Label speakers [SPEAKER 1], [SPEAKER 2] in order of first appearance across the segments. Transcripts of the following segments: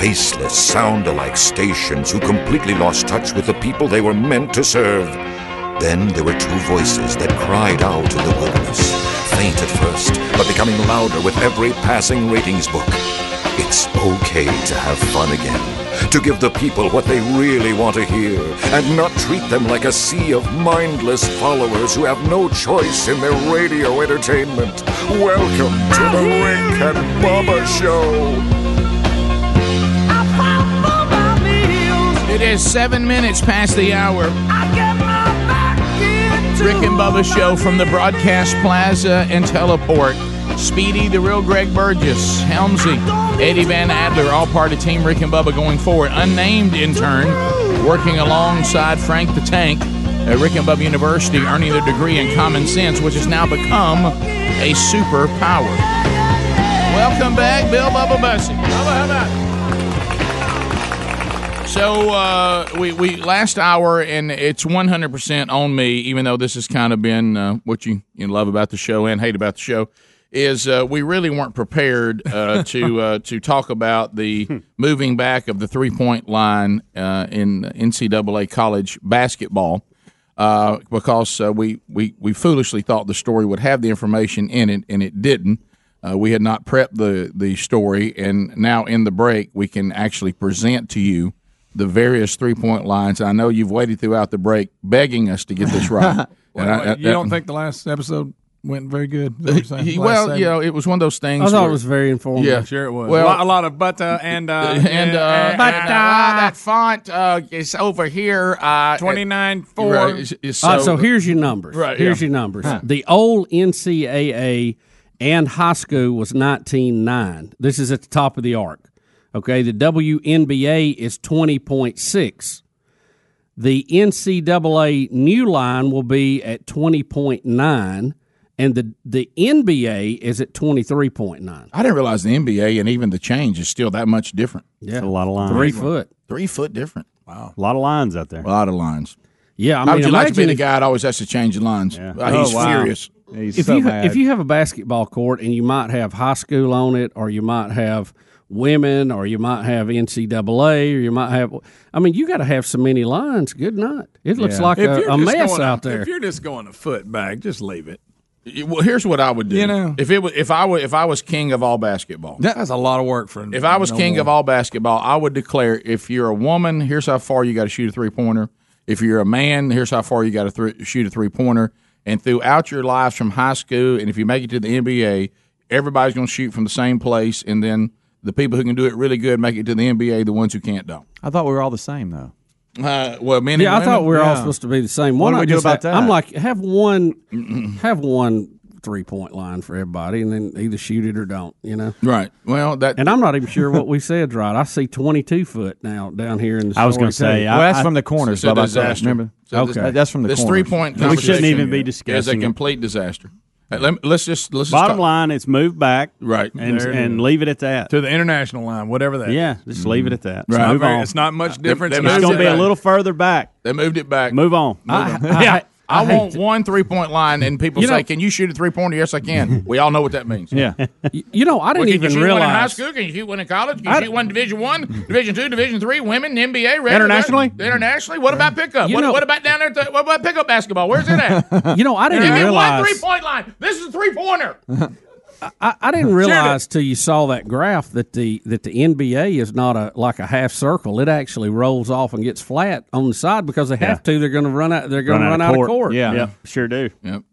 [SPEAKER 1] Faceless, sound alike stations who completely lost touch with the people they were meant to serve. Then there were two voices that cried out in the wilderness, faint at first, but becoming louder with every passing ratings book. It's okay to have fun again, to give the people what they really want to hear, and not treat them like a sea of mindless followers who have no choice in their radio entertainment. Welcome to the Rick and Bubba Show.
[SPEAKER 2] It is seven minutes past the hour. Rick and Bubba show from the broadcast plaza and teleport. Speedy, the real Greg Burgess, Helmsy, Eddie Van Adler, all part of Team Rick and Bubba going forward. Unnamed intern, working alongside Frank the Tank at Rick and Bubba University, earning their degree in common sense, which has now become a superpower. Welcome back, Bill Bubba Bussy. Bubba, how about? So uh, we we last hour, and it's one hundred percent on me. Even though this has kind of been uh, what you, you love about the show and hate about the show, is uh, we really weren't prepared uh, to uh, to talk about the moving back of the three point line uh, in NCAA college basketball uh, because uh, we, we, we foolishly thought the story would have the information in it, and it didn't. Uh, we had not prepped the, the story, and now in the break, we can actually present to you the various three point lines. I know you've waited throughout the break begging us to get this right. And I- uh, I-
[SPEAKER 3] you don't think the last episode went very good? Is that what you're saying?
[SPEAKER 2] He-
[SPEAKER 3] Last
[SPEAKER 2] well,
[SPEAKER 3] segment?
[SPEAKER 2] you know, it was one of those things.
[SPEAKER 4] I thought it
[SPEAKER 2] where-
[SPEAKER 4] was very informative.
[SPEAKER 2] yeah,
[SPEAKER 3] sure it was.
[SPEAKER 2] Well-
[SPEAKER 3] a, lot, a lot of but uh, and uh,
[SPEAKER 2] and uh,
[SPEAKER 3] yeah,
[SPEAKER 2] and, uh, that font uh, is over here. Uh,
[SPEAKER 3] twenty nine four.
[SPEAKER 2] Right, is- is so,
[SPEAKER 4] All right, so here's your numbers.
[SPEAKER 2] Right,
[SPEAKER 4] Here's
[SPEAKER 2] yeah.
[SPEAKER 4] your numbers. The old NCAA and high school was 19.9. This is at the top of the arc. Okay, the WNBA is 20.6. The NCAA new line will be at 20.9, and the, the NBA is at 23.9.
[SPEAKER 2] I didn't realize the NBA and even the change is still that much different.
[SPEAKER 4] Yeah,
[SPEAKER 5] A lot of lines.
[SPEAKER 4] three foot.
[SPEAKER 2] Three foot different.
[SPEAKER 5] A lot of lines out there.
[SPEAKER 2] A lot of lines.
[SPEAKER 4] Yeah, I
[SPEAKER 2] How
[SPEAKER 4] mean,
[SPEAKER 2] would you like to be
[SPEAKER 4] imagine
[SPEAKER 2] the
[SPEAKER 4] if-
[SPEAKER 2] guy that always has to change the lines?
[SPEAKER 5] Yeah.
[SPEAKER 2] Uh, he's
[SPEAKER 3] Oh, wow.
[SPEAKER 2] furious.
[SPEAKER 5] He's
[SPEAKER 4] if
[SPEAKER 5] so
[SPEAKER 4] you
[SPEAKER 5] mad.
[SPEAKER 4] if you have a basketball court and you might have high school on it, or you might have women, or you might have NCAA, or you might have. I mean, you got to have so many lines. Good night. It looks like
[SPEAKER 3] If
[SPEAKER 4] a,
[SPEAKER 3] you're
[SPEAKER 4] a
[SPEAKER 3] just
[SPEAKER 4] mess
[SPEAKER 3] going,
[SPEAKER 4] out there.
[SPEAKER 3] if you're just going a foot back, just leave it.
[SPEAKER 2] Well, here's what I would do.
[SPEAKER 3] You know.
[SPEAKER 2] if it was, if I was if I was king of all basketball,
[SPEAKER 3] That was a lot of work for.
[SPEAKER 2] If I was king of all basketball, I would declare if you're a woman, here's how far you got to shoot a three pointer. If you're a man, here's how far you got to thr shoot a three pointer. And throughout your lives from high school, and if you make it to the NBA, everybody's going to shoot from the same place. And then the people who can do it really good make it to the NBA, the ones who can't don't.
[SPEAKER 5] I thought we were all the same though.
[SPEAKER 2] Uh, well, men and
[SPEAKER 4] yeah, I thought
[SPEAKER 2] women-
[SPEAKER 4] we Oh, were all
[SPEAKER 5] yeah.
[SPEAKER 4] supposed to be the same. Why
[SPEAKER 5] do
[SPEAKER 4] not
[SPEAKER 5] we do
[SPEAKER 4] just
[SPEAKER 5] about
[SPEAKER 4] have- I'm
[SPEAKER 5] that?
[SPEAKER 4] like, have one, have one three point line for everybody, and then either shoot it or don't. You know.
[SPEAKER 2] Right. Well, that.
[SPEAKER 4] And I'm not even sure what we said right. I see 22 foot now down here in the.
[SPEAKER 5] I was
[SPEAKER 4] story,
[SPEAKER 5] going to say.
[SPEAKER 4] too.
[SPEAKER 5] I, well, that's I- from the corners.
[SPEAKER 2] it's a
[SPEAKER 5] Bubba, I thought,
[SPEAKER 2] disaster.
[SPEAKER 5] Remember?
[SPEAKER 2] So this-
[SPEAKER 5] That- that's from the
[SPEAKER 2] this
[SPEAKER 5] corners.
[SPEAKER 2] three point.
[SPEAKER 5] We shouldn't even be
[SPEAKER 2] Is a
[SPEAKER 5] discussing. it.
[SPEAKER 2] complete disaster. Uh, let me- let's just let's just
[SPEAKER 5] Bottom
[SPEAKER 2] talk-
[SPEAKER 5] line, it's moved back.
[SPEAKER 2] Right.
[SPEAKER 5] And
[SPEAKER 2] There it
[SPEAKER 5] and leave it at that.
[SPEAKER 3] to the international line, whatever that.
[SPEAKER 5] Yeah, just leave it at that. Just
[SPEAKER 3] Not
[SPEAKER 5] Move
[SPEAKER 3] very-
[SPEAKER 5] on.
[SPEAKER 3] it's not much difference.
[SPEAKER 2] they
[SPEAKER 3] in
[SPEAKER 2] moved
[SPEAKER 5] It's
[SPEAKER 3] how
[SPEAKER 5] going to
[SPEAKER 2] it
[SPEAKER 3] they
[SPEAKER 5] be a
[SPEAKER 2] back.
[SPEAKER 5] little further back.
[SPEAKER 2] They moved it back.
[SPEAKER 5] Move on.
[SPEAKER 4] Ah,
[SPEAKER 2] yeah. I, want one three point line, and people say, "Can you shoot a three pointer?" Yes, I can. We all know what that means.
[SPEAKER 5] Yeah.
[SPEAKER 4] Y- You know, I didn't
[SPEAKER 2] Well, can
[SPEAKER 4] even
[SPEAKER 2] you shoot
[SPEAKER 4] realize.
[SPEAKER 2] one in high school? Can you shoot one in college? Can you shoot one in Division One, Division Two, Division Three, women, NBA, regular-
[SPEAKER 5] Internationally?
[SPEAKER 2] Internationally, what about pickup?
[SPEAKER 4] You
[SPEAKER 2] What,
[SPEAKER 4] know-
[SPEAKER 2] what about down there? Th- what about pickup basketball? Where's it at? There
[SPEAKER 4] You know, I didn't
[SPEAKER 2] ain't
[SPEAKER 4] realize.
[SPEAKER 2] one three point line. This is a three pointer.
[SPEAKER 4] I, I didn't realize till you saw that graph that the that the NBA is not a like a half circle. It actually rolls off and gets flat on the side because they have to. They're going to run out. They're going to run, out of court.
[SPEAKER 5] Yeah. Sure do.
[SPEAKER 2] Yep.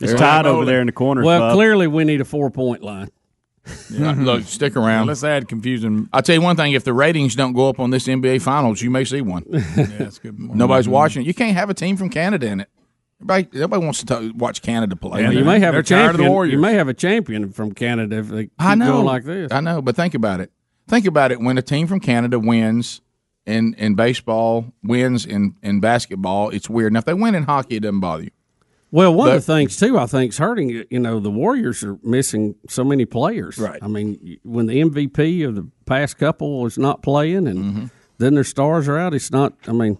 [SPEAKER 5] It's tied over there in the corners.
[SPEAKER 4] Well,
[SPEAKER 5] Bub.
[SPEAKER 4] clearly we need a four point line.
[SPEAKER 2] Look, stick around.
[SPEAKER 3] Let's add confusion.
[SPEAKER 2] I'll tell you one thing: if the ratings don't go up on this NBA Finals, you may see one.
[SPEAKER 3] Yeah, that's a good. point.
[SPEAKER 4] Mm-hmm.
[SPEAKER 2] Nobody's watching. it. You can't have a team from Canada in it. Everybody, everybody wants to ta- watch Canada play.
[SPEAKER 3] Yeah,
[SPEAKER 4] You may have
[SPEAKER 3] They're
[SPEAKER 4] a
[SPEAKER 3] tired
[SPEAKER 4] champion.
[SPEAKER 3] of the Warriors.
[SPEAKER 4] you may have a champion from Canada if they keep
[SPEAKER 2] I know,
[SPEAKER 4] going like this.
[SPEAKER 2] I know, but think about it. Think about it. When a team from Canada wins in, in baseball, wins in, in basketball. It's weird. Now, if they win in hockey, it doesn't bother you.
[SPEAKER 4] Well, one of the things too, I think, is hurting. it. You know, the Warriors are missing so many players. Right. I mean, y- when the MVP of the past couple is not playing, and
[SPEAKER 2] Mm-hmm.
[SPEAKER 4] then their stars are out, it's not. I mean,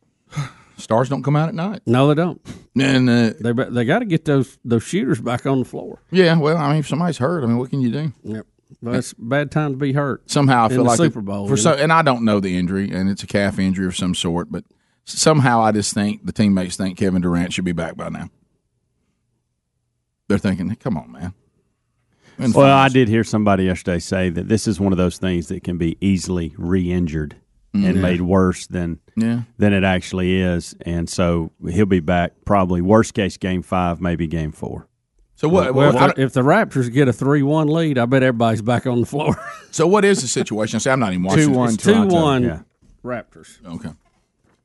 [SPEAKER 2] Stars don't come out at night.
[SPEAKER 4] no, they don't.
[SPEAKER 2] And uh,
[SPEAKER 4] They be- they got to get those those shooters back on the floor.
[SPEAKER 2] yeah, well, I mean, if somebody's hurt, I mean, what can you do?
[SPEAKER 4] Yep. But it's a bad time to be hurt.
[SPEAKER 2] Somehow, I
[SPEAKER 4] In
[SPEAKER 2] feel
[SPEAKER 4] the
[SPEAKER 2] like
[SPEAKER 4] Super Bowl,
[SPEAKER 2] for
[SPEAKER 4] you
[SPEAKER 2] so, and I don't know the injury, and it's a calf injury of some sort, but somehow I just think the teammates think Kevin Durant should be back by now. They're thinking, "Come on, man." And
[SPEAKER 5] Well, I did hear somebody yesterday say that this is one of those things that can be easily re-injured and made worse than
[SPEAKER 2] Mm-hmm. yeah,
[SPEAKER 5] than it actually is, and so he'll be back probably worst case game five, maybe game four.
[SPEAKER 2] So what?
[SPEAKER 4] Well,
[SPEAKER 2] I
[SPEAKER 4] if, the, if the Raptors get a three-one lead, I bet everybody's back on the floor.
[SPEAKER 2] don't- so what is the situation? See, I'm not even watching. this.
[SPEAKER 4] It's two-one
[SPEAKER 5] yeah.
[SPEAKER 4] Raptors.
[SPEAKER 2] Okay,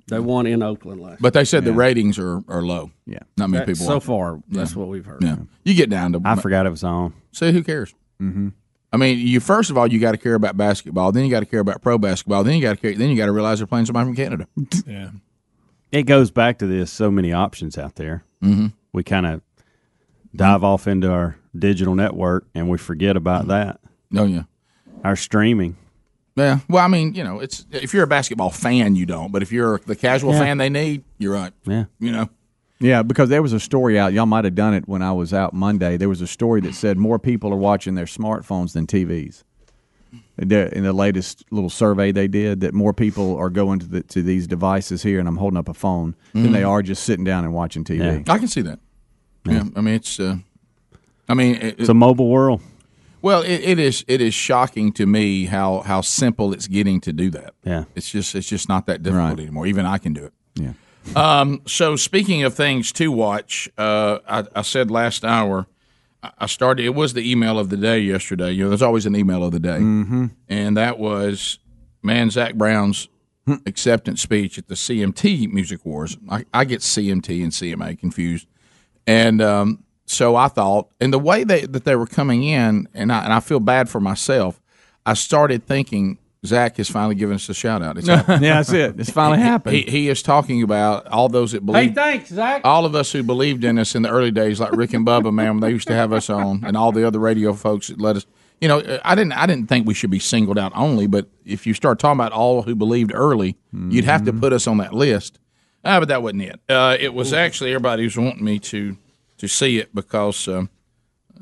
[SPEAKER 4] They won in Oakland last.
[SPEAKER 2] but they said the ratings are, are low.
[SPEAKER 5] Yeah.
[SPEAKER 2] not many
[SPEAKER 4] year.
[SPEAKER 2] people.
[SPEAKER 4] So
[SPEAKER 2] watch.
[SPEAKER 4] far, that's what we've heard.
[SPEAKER 2] yeah, you get down to
[SPEAKER 5] I forgot it was on.
[SPEAKER 2] See, who cares? Mm-hmm. I mean, you first of all, you got to care about basketball. Then you got to care about pro basketball. Then you got to care. Then you got to realize they're playing somebody from Canada.
[SPEAKER 3] Yeah.
[SPEAKER 5] It goes back to this: so many options out there. Mm-hmm. We kind of dive off into our digital network and we forget about that.
[SPEAKER 2] Oh yeah,
[SPEAKER 5] Our streaming.
[SPEAKER 2] yeah. Well, I mean, you know, it's if you're a basketball fan, you don't. But if you're the casual fan they need, you're right.
[SPEAKER 5] Yeah.
[SPEAKER 2] You know,
[SPEAKER 6] Yeah, because there was a story out. Y'all might have done it when I was out Monday. There was a story that said more people are watching their smartphones than TVs. There- In the latest little survey they did, that more people are going to, the, to these devices here, and I'm holding up a phone,
[SPEAKER 2] Mm.
[SPEAKER 6] than they are just sitting down and watching TV.
[SPEAKER 5] Yeah.
[SPEAKER 2] I can see that. Yeah. I mean, it's. Uh, I mean, it-
[SPEAKER 5] It's a mobile world.
[SPEAKER 2] Well, it, it is it is shocking to me how how simple it's getting to do that.
[SPEAKER 5] Yeah.
[SPEAKER 2] it's just it's just not that difficult anymore. Even I can do it.
[SPEAKER 6] Yeah.
[SPEAKER 2] Um. So speaking of things to watch, uh, I, I said last hour, I- I started. It was the email of the day yesterday. You know, there's always an email of the day, mm-hmm. and that was man Zach Brown's
[SPEAKER 6] Hmm.
[SPEAKER 2] acceptance speech at the CMT Music Awards. I, I get CMT and CMA confused. And um, so I thought, and the way they, that they were coming in, and I, and I feel bad for myself, I started thinking Zach has finally given us a shout out. It's happened.
[SPEAKER 6] yeah, that's it. It's finally happened.
[SPEAKER 2] he, he is talking about all those that believe.
[SPEAKER 4] thanks, Zach.
[SPEAKER 2] all of us who believed in us in the early days, like Rick and Bubba, man, when they used to have us on, and all the other radio folks that let us, you know, I didn't, I didn't think we should be singled out only, but if you start talking about all who believed early, you'd have to put us on that list. Ah, but that wasn't it. Uh, it was actually everybody was wanting me to to see it because um,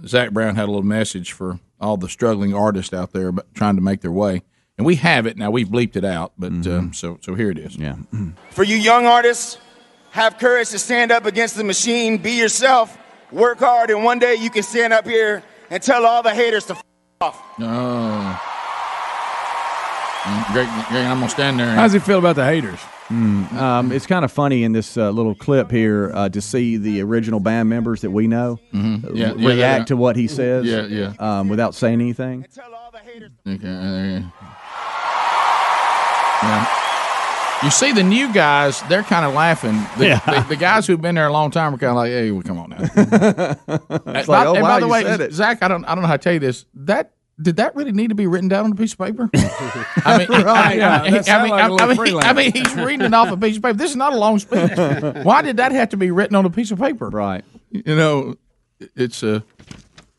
[SPEAKER 2] Zach Brown had a little message for all the struggling artists out there about trying to make their way, and we have it now. We've bleeped it out, but um, so so here it is.
[SPEAKER 6] yeah.
[SPEAKER 7] For you young artists, have courage to stand up against the machine, be yourself, work hard, and one day you can stand up here and tell all the haters to f- off.
[SPEAKER 2] Oh. Mm, Greg, Greg, I'm gonna stand there.
[SPEAKER 3] How
[SPEAKER 2] And,
[SPEAKER 3] does it feel about the haters?
[SPEAKER 6] Um, it's kind of funny in this uh, little clip here uh, to see the original band members that we know uh,
[SPEAKER 2] Mm-hmm. Yeah, yeah,
[SPEAKER 6] react
[SPEAKER 2] yeah.
[SPEAKER 6] to what he says
[SPEAKER 2] yeah, yeah.
[SPEAKER 6] um, without saying anything.
[SPEAKER 7] Tell all the haters
[SPEAKER 2] Okay, there you go. Yeah. You see the new guys; they're kind of laughing. The, the, the guys who've been there a long time are kind of like, "Hey, well, come on now." it's
[SPEAKER 6] like, oh,
[SPEAKER 2] and
[SPEAKER 6] wow,
[SPEAKER 2] by the
[SPEAKER 6] you
[SPEAKER 2] way,
[SPEAKER 6] said it.
[SPEAKER 2] Zach, I don't, I don't know how to tell you this. That did that really need to be written down on a piece of paper? I mean, I,
[SPEAKER 3] yeah,
[SPEAKER 2] I,
[SPEAKER 3] that
[SPEAKER 2] I,
[SPEAKER 3] sounded
[SPEAKER 2] mean,
[SPEAKER 3] like a
[SPEAKER 2] I,
[SPEAKER 3] little
[SPEAKER 2] I, mean,
[SPEAKER 3] freelance.
[SPEAKER 2] I mean, he's reading it off a piece of paper. This is not a long speech. Why did that have to be written on a piece of paper?
[SPEAKER 6] Right.
[SPEAKER 2] you know, it's a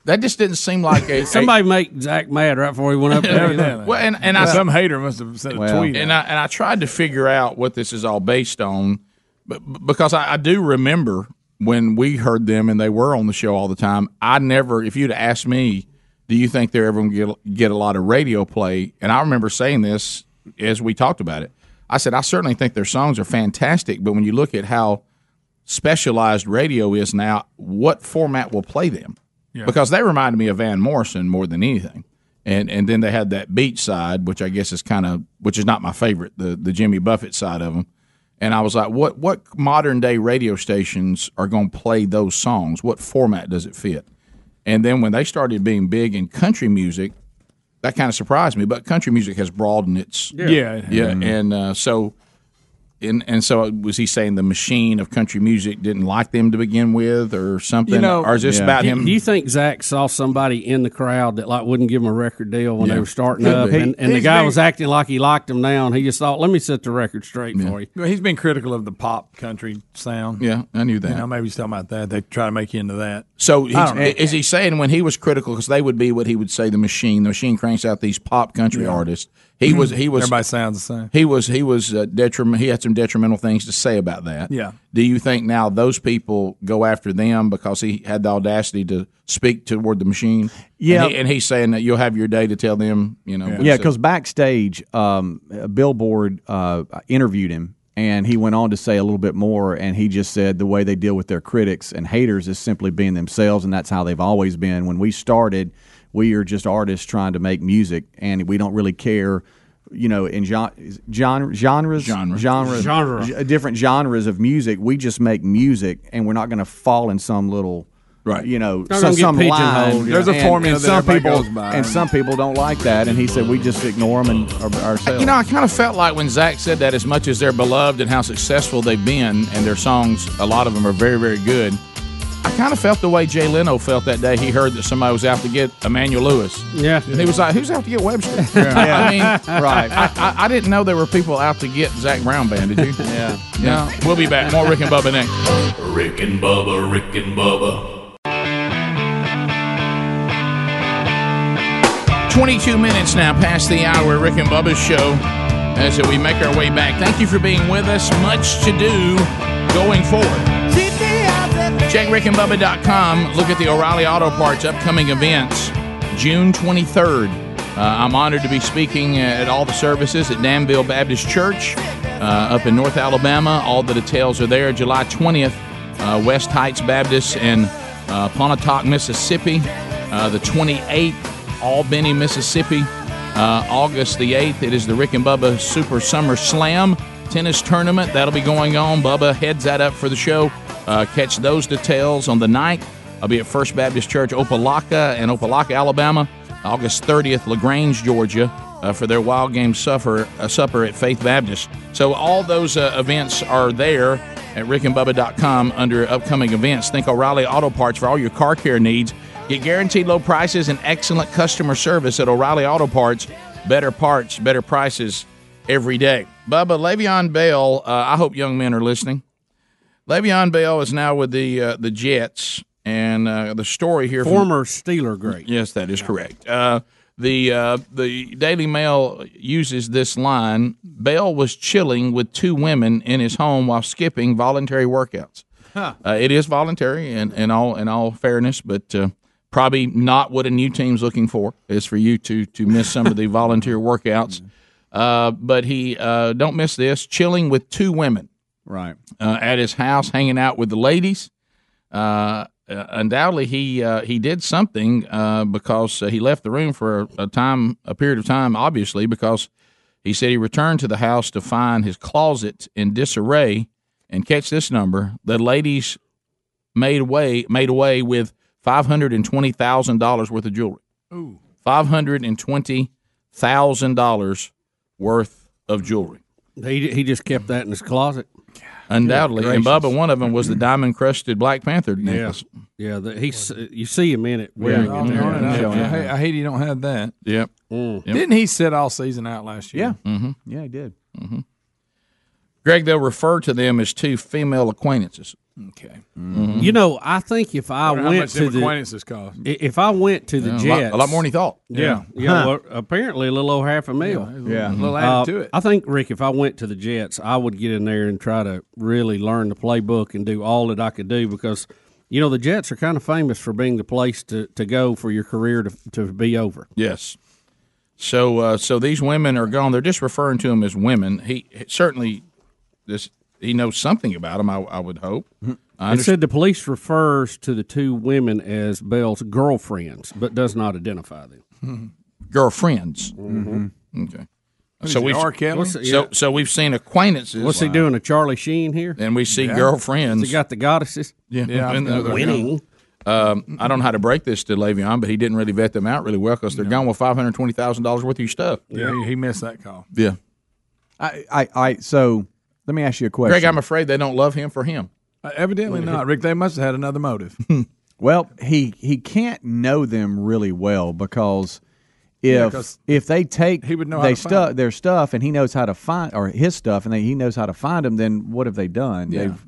[SPEAKER 2] that just didn't seem like a
[SPEAKER 4] Somebody make Zach mad right before he went up there.
[SPEAKER 2] a- well, and and I
[SPEAKER 3] Some hater must have sent a
[SPEAKER 6] Well,
[SPEAKER 3] tweet.
[SPEAKER 2] and I and I tried to figure out what this is all based on, but but- because I, I do remember when we heard them and they were on the show all the time. I never, if you'd asked me, do you think they're ever going to get get a lot of radio play? And I remember saying this as we talked about it. I said I certainly think their songs are fantastic, but when you look at how specialized radio is now, what format will play them? Because they reminded me of Van Morrison more than anything. And and then they had that beach side, which I guess is kind of which is not my favorite, the the Jimmy Buffett side of them. And I was like, what what modern day radio stations are going to play those songs? What format does it fit? And then when they started being big in country music,
[SPEAKER 6] Mm-hmm.
[SPEAKER 2] that kind of surprised me. But country music has broadened its
[SPEAKER 3] yeah.
[SPEAKER 2] yeah, and uh, so and and so was he saying the machine of country music didn't like them to begin with, or something?
[SPEAKER 6] You know-
[SPEAKER 2] or is this
[SPEAKER 6] Yeah.
[SPEAKER 2] about
[SPEAKER 4] Do,
[SPEAKER 2] him?
[SPEAKER 4] do you think Zach saw somebody in the crowd that like wouldn't give him a record deal when
[SPEAKER 2] Yeah.
[SPEAKER 4] they were starting
[SPEAKER 6] Could
[SPEAKER 4] up,
[SPEAKER 6] be.
[SPEAKER 4] and, and the
[SPEAKER 3] He's
[SPEAKER 4] guy
[SPEAKER 3] been-
[SPEAKER 4] was acting like he liked him now, and he just thought, "Let me set the record straight for you."
[SPEAKER 3] Well, He's been critical of the pop country sound.
[SPEAKER 2] yeah, I knew that.
[SPEAKER 3] You know, maybe he's talking about that. They try to make you into that.
[SPEAKER 2] So he's,
[SPEAKER 3] don't know.
[SPEAKER 2] is he saying when he was critical because they would be what he would say the machine the machine cranks out these pop country artists
[SPEAKER 3] Mm-hmm.
[SPEAKER 2] he was he was
[SPEAKER 3] Everybody sounds the same.
[SPEAKER 2] he was he was uh, detriment he had some detrimental things to say about that
[SPEAKER 3] Yeah.
[SPEAKER 2] do you think now those people go after them because he had the audacity to speak toward the machine
[SPEAKER 6] Yeah.
[SPEAKER 2] and, he- and he's saying that you'll have your day to tell them you know what
[SPEAKER 6] Yeah,
[SPEAKER 2] to-
[SPEAKER 6] because backstage, um, Billboard uh, interviewed him, and he went on to say a little bit more. And he just said the way they deal with their critics and haters is simply being themselves, and that's how they've always been. When we started, we are just artists trying to make music, and we don't really care. You know, in gen- gen- genres,
[SPEAKER 2] Genre.
[SPEAKER 6] genres,
[SPEAKER 4] Genre.
[SPEAKER 6] g- different genres of music, we just make music, and we're not going to fall in some little,
[SPEAKER 2] Right.
[SPEAKER 6] You know,
[SPEAKER 4] Not
[SPEAKER 6] some,
[SPEAKER 4] gonna get
[SPEAKER 6] some
[SPEAKER 4] pigeonholed,
[SPEAKER 6] line.
[SPEAKER 4] yeah.
[SPEAKER 3] There's a
[SPEAKER 6] And-
[SPEAKER 3] formula
[SPEAKER 6] and
[SPEAKER 3] that
[SPEAKER 6] some
[SPEAKER 3] everybody
[SPEAKER 6] people
[SPEAKER 3] goes by.
[SPEAKER 6] and some people don't like that, and he said we just ignore them and our- ourselves.
[SPEAKER 2] you know, I kind of felt like when Zach said that, as much as they're beloved and how successful they've been, and their songs, a lot of them are very, very good. I kind of felt the way Jay Leno felt that day he heard that somebody was out to get Emmanuel Lewis.
[SPEAKER 4] Yeah.
[SPEAKER 2] And he was like, who's out to get Webster? I mean, right. I, I, I didn't know there were people out to get Zach Brown Band, did you? yeah. No. We'll be back. More Rick and Bubba next.
[SPEAKER 8] Rick and Bubba, Rick and Bubba.
[SPEAKER 2] 22 minutes now past the hour, Rick and Bubba's show. As we make our way back, thank you for being with us. Much to do going forward. Check rickandbubba.com. Look at the O'Reilly Auto Parts upcoming events. June 23rd. Uh, I'm honored to be speaking at all the services at Danville Baptist Church uh, up in North Alabama. All the details are there. July 20th, uh, West Heights Baptist in uh, Pontotoc, Mississippi. Uh, the 28th, Albany, Mississippi. Uh, August the 8th, it is the Rick and Bubba Super Summer Slam tennis tournament. That'll be going on. Bubba heads that up for the show. Uh, catch those details on the 9th. I'll be at First Baptist Church, Opelika and Opelika, Alabama. August 30th, LaGrange, Georgia, uh, for their Wild Game supper, uh, supper at Faith Baptist. So all those uh, events are there at rickandbubba.com under upcoming events. Think O'Reilly Auto Parts for all your car care needs. Get guaranteed low prices and excellent customer service at O'Reilly Auto Parts. Better parts, better prices every day. Bubba, Le'Veon Bell, uh, I hope young men are listening. Le'Veon Bell is now with the uh, the Jets, and uh, the story here from-
[SPEAKER 4] Former Steeler great.
[SPEAKER 2] Yes, that is correct. Uh, the uh, the Daily Mail uses this line: Bell was chilling with two women in his home while skipping voluntary workouts. Uh, it is voluntary, and in, all in all fairness, but uh, probably not what a new team's looking for. Is for you to to miss some of the volunteer workouts. Uh, but he uh, don't miss this: chilling with two women
[SPEAKER 6] right?
[SPEAKER 2] uh, at his house, hanging out with the ladies. Uh, uh, undoubtedly, he uh, he did something uh, because uh, he left the room for a, a time, a period of time, obviously, because he said he returned to the house to find his closet in disarray. And catch this number: the ladies made away made away with five hundred and twenty thousand dollars worth of jewelry. Ooh, five hundred and twenty thousand dollars worth of jewelry.
[SPEAKER 4] He he just kept that in his closet.
[SPEAKER 2] Undoubtedly, and Bubba, one of them was the diamond crusted Black Panther necklace.
[SPEAKER 4] Yeah, the, he's you see him in it. wearing
[SPEAKER 2] Yeah.
[SPEAKER 4] it.
[SPEAKER 3] I, don't know.
[SPEAKER 2] Yeah.
[SPEAKER 3] I, hate, I hate he don't have that.
[SPEAKER 2] Yep.
[SPEAKER 4] Mm.
[SPEAKER 2] Yep. Mm-hmm.
[SPEAKER 3] Didn't he sit all season out last year? Yeah.
[SPEAKER 6] Yeah, he did.
[SPEAKER 2] Greg, they'll refer to them as two female acquaintances. Mm-hmm.
[SPEAKER 3] Okay.
[SPEAKER 4] You know, I think if I,
[SPEAKER 3] How
[SPEAKER 4] went
[SPEAKER 3] much
[SPEAKER 4] to
[SPEAKER 3] them
[SPEAKER 4] the
[SPEAKER 3] acquaintances cost?
[SPEAKER 4] i- if I went to the
[SPEAKER 2] A lot,
[SPEAKER 4] Jets,
[SPEAKER 2] a lot more than he thought.
[SPEAKER 4] Yeah, yeah. well, apparently, a little over half a meal.
[SPEAKER 3] Yeah. A little
[SPEAKER 4] Uh,
[SPEAKER 3] added to it.
[SPEAKER 4] I think Rick, if I went to the Jets, I would get in there and try to really learn the playbook and do all that I could do because you know the Jets are kind of famous for being the place to, to go for your career to to be over.
[SPEAKER 2] Yes. So, uh, so these women are gone. They're just referring to them as women. He certainly, this he knows something about them. I, I would hope.
[SPEAKER 4] I said the police refers to the two women as Bell's girlfriends, but does not identify them.
[SPEAKER 2] Mm-hmm. Girlfriends.
[SPEAKER 4] Mm-hmm.
[SPEAKER 2] Mm-hmm. Okay. So we've
[SPEAKER 3] R. Kelly.
[SPEAKER 4] What's,
[SPEAKER 2] so so we've seen acquaintances,
[SPEAKER 4] what's he doing? A Charlie Sheen here?
[SPEAKER 2] and we see girlfriends.
[SPEAKER 4] He got the goddesses
[SPEAKER 2] yeah,
[SPEAKER 3] Yeah,
[SPEAKER 2] And-
[SPEAKER 3] I've got
[SPEAKER 4] winning.
[SPEAKER 2] Um, I don't know how to break this to Le'Veon, but he didn't really vet them out really well because they're gone with five hundred twenty thousand dollars worth of your stuff.
[SPEAKER 3] Yeah, he, he missed that call.
[SPEAKER 2] Yeah,
[SPEAKER 6] I, I, I so Let me ask you a question.
[SPEAKER 2] Greg, I'm afraid they don't love him for him.
[SPEAKER 3] Uh, evidently not, Rick. They must have had another motive.
[SPEAKER 6] Well, he he can't know them really well because
[SPEAKER 3] Yeah,
[SPEAKER 6] if
[SPEAKER 3] 'cause
[SPEAKER 6] if they take
[SPEAKER 3] he would know how
[SPEAKER 6] they
[SPEAKER 3] to find 'em.
[SPEAKER 6] their stuff and he knows how to find or his stuff and they, he knows how to find them, then what have they done?
[SPEAKER 3] Yeah.
[SPEAKER 6] They've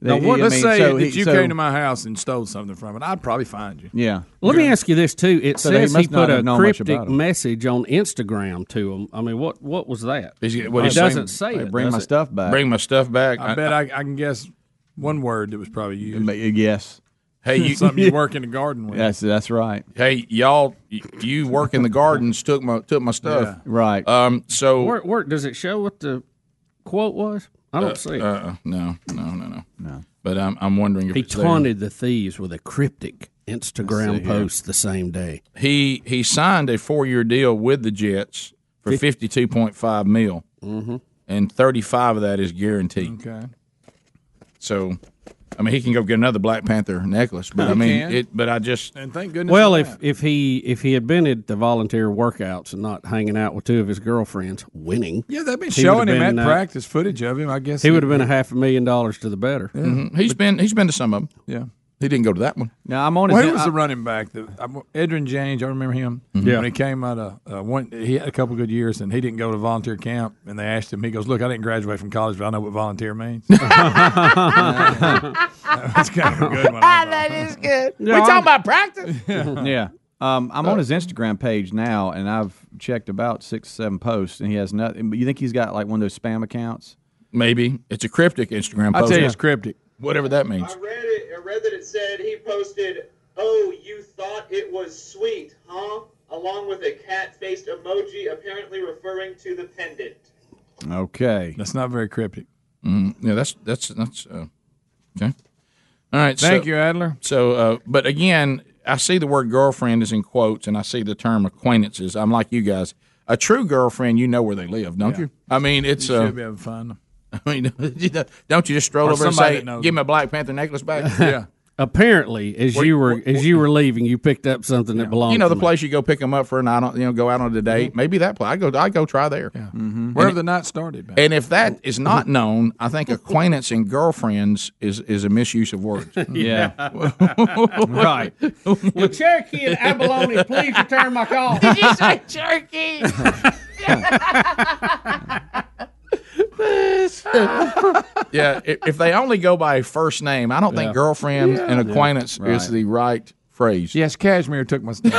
[SPEAKER 3] now,
[SPEAKER 6] they-
[SPEAKER 3] what,
[SPEAKER 6] I
[SPEAKER 3] let's
[SPEAKER 6] mean,
[SPEAKER 3] say
[SPEAKER 6] so
[SPEAKER 3] that
[SPEAKER 6] he-
[SPEAKER 3] you
[SPEAKER 6] so-
[SPEAKER 3] came to my house and stole something from it. I'd probably find you.
[SPEAKER 6] yeah.
[SPEAKER 4] Let me ask you this too. It
[SPEAKER 6] So they
[SPEAKER 4] says he
[SPEAKER 6] must not
[SPEAKER 4] put a
[SPEAKER 6] have known much about
[SPEAKER 4] cryptic
[SPEAKER 6] 'em.
[SPEAKER 4] message on Instagram to him. I mean, what what was that?
[SPEAKER 2] Is he- what
[SPEAKER 4] it
[SPEAKER 2] he's saying-
[SPEAKER 4] doesn't say
[SPEAKER 6] Hey,
[SPEAKER 4] it,
[SPEAKER 6] bring
[SPEAKER 4] does
[SPEAKER 6] my
[SPEAKER 4] it?
[SPEAKER 6] stuff back.
[SPEAKER 2] Bring my stuff back.
[SPEAKER 3] I bet I, I can guess one word that was probably used.
[SPEAKER 4] uh,
[SPEAKER 6] Ma- yes,
[SPEAKER 2] hey, you,
[SPEAKER 3] Something you work in the garden with.
[SPEAKER 6] that's that's right.
[SPEAKER 2] hey, y'all, y- you work in the gardens took my took my stuff.
[SPEAKER 6] Right.
[SPEAKER 2] Um, so
[SPEAKER 4] Work, work. Does it show what the quote was? I don't see it.
[SPEAKER 2] uh, no, no, no, no, no. But I'm I'm wondering if
[SPEAKER 4] he
[SPEAKER 2] it's there.
[SPEAKER 4] taunted the thieves with a cryptic Instagram post the same day.
[SPEAKER 2] he he signed a four year deal with the Jets for fifty two point five mil, mm-hmm. and thirty five of that is guaranteed.
[SPEAKER 3] Okay.
[SPEAKER 2] So, I mean, he can go get another Black Panther necklace, but I mean,
[SPEAKER 3] can.
[SPEAKER 2] it. But I just
[SPEAKER 3] And thank goodness.
[SPEAKER 4] Well,
[SPEAKER 3] for
[SPEAKER 4] if,
[SPEAKER 3] that.
[SPEAKER 4] if he if he had been at the volunteer workouts and not hanging out with two of his girlfriends, winning,
[SPEAKER 3] yeah, they've been
[SPEAKER 4] he
[SPEAKER 3] showing
[SPEAKER 4] would've
[SPEAKER 3] him
[SPEAKER 4] been,
[SPEAKER 3] at
[SPEAKER 4] uh,
[SPEAKER 3] practice footage of him. I guess
[SPEAKER 4] he would have been a half a million dollars to the better.
[SPEAKER 2] Mm-hmm. he's been he's been to some of them.
[SPEAKER 3] Yeah.
[SPEAKER 2] He didn't go to that one.
[SPEAKER 6] now I'm on.
[SPEAKER 3] Well,
[SPEAKER 6] his,
[SPEAKER 3] he was
[SPEAKER 6] I-
[SPEAKER 3] the running back. The, I, Edrin James, I remember him.
[SPEAKER 2] Mm-hmm.
[SPEAKER 4] Yeah.
[SPEAKER 3] When he came out of uh, one, he had a couple good years, and he didn't go to volunteer camp. And they asked him, he goes, "Look, I didn't graduate from college, but I know what volunteer means." That's kind of a good one.
[SPEAKER 7] that is good.
[SPEAKER 4] we talking
[SPEAKER 7] about practice.
[SPEAKER 6] yeah. Um,
[SPEAKER 3] Uh,
[SPEAKER 6] I'm on his Instagram page now, and I've checked about six, seven posts, and he has nothing. But you think he's got like one of those spam accounts?
[SPEAKER 2] Maybe it's a cryptic Instagram
[SPEAKER 3] I
[SPEAKER 2] post,
[SPEAKER 3] tell you, it's cryptic.
[SPEAKER 2] whatever that means.
[SPEAKER 9] I read it. I read that it said he posted, "Oh, you thought it was sweet, huh?" Along with a cat-faced emoji, apparently referring to the pendant.
[SPEAKER 6] Okay.
[SPEAKER 3] That's not very cryptic.
[SPEAKER 2] Mm-hmm. Yeah, that's that's that's uh, okay. All right,
[SPEAKER 3] Thank
[SPEAKER 2] so,
[SPEAKER 3] you, Adler.
[SPEAKER 2] So, uh, but again, I see the word girlfriend is in quotes, and I see the term acquaintances. I'm like you guys. A true girlfriend, you know where they live, don't you? I mean, it's.
[SPEAKER 3] Should
[SPEAKER 2] Uh,
[SPEAKER 3] be able to find him.
[SPEAKER 2] I mean, don't you just stroll
[SPEAKER 3] Or
[SPEAKER 2] over and
[SPEAKER 3] somebody
[SPEAKER 2] say,
[SPEAKER 3] that knows
[SPEAKER 2] "Give
[SPEAKER 3] them.
[SPEAKER 2] me a Black Panther necklace back"?
[SPEAKER 3] Yeah.
[SPEAKER 4] Apparently, as you were as you were leaving, you picked up something that belonged.
[SPEAKER 2] you know the
[SPEAKER 4] to me.
[SPEAKER 2] place you go pick them up for a night, on, you know, go out on a
[SPEAKER 3] Mm-hmm.
[SPEAKER 2] date. Maybe that place. I go, I go try there. Mm-hmm.
[SPEAKER 3] Wherever Mm-hmm. the Mm-hmm. night started. Man.
[SPEAKER 2] And if that is not known, I think acquaintance and girlfriends is is a misuse of words.
[SPEAKER 6] Yeah. right.
[SPEAKER 4] Well, Cherokee and Abalone, please return my call.
[SPEAKER 2] yeah, if, if they only go by first name, I don't think girlfriend and acquaintance is
[SPEAKER 6] Right.
[SPEAKER 2] the right phrase.
[SPEAKER 3] Yes, Cashmere took my stuff.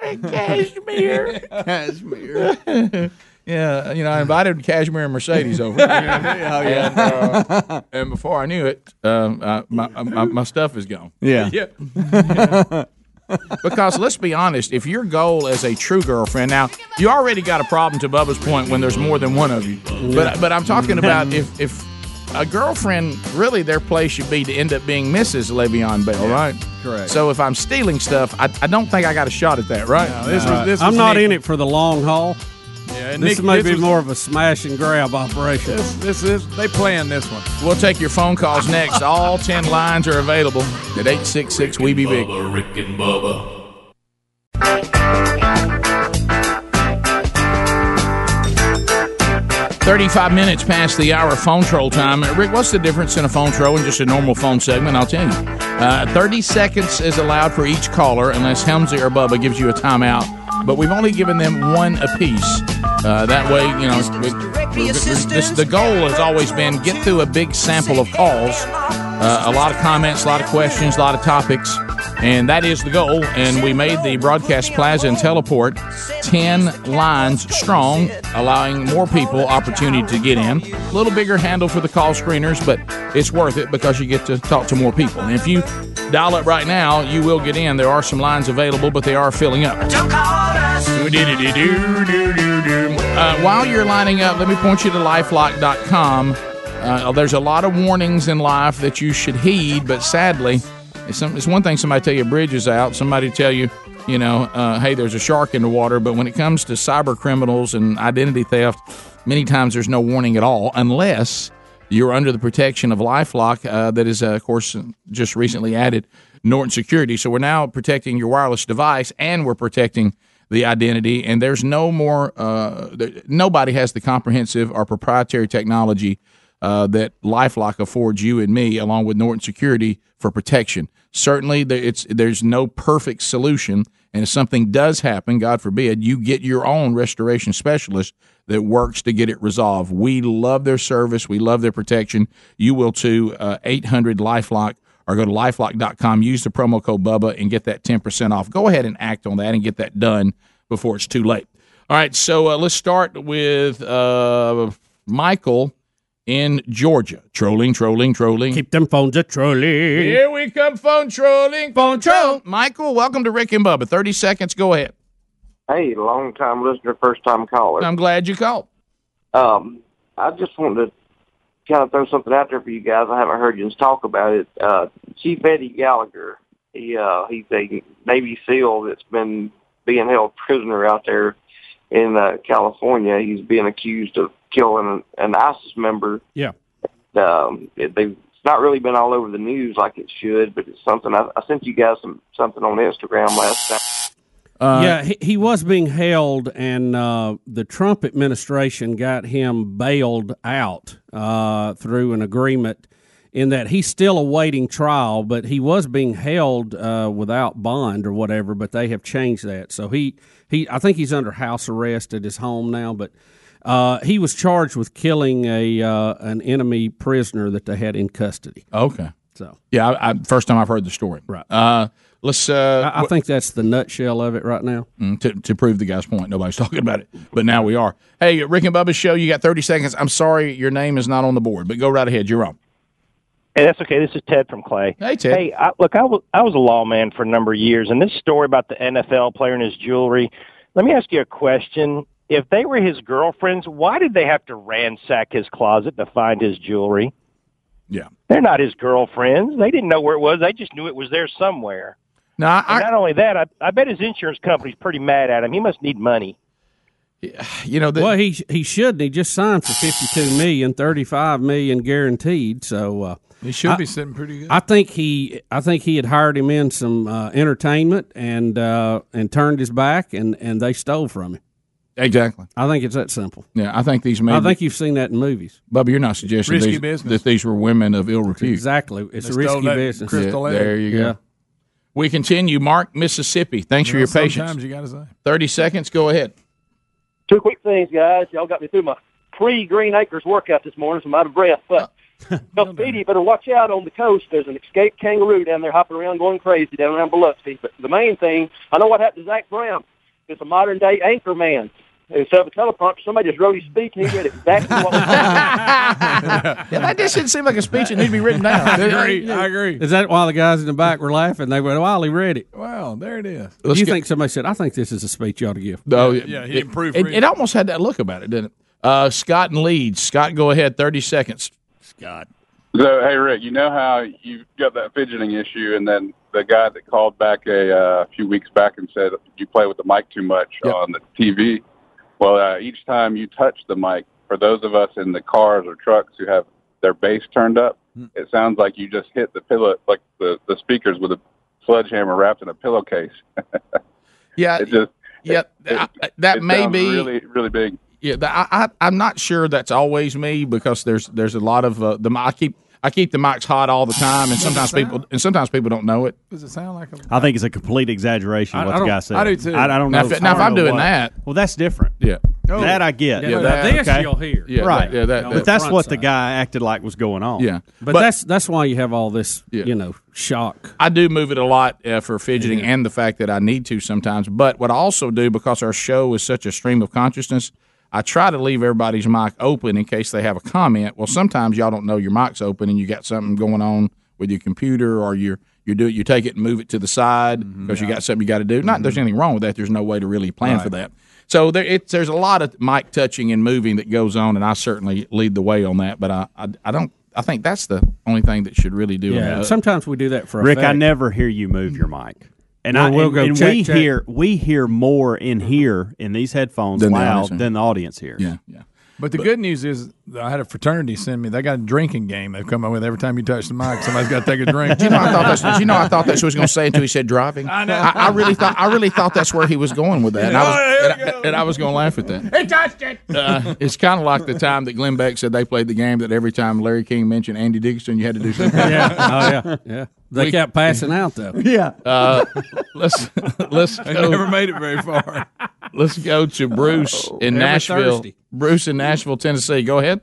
[SPEAKER 2] Cashmere. Cashmere. yeah, you know, I invited Cashmere and Mercedes over. oh, yeah. And, uh, and before I knew it, um, I, my, my, my stuff is gone.
[SPEAKER 6] Yeah.
[SPEAKER 2] Yeah. because let's be honest, if your goal as a true girlfriend, now you already got a problem to Bubba's point when there's more than one of you. But but I'm talking about if if a girlfriend really their place should be to end up being Mrs. Le'Veon Bell, right?
[SPEAKER 6] correct.
[SPEAKER 2] So if I'm stealing stuff, I, I don't think I got a shot at that, right?
[SPEAKER 3] No, this was, this
[SPEAKER 4] I'm
[SPEAKER 3] was
[SPEAKER 4] not
[SPEAKER 3] Nick.
[SPEAKER 4] in it for the long haul.
[SPEAKER 3] Yeah, and
[SPEAKER 4] This
[SPEAKER 3] Nick-
[SPEAKER 4] may be
[SPEAKER 3] was-
[SPEAKER 4] more of a smash and grab operation.
[SPEAKER 3] This, this is they playing this one.
[SPEAKER 2] We'll take your phone calls next. All 10 lines are available at 866 We Be Big.
[SPEAKER 8] Bubba, Rick and Bubba.
[SPEAKER 2] Thirty-five minutes past the hour. Phone troll time. Uh, Rick, what's the difference in a phone troll and just a normal phone segment? I'll tell you. Uh, Thirty seconds is allowed for each caller, unless Helmsley or Bubba gives you a timeout. But we've only given them one apiece. Uh, that way, you know, we, we- we- this, the goal has always been get through a big sample of calls, uh, a lot of comments, a lot of questions, a lot of topics, and that is the goal. And we made the broadcast plaza and teleport ten lines strong, allowing more people opportunity to get in. A little bigger handle for the call screeners, but it's worth it because you get to talk to more people. And if you dial up right now, you will get in. There are some lines available, but they are filling up. Uh, while you're lining up, let me point you to lifelock.com. Uh, there's a lot of warnings in life that you should heed, but sadly, it's, some, it's one thing somebody tell you a bridge is out, somebody tell you, you know, uh, hey, there's a shark in the water. But when it comes to cyber criminals and identity theft, many times there's no warning at all, unless you're under the protection of LifeLock, uh, that is, uh, of course, just recently added Norton Security. So we're now protecting your wireless device, and we're protecting the identity, and there's no more. Uh, there, nobody has the comprehensive or proprietary technology uh, that LifeLock affords you and me, along with Norton Security for protection. Certainly, there, it's there's no perfect solution, and if something does happen, God forbid, you get your own restoration specialist that works to get it resolved. We love their service, we love their protection. You will too. Uh, Eight hundred LifeLock or go to lifelock.com, use the promo code Bubba and get that 10% off. Go ahead and act on that and get that done before it's too late. All right, so uh, let's start with uh, Michael in Georgia. Trolling, trolling, trolling.
[SPEAKER 4] Keep them phones a trolley.
[SPEAKER 2] Here we come, phone trolling, phone troll. Michael, welcome to Rick and Bubba. 30 seconds, go ahead.
[SPEAKER 10] Hey, long time listener, first time caller.
[SPEAKER 2] I'm glad you called.
[SPEAKER 10] Um, I just wanted to kind of throw something out there for you guys. I haven't heard you talk about it. Uh, Chief Eddie Gallagher, he uh, he's a Navy SEAL that's been being held prisoner out there in uh, California. He's being accused of killing an, an ISIS member.
[SPEAKER 4] Yeah.
[SPEAKER 10] Um, it, they it's not really been all over the news like it should, but it's something I, I sent you guys some something on Instagram last night.
[SPEAKER 2] Uh,
[SPEAKER 4] yeah, he, he was being held, and uh, the Trump administration got him bailed out uh, through an agreement. In that he's still awaiting trial, but he was being held uh, without bond or whatever. But they have changed that, so he he I think he's under house arrest at his home now. But uh, he was charged with killing a uh, an enemy prisoner that they had in custody.
[SPEAKER 2] Okay.
[SPEAKER 4] So
[SPEAKER 2] Yeah, I, I, first time I've heard the story.
[SPEAKER 4] Right.
[SPEAKER 2] Uh, let's. Uh,
[SPEAKER 4] I, I think that's the nutshell of it right now.
[SPEAKER 2] Mm, to, to prove the guy's point. Nobody's talking about it, but now we are. Hey, Rick and Bubba's show. You got thirty seconds. I'm sorry, your name is not on the board, but go right ahead. You're on.
[SPEAKER 11] Hey, that's okay. This is Ted from Clay.
[SPEAKER 2] Hey, Ted.
[SPEAKER 11] Hey, I, look, I was, I was a lawman for a number of years, and this story about the NFL player and his jewelry. Let me ask you a question. If they were his girlfriends, why did they have to ransack his closet to find his jewelry?
[SPEAKER 2] Yeah.
[SPEAKER 11] They're not his girlfriends. They didn't know where it was. They just knew it was there somewhere.
[SPEAKER 2] No, I,
[SPEAKER 11] And not only that, I, I bet his insurance company's pretty mad at him. He must need money.
[SPEAKER 2] you know, the,
[SPEAKER 4] well, he he shouldn't. He just signed for fifty two million, thirty five million guaranteed. So uh,
[SPEAKER 3] He should be sitting pretty good.
[SPEAKER 4] I think he I think he had hired him in some uh, entertainment and uh, and turned his back and and they stole from him.
[SPEAKER 2] exactly.
[SPEAKER 4] I think it's that simple.
[SPEAKER 2] Yeah, I think these men.
[SPEAKER 4] I think you've seen that in movies.
[SPEAKER 2] Bubba, you're not suggesting
[SPEAKER 3] Risky
[SPEAKER 2] these,
[SPEAKER 3] business.
[SPEAKER 2] that these were women of ill repute.
[SPEAKER 4] Exactly. It's a
[SPEAKER 3] They stole
[SPEAKER 4] risky
[SPEAKER 3] that
[SPEAKER 4] business.
[SPEAKER 2] Yeah,
[SPEAKER 3] crystal ale.
[SPEAKER 2] there you go.
[SPEAKER 4] Yeah.
[SPEAKER 2] We continue. Mark, Mississippi. Thanks for your patience.
[SPEAKER 3] Sometimes you got to say.
[SPEAKER 2] Thirty seconds. Go ahead.
[SPEAKER 12] Two quick things, guys. Y'all got me through my pre Green Acres workout this morning, so I'm out of breath. But Tuskegee, you better watch out on the coast. There's an escaped kangaroo down there hopping around going crazy down around Biloxi. But the main thing, I know what happened to Zach Brown. It's a modern day anchor man. Instead of a teleprompter, somebody just wrote his speech and he read exactly what was happening.
[SPEAKER 2] yeah, that just didn't seem like a speech that needed to be written down.
[SPEAKER 3] I agree. I agree.
[SPEAKER 4] Is that why the guys in the back were laughing? They went, "Well, he read it."
[SPEAKER 3] Well, there it is.
[SPEAKER 2] Let's
[SPEAKER 4] you
[SPEAKER 2] get-
[SPEAKER 4] think somebody said, "I think this is a speech you ought to give."
[SPEAKER 2] Oh,
[SPEAKER 3] yeah, he
[SPEAKER 2] it-
[SPEAKER 3] didn't proofread
[SPEAKER 2] It,
[SPEAKER 3] it.
[SPEAKER 2] it almost had that look about it, didn't it? Uh, Scott and Leeds. Scott, go ahead. Thirty seconds. Scott.
[SPEAKER 13] So, hey, Rick, you know how you got that fidgeting issue, and then the guy that called back a uh, few weeks back and said you play with the mic too much
[SPEAKER 2] Yep.
[SPEAKER 13] on the TV. Well, uh, each time you touch the mic, for those of us in the cars or trucks who have their bass turned up, it sounds like you just hit the pillow, like the the speakers with a sledgehammer wrapped in a pillowcase.
[SPEAKER 2] Yeah,
[SPEAKER 13] It just
[SPEAKER 2] yeah.
[SPEAKER 13] it-
[SPEAKER 2] I- I- that
[SPEAKER 13] it
[SPEAKER 2] may
[SPEAKER 13] sounds
[SPEAKER 2] be.
[SPEAKER 13] really really big.
[SPEAKER 2] Yeah, the, I, I, I'm not sure that's always me because there's there's a lot of uh, the mi- I keep I keep the mics hot all the time, and sometimes people and sometimes people don't know it.
[SPEAKER 3] Does it sound like a
[SPEAKER 5] I think it's a complete exaggeration
[SPEAKER 3] I-
[SPEAKER 5] of
[SPEAKER 3] I
[SPEAKER 5] what the
[SPEAKER 3] don't-
[SPEAKER 5] guy said.
[SPEAKER 3] I do too.
[SPEAKER 5] I, I don't know.
[SPEAKER 2] Now, if- now, if
[SPEAKER 5] I don't
[SPEAKER 2] I'm
[SPEAKER 5] know
[SPEAKER 2] doing
[SPEAKER 5] what-
[SPEAKER 2] that-
[SPEAKER 5] well, that's different.
[SPEAKER 2] Yeah,
[SPEAKER 3] Oh.
[SPEAKER 5] That I get.
[SPEAKER 2] Yeah,
[SPEAKER 4] Now,
[SPEAKER 2] that-
[SPEAKER 4] Oh. this
[SPEAKER 5] okay.
[SPEAKER 4] you'll hear.
[SPEAKER 2] yeah,
[SPEAKER 5] Right.
[SPEAKER 2] Yeah, that,
[SPEAKER 5] But
[SPEAKER 2] that-
[SPEAKER 5] that's
[SPEAKER 4] front
[SPEAKER 5] what the
[SPEAKER 4] side.
[SPEAKER 5] guy acted like was going on.
[SPEAKER 2] yeah.
[SPEAKER 4] But, that's that's why you have all this,
[SPEAKER 2] Yeah.
[SPEAKER 4] you know, shock.
[SPEAKER 2] I do move it a lot uh, for fidgeting and the fact that I need to sometimes. But what I also do because our show is such a stream of consciousness, I try to leave everybody's mic open in case they have a comment. Well, sometimes y'all don't know your mic's open and you got something going on with your computer or your you do you take it and move it to the side because
[SPEAKER 4] Mm-hmm.
[SPEAKER 2] you got something you got to do. Not that there's anything wrong with that. There's no way to really plan for that. So there, it's, there's a lot of mic touching and moving that goes on, and I certainly lead the way on that. But I, I, I don't. I think that's the only thing that should really do.
[SPEAKER 4] Yeah.
[SPEAKER 2] uh,
[SPEAKER 4] Sometimes we do that for
[SPEAKER 5] Rick, I
[SPEAKER 4] effect.
[SPEAKER 5] never hear you move your mic. And
[SPEAKER 4] Well,
[SPEAKER 5] I
[SPEAKER 4] we'll
[SPEAKER 5] and,
[SPEAKER 4] go
[SPEAKER 5] and
[SPEAKER 4] check,
[SPEAKER 5] we
[SPEAKER 4] check.
[SPEAKER 5] hear we hear more in here in these headphones
[SPEAKER 2] Than the audience
[SPEAKER 5] loud
[SPEAKER 2] hears.
[SPEAKER 5] than the audience hears.
[SPEAKER 2] Yeah, yeah.
[SPEAKER 3] But the good news is, I had a fraternity send me. They got a drinking game they've come up with. Every time you touch the mic, somebody's got to take a drink.
[SPEAKER 2] Do you know I thought that's, do you know I thought that's what he was going to say until he said driving. I know. I, really thought I really thought that's where he was going with that, and
[SPEAKER 4] Oh,
[SPEAKER 2] I was, and I, and I was going to laugh at that.
[SPEAKER 14] He touched it.
[SPEAKER 2] Uh, it's kind of like the time that Glenn Beck said they played the game that every time Larry King mentioned Andy Dickinson, you had to do something.
[SPEAKER 4] Yeah. Oh, yeah. Yeah. They kept passing out, though. Yeah.
[SPEAKER 2] Uh, let's let's
[SPEAKER 4] They
[SPEAKER 2] go-
[SPEAKER 4] never made it very far.
[SPEAKER 2] Let's go to Bruce
[SPEAKER 4] Oh,
[SPEAKER 2] in
[SPEAKER 15] Every
[SPEAKER 2] Nashville.
[SPEAKER 15] Thursday.
[SPEAKER 2] Bruce in Nashville, Tennessee. Go ahead.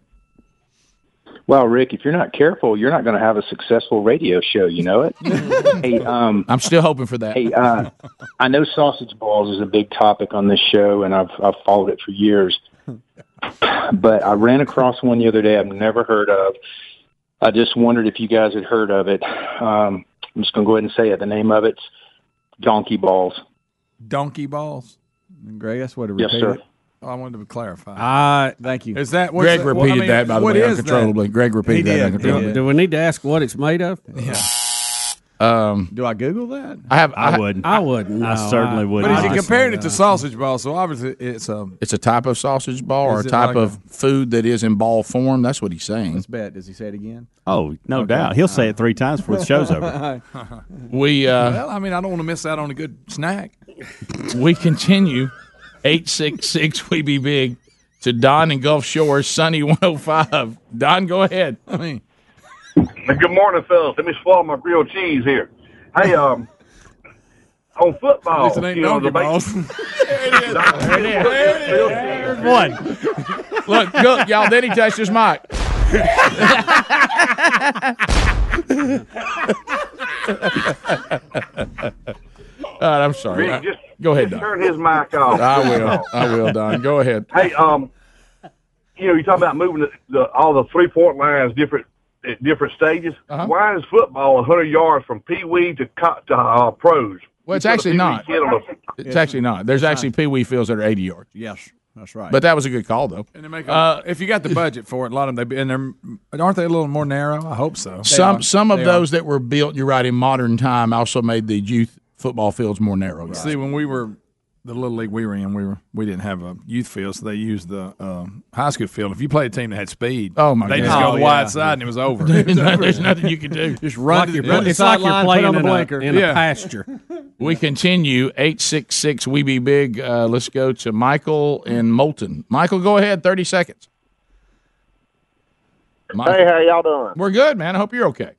[SPEAKER 15] Well, Rick, if you're not careful, you're not going to have a successful radio show. You know it. hey, um,
[SPEAKER 2] I'm still hoping for that.
[SPEAKER 15] Hey, uh, I know sausage balls is a big topic on this show, and I've I've followed it for years. But I ran across one the other day I've never heard of. I just wondered if you guys had heard of it. Um, I'm just going to go ahead and say it. The name of it's Donkey Balls.
[SPEAKER 3] Donkey balls.
[SPEAKER 6] Greg, that's what
[SPEAKER 15] Yes, sir.
[SPEAKER 3] Oh, I wanted to clarify.
[SPEAKER 4] Ah,
[SPEAKER 6] thank you.
[SPEAKER 3] Is that what's
[SPEAKER 2] Greg
[SPEAKER 3] that- well, I
[SPEAKER 2] repeated
[SPEAKER 3] mean,
[SPEAKER 2] that by the
[SPEAKER 3] what
[SPEAKER 2] way
[SPEAKER 3] is that?
[SPEAKER 2] uncontrollably. Greg repeated that uncontrollably.
[SPEAKER 4] Do we need to ask what it's made of? Yeah.
[SPEAKER 2] Um,
[SPEAKER 6] Do I Google that?
[SPEAKER 2] I have.
[SPEAKER 4] I wouldn't. I wouldn't. I No, certainly I- wouldn't.
[SPEAKER 3] But
[SPEAKER 4] I
[SPEAKER 3] he's
[SPEAKER 4] just-
[SPEAKER 3] comparing it to sausage balls, so obviously it's um.
[SPEAKER 2] It's a type of sausage ball or a
[SPEAKER 3] Is it like
[SPEAKER 2] type of food that is in ball form. That's what he's saying.
[SPEAKER 6] Let's bet. Does he say it again?
[SPEAKER 5] Oh, no doubt. He'll say it three times before the show's over.
[SPEAKER 2] We uh,
[SPEAKER 3] well, I mean, I don't want to miss out on a good snack.
[SPEAKER 2] we continue eight six six. We be big to Don and Gulf Shores, Sunny one hundred five. Don, go ahead. I mean,
[SPEAKER 16] Good morning, fellas. Let me swallow my grilled cheese here. Hey, um, on football,
[SPEAKER 17] At least it ain't
[SPEAKER 16] Oh, you know, the
[SPEAKER 17] donkey balls.
[SPEAKER 16] there
[SPEAKER 2] it is. One. Look, look, y'all. Then he touched his mic. All right, I'm sorry.
[SPEAKER 16] Rick, just-
[SPEAKER 2] go ahead,
[SPEAKER 16] just
[SPEAKER 2] Don.
[SPEAKER 16] turn his mic off.
[SPEAKER 2] I will. I will, Don. Go ahead.
[SPEAKER 16] Hey, um, you know, you talk about moving the, the, all the three point lines different at different stages.
[SPEAKER 2] Uh-huh.
[SPEAKER 16] Why is football hundred yards from pee wee to co- to uh, pros?
[SPEAKER 2] Well, it's
[SPEAKER 16] You put a
[SPEAKER 2] actually
[SPEAKER 16] pee-wee
[SPEAKER 2] not.
[SPEAKER 16] kid on a-
[SPEAKER 2] It's actually not. There's actually Pee Wee fields that are 80 yards.
[SPEAKER 6] Yes, that's right.
[SPEAKER 2] But that was a good call, though.
[SPEAKER 3] And they make a, uh, if you got the budget for it, a lot of them they be, and they're aren't they a little more narrow? I hope so.
[SPEAKER 2] Some some of those that were built, you're right, in modern time also made the youth football fields more narrow. yes.
[SPEAKER 3] See, when we were the little league we were in, we were we didn't have a youth field, so they used the um, high school field. If you played a team that had speed,
[SPEAKER 2] Oh, my
[SPEAKER 3] they
[SPEAKER 2] God.
[SPEAKER 3] just go
[SPEAKER 2] Oh,
[SPEAKER 3] the
[SPEAKER 2] yeah.
[SPEAKER 3] wide side and it was over.
[SPEAKER 2] There's no- there's nothing you can do.
[SPEAKER 3] Just run. to the- run to the
[SPEAKER 4] It's like you're
[SPEAKER 3] sideline, put
[SPEAKER 4] playing
[SPEAKER 3] on the
[SPEAKER 4] in a,
[SPEAKER 3] blinker.
[SPEAKER 4] in
[SPEAKER 3] Yeah.
[SPEAKER 4] a pasture.
[SPEAKER 2] We continue eight six six. We be big. Uh, let's go to Michael in Moulton. Michael, go ahead. Thirty seconds.
[SPEAKER 18] Hey, how y'all doing?
[SPEAKER 2] We're good, man. I hope you're okay.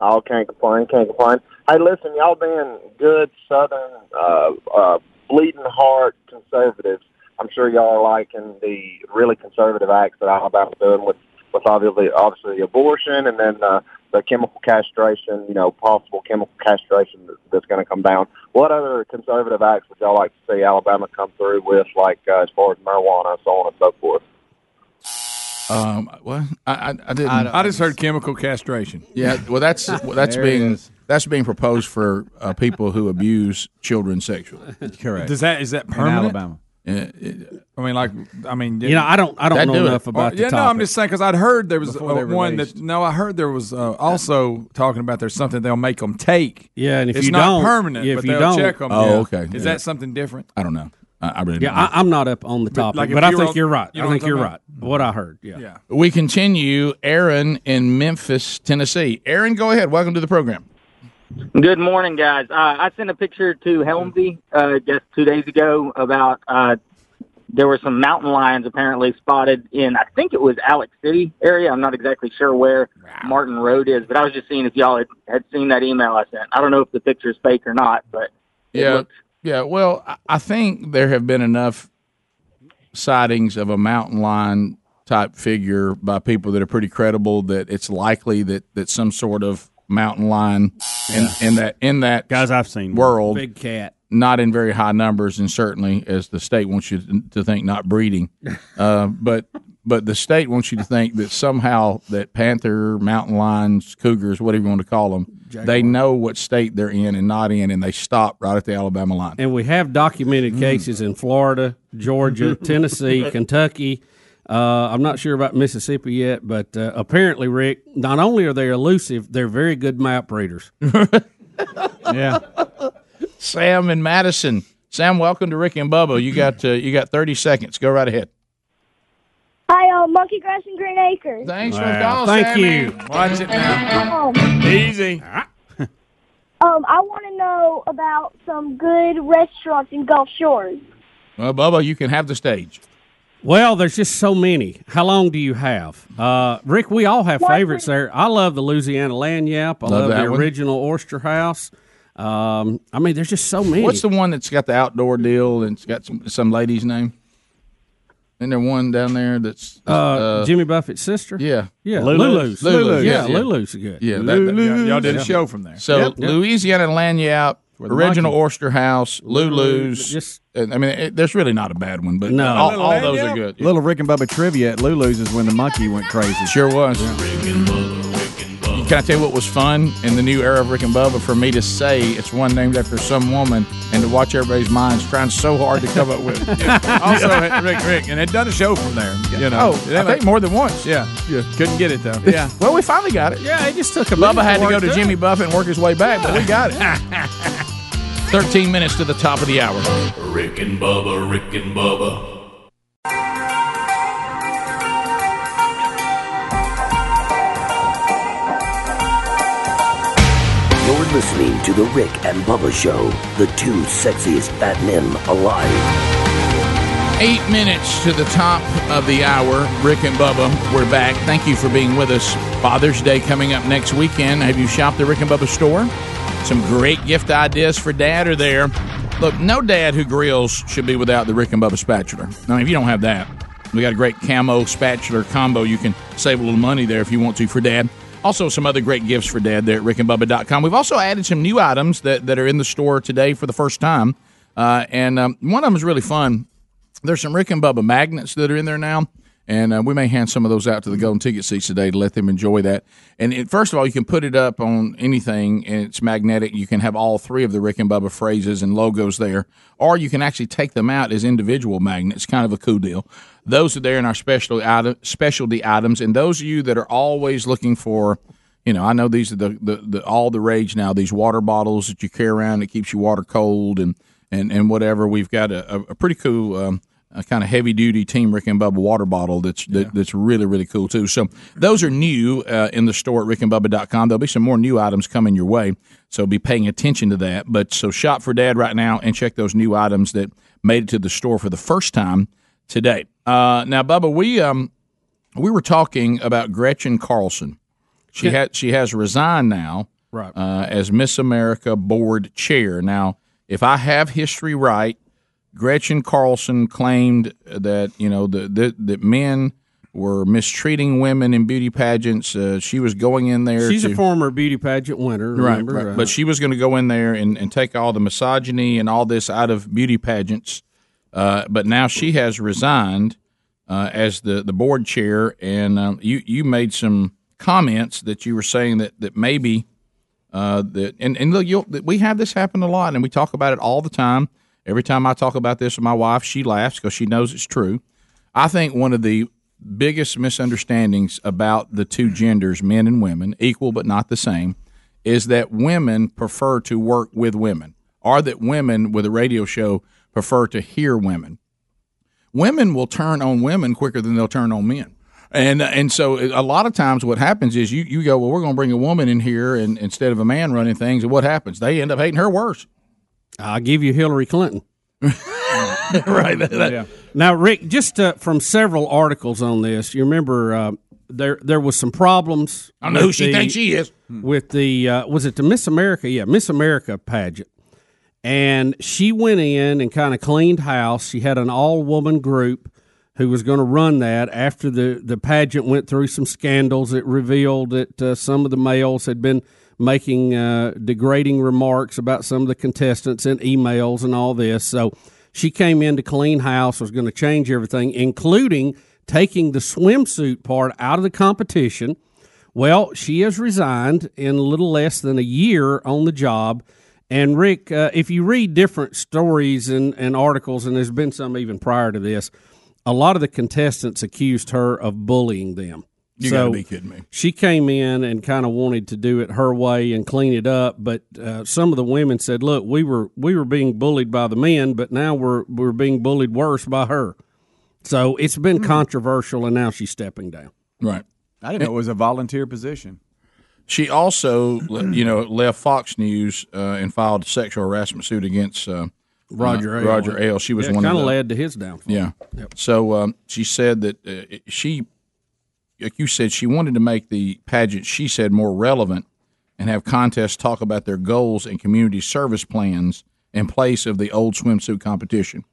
[SPEAKER 18] Oh, can't complain, can't complain. Hey, listen, y'all being good Southern, uh, uh, bleeding heart conservatives, I'm sure y'all are liking the really conservative acts that Alabama's doing with, with obviously, obviously abortion and then uh, the chemical castration, you know, possible chemical castration that, that's going to come down. What other conservative acts would y'all like to see Alabama come through with, like uh, as far as marijuana, so on and so forth?
[SPEAKER 2] Um, well, I, I, I didn't.
[SPEAKER 3] I, just heard chemical castration.
[SPEAKER 2] Yeah, well, that's well, that's
[SPEAKER 3] There it
[SPEAKER 2] being
[SPEAKER 3] is.
[SPEAKER 2] that's being proposed for uh, people who abuse children sexually. Uh,
[SPEAKER 6] Correct.
[SPEAKER 3] Does that is that permanent?
[SPEAKER 6] Alabama.
[SPEAKER 3] I mean, like, I mean,
[SPEAKER 4] You know, I don't- I don't That'd know do it. enough about
[SPEAKER 3] Or-
[SPEAKER 4] the
[SPEAKER 3] Yeah, no, I'm
[SPEAKER 4] topic.
[SPEAKER 3] just saying because I'd heard there was uh,
[SPEAKER 4] Before they
[SPEAKER 3] one that. No, I heard there was uh, also talking about there's something they'll make them take.
[SPEAKER 4] Yeah, and if
[SPEAKER 3] it's
[SPEAKER 4] you
[SPEAKER 3] not
[SPEAKER 4] don't-
[SPEAKER 3] permanent,
[SPEAKER 4] yeah, if
[SPEAKER 3] but
[SPEAKER 4] you
[SPEAKER 3] they'll
[SPEAKER 4] don't-
[SPEAKER 3] check them.
[SPEAKER 2] Oh,
[SPEAKER 3] yeah.
[SPEAKER 2] okay.
[SPEAKER 3] Is
[SPEAKER 2] Yeah.
[SPEAKER 3] that something different?
[SPEAKER 2] I don't know. I, I really
[SPEAKER 4] Yeah,
[SPEAKER 2] don't know.
[SPEAKER 4] I, I'm not up on the
[SPEAKER 3] But,
[SPEAKER 4] topic,
[SPEAKER 3] like, if
[SPEAKER 4] but I
[SPEAKER 3] you're
[SPEAKER 4] think
[SPEAKER 3] on-
[SPEAKER 4] you're right.
[SPEAKER 3] you know
[SPEAKER 4] I
[SPEAKER 3] what
[SPEAKER 4] think
[SPEAKER 3] I'm
[SPEAKER 4] you're
[SPEAKER 3] talking
[SPEAKER 4] right. What I heard. Yeah.
[SPEAKER 2] We continue. Aaron in Memphis, Tennessee. Aaron, go ahead. Welcome to the program.
[SPEAKER 19] Good morning, guys. Uh, I sent a picture to Helmsy uh, just two days ago about uh, there were some mountain lions apparently spotted in I think it was Alex City area. I'm not exactly sure where Martin Road is, but I was just seeing if y'all had, had seen that email I sent. I don't know if the picture is fake or not, but
[SPEAKER 2] Yeah, yeah. Well, I- I think there have been enough sightings of a mountain lion type figure by people that are pretty credible that it's likely that that some sort of mountain lion in, in that in that guys
[SPEAKER 5] I've seen
[SPEAKER 2] world
[SPEAKER 4] Big cat.
[SPEAKER 2] not in very high numbers, and certainly as the state wants you to think, not breeding. Uh, but but the state wants you to think that somehow that panther, mountain lions, cougars, whatever you want to call them, they know what state they're in and not in, and they stop right at the Alabama line.
[SPEAKER 4] And we have documented cases in Florida, Georgia, Tennessee, Kentucky. Uh, I'm not sure about Mississippi yet, but uh, apparently, Rick, not only are they elusive, they're very good map readers.
[SPEAKER 2] yeah. Sam and Madison. Sam, welcome to Rick and Bubba. You got uh, you got thirty seconds. Go right ahead.
[SPEAKER 14] Uh, monkey grass and green acres.
[SPEAKER 2] Thanks
[SPEAKER 14] for
[SPEAKER 2] for the call,
[SPEAKER 14] Thank
[SPEAKER 2] Sammy.
[SPEAKER 14] you.
[SPEAKER 2] Watch it now.
[SPEAKER 14] Um,
[SPEAKER 2] Easy.
[SPEAKER 14] um, I want to know about some good restaurants in Gulf Shores.
[SPEAKER 2] Well, Bubba, you can have the stage.
[SPEAKER 4] Well, there's just so many. How long do you have? Uh, Rick, we all have favorites there. I love the Louisiana Land Yap. I
[SPEAKER 2] Love
[SPEAKER 4] love,
[SPEAKER 2] that
[SPEAKER 4] the
[SPEAKER 2] one.
[SPEAKER 4] original Oyster House. Um, I mean, there's just so many.
[SPEAKER 2] What's the one that's got the outdoor deal and it's got some, some lady's name? And there one down there that's
[SPEAKER 4] uh, Jimmy Buffett's sister?
[SPEAKER 2] Yeah.
[SPEAKER 4] Yeah. Lulu's.
[SPEAKER 2] Lulu's. Lulu's,
[SPEAKER 4] Yeah,
[SPEAKER 2] yeah.
[SPEAKER 4] Lulu's is good.
[SPEAKER 2] Yeah, that- that-
[SPEAKER 4] Lulu's.
[SPEAKER 2] y'all did a show from there. So Louisiana Lanyap, original Oyster House, Lulu's. and, I mean, it, there's really not a bad one, but
[SPEAKER 6] No.
[SPEAKER 2] all, all those are good.
[SPEAKER 6] Little Rick and Bubba trivia at Lulu's is when the monkey went crazy.
[SPEAKER 2] Sure was. Can I tell you what was fun in the new era of Rick and Bubba? For me to say it's one named after some woman and to watch everybody's minds trying so hard to come up with.
[SPEAKER 3] also, Rick, Rick, and it done a show from there. You know,
[SPEAKER 2] Oh, I think more than once.
[SPEAKER 3] Yeah, yeah. Couldn't get it though.
[SPEAKER 2] Yeah. well, we finally got it.
[SPEAKER 4] Yeah, it just took
[SPEAKER 3] a
[SPEAKER 2] Bubba
[SPEAKER 3] minute
[SPEAKER 2] had
[SPEAKER 3] to
[SPEAKER 2] to go
[SPEAKER 3] work
[SPEAKER 2] to
[SPEAKER 3] through.
[SPEAKER 2] Jimmy Buffett and work his way back, but we got it. 13 minutes to the top of the hour.
[SPEAKER 8] Rick and Bubba, Rick and Bubba,
[SPEAKER 17] You're listening to The Rick and Bubba Show, the two sexiest fat men alive.
[SPEAKER 2] Eight minutes to the top of the hour. Rick and Bubba, we're back. Thank you for being with us. Father's Day coming up next weekend. Have you shopped the Rick and Bubba store? Some great gift ideas for dad are there. Look, no dad who grills should be without the Rick and Bubba spatula. Now, if you don't have that, we got a great camo spatula combo. You can save a little money there if you want to for dad. Also, some other great gifts for dad there at rickandbubba.com. We've also added some new items that, that are in the store today for the first time. Uh, and um, one of them is really fun there's some Rick and Bubba magnets that are in there now, and uh, we may hand some of those out to the golden ticket seats today to let them enjoy that. And it, first of all, you can put it up on anything, and it's magnetic. You can have all three of the Rick and Bubba phrases and logos there, or you can actually take them out as individual magnets. Kind of a cool deal. Those are there in our specialty item, specialty items, and those of you that are always looking for. You know, I know these are the, the, the all the rage now. These water bottles that you carry around that keeps your water cold and and and whatever. We've got a, a, a pretty cool um, a kind of heavy duty Team Rick and Bubba water bottle that's that, that's really really cool too. So those are new uh, in the store at rickandbubba.com. There'll be some more new items coming your way, so be paying attention to that. But so shop for Dad right now and check those new items that made it to the store for the first time today. Uh, now, Bubba, we um we were talking about Gretchen Carlson. She had she has resigned now
[SPEAKER 4] Right.
[SPEAKER 2] uh, as Miss America board chair. Now, if I have history right, Gretchen Carlson claimed that you know the, the that men were mistreating women in beauty pageants. Uh, she was going in there.
[SPEAKER 4] She's
[SPEAKER 2] to,
[SPEAKER 4] a former beauty pageant winner.
[SPEAKER 2] right,
[SPEAKER 4] Remember? uh,
[SPEAKER 2] right. but she was going to go in there and, and take all the misogyny and all this out of beauty pageants. Uh, but now she has resigned uh, as the, the board chair, and um, you you made some comments that you were saying that that maybe uh, that and and look, you'll, that we have this happen a lot, and we talk about it all the time. Every time I talk about this with my wife, she laughs because she knows it's true. I think one of the biggest misunderstandings about the two genders, men and women, equal but not the same, is that women prefer to work with women, or that women with a radio show prefer to hear women. Women will turn on women quicker than they'll turn on men. And and so a lot of times what happens is you, you go, well, we're going to bring a woman in here and instead of a man running things, and what happens? They end up hating her worse.
[SPEAKER 4] I'll give you Hillary Clinton.
[SPEAKER 2] right.
[SPEAKER 4] Now, Rick, just uh, from several articles on this, you remember uh, there there was some problems.
[SPEAKER 2] I don't know who
[SPEAKER 4] with
[SPEAKER 2] she
[SPEAKER 4] the-
[SPEAKER 2] thinks she is. Hmm.
[SPEAKER 4] With the uh, was it the Miss America? Yeah, Miss America pageant, and she went in and kind of cleaned house. She had an all woman group who was going to run that after the the pageant went through some scandals. It revealed that uh, some of the males had been making uh, degrading remarks about some of the contestants in emails and all this. So she came in to clean house, was going to change everything, including taking the swimsuit part out of the competition. Well, she has resigned in a little less than a year on the job. And Rick, uh, if you read different stories and, and articles, and there's been some even prior to this, a lot of the contestants accused her of bullying them.
[SPEAKER 2] You gotta be kidding me.
[SPEAKER 4] She came in and kind of wanted to do it her way and clean it up, but uh, some of the women said, "Look, we were we were being bullied by the men, but now we're we're being bullied worse by her." So it's been
[SPEAKER 2] Hmm.
[SPEAKER 4] controversial, and now she's stepping down.
[SPEAKER 2] Right.
[SPEAKER 6] I didn't know it was a volunteer position.
[SPEAKER 2] She also, le- you know, left Fox News uh, and filed a sexual harassment suit against uh,
[SPEAKER 4] Roger
[SPEAKER 2] uh,
[SPEAKER 4] Ailes.
[SPEAKER 2] Roger Ailes. She was
[SPEAKER 4] Yeah,
[SPEAKER 2] one of
[SPEAKER 4] kinda
[SPEAKER 2] the-
[SPEAKER 4] led to his downfall.
[SPEAKER 2] Yeah. So um, she said that uh, it- she, like you said, she wanted to make the pageant. She said more relevant and have contests talk about their goals and community service plans in place of the old swimsuit competition.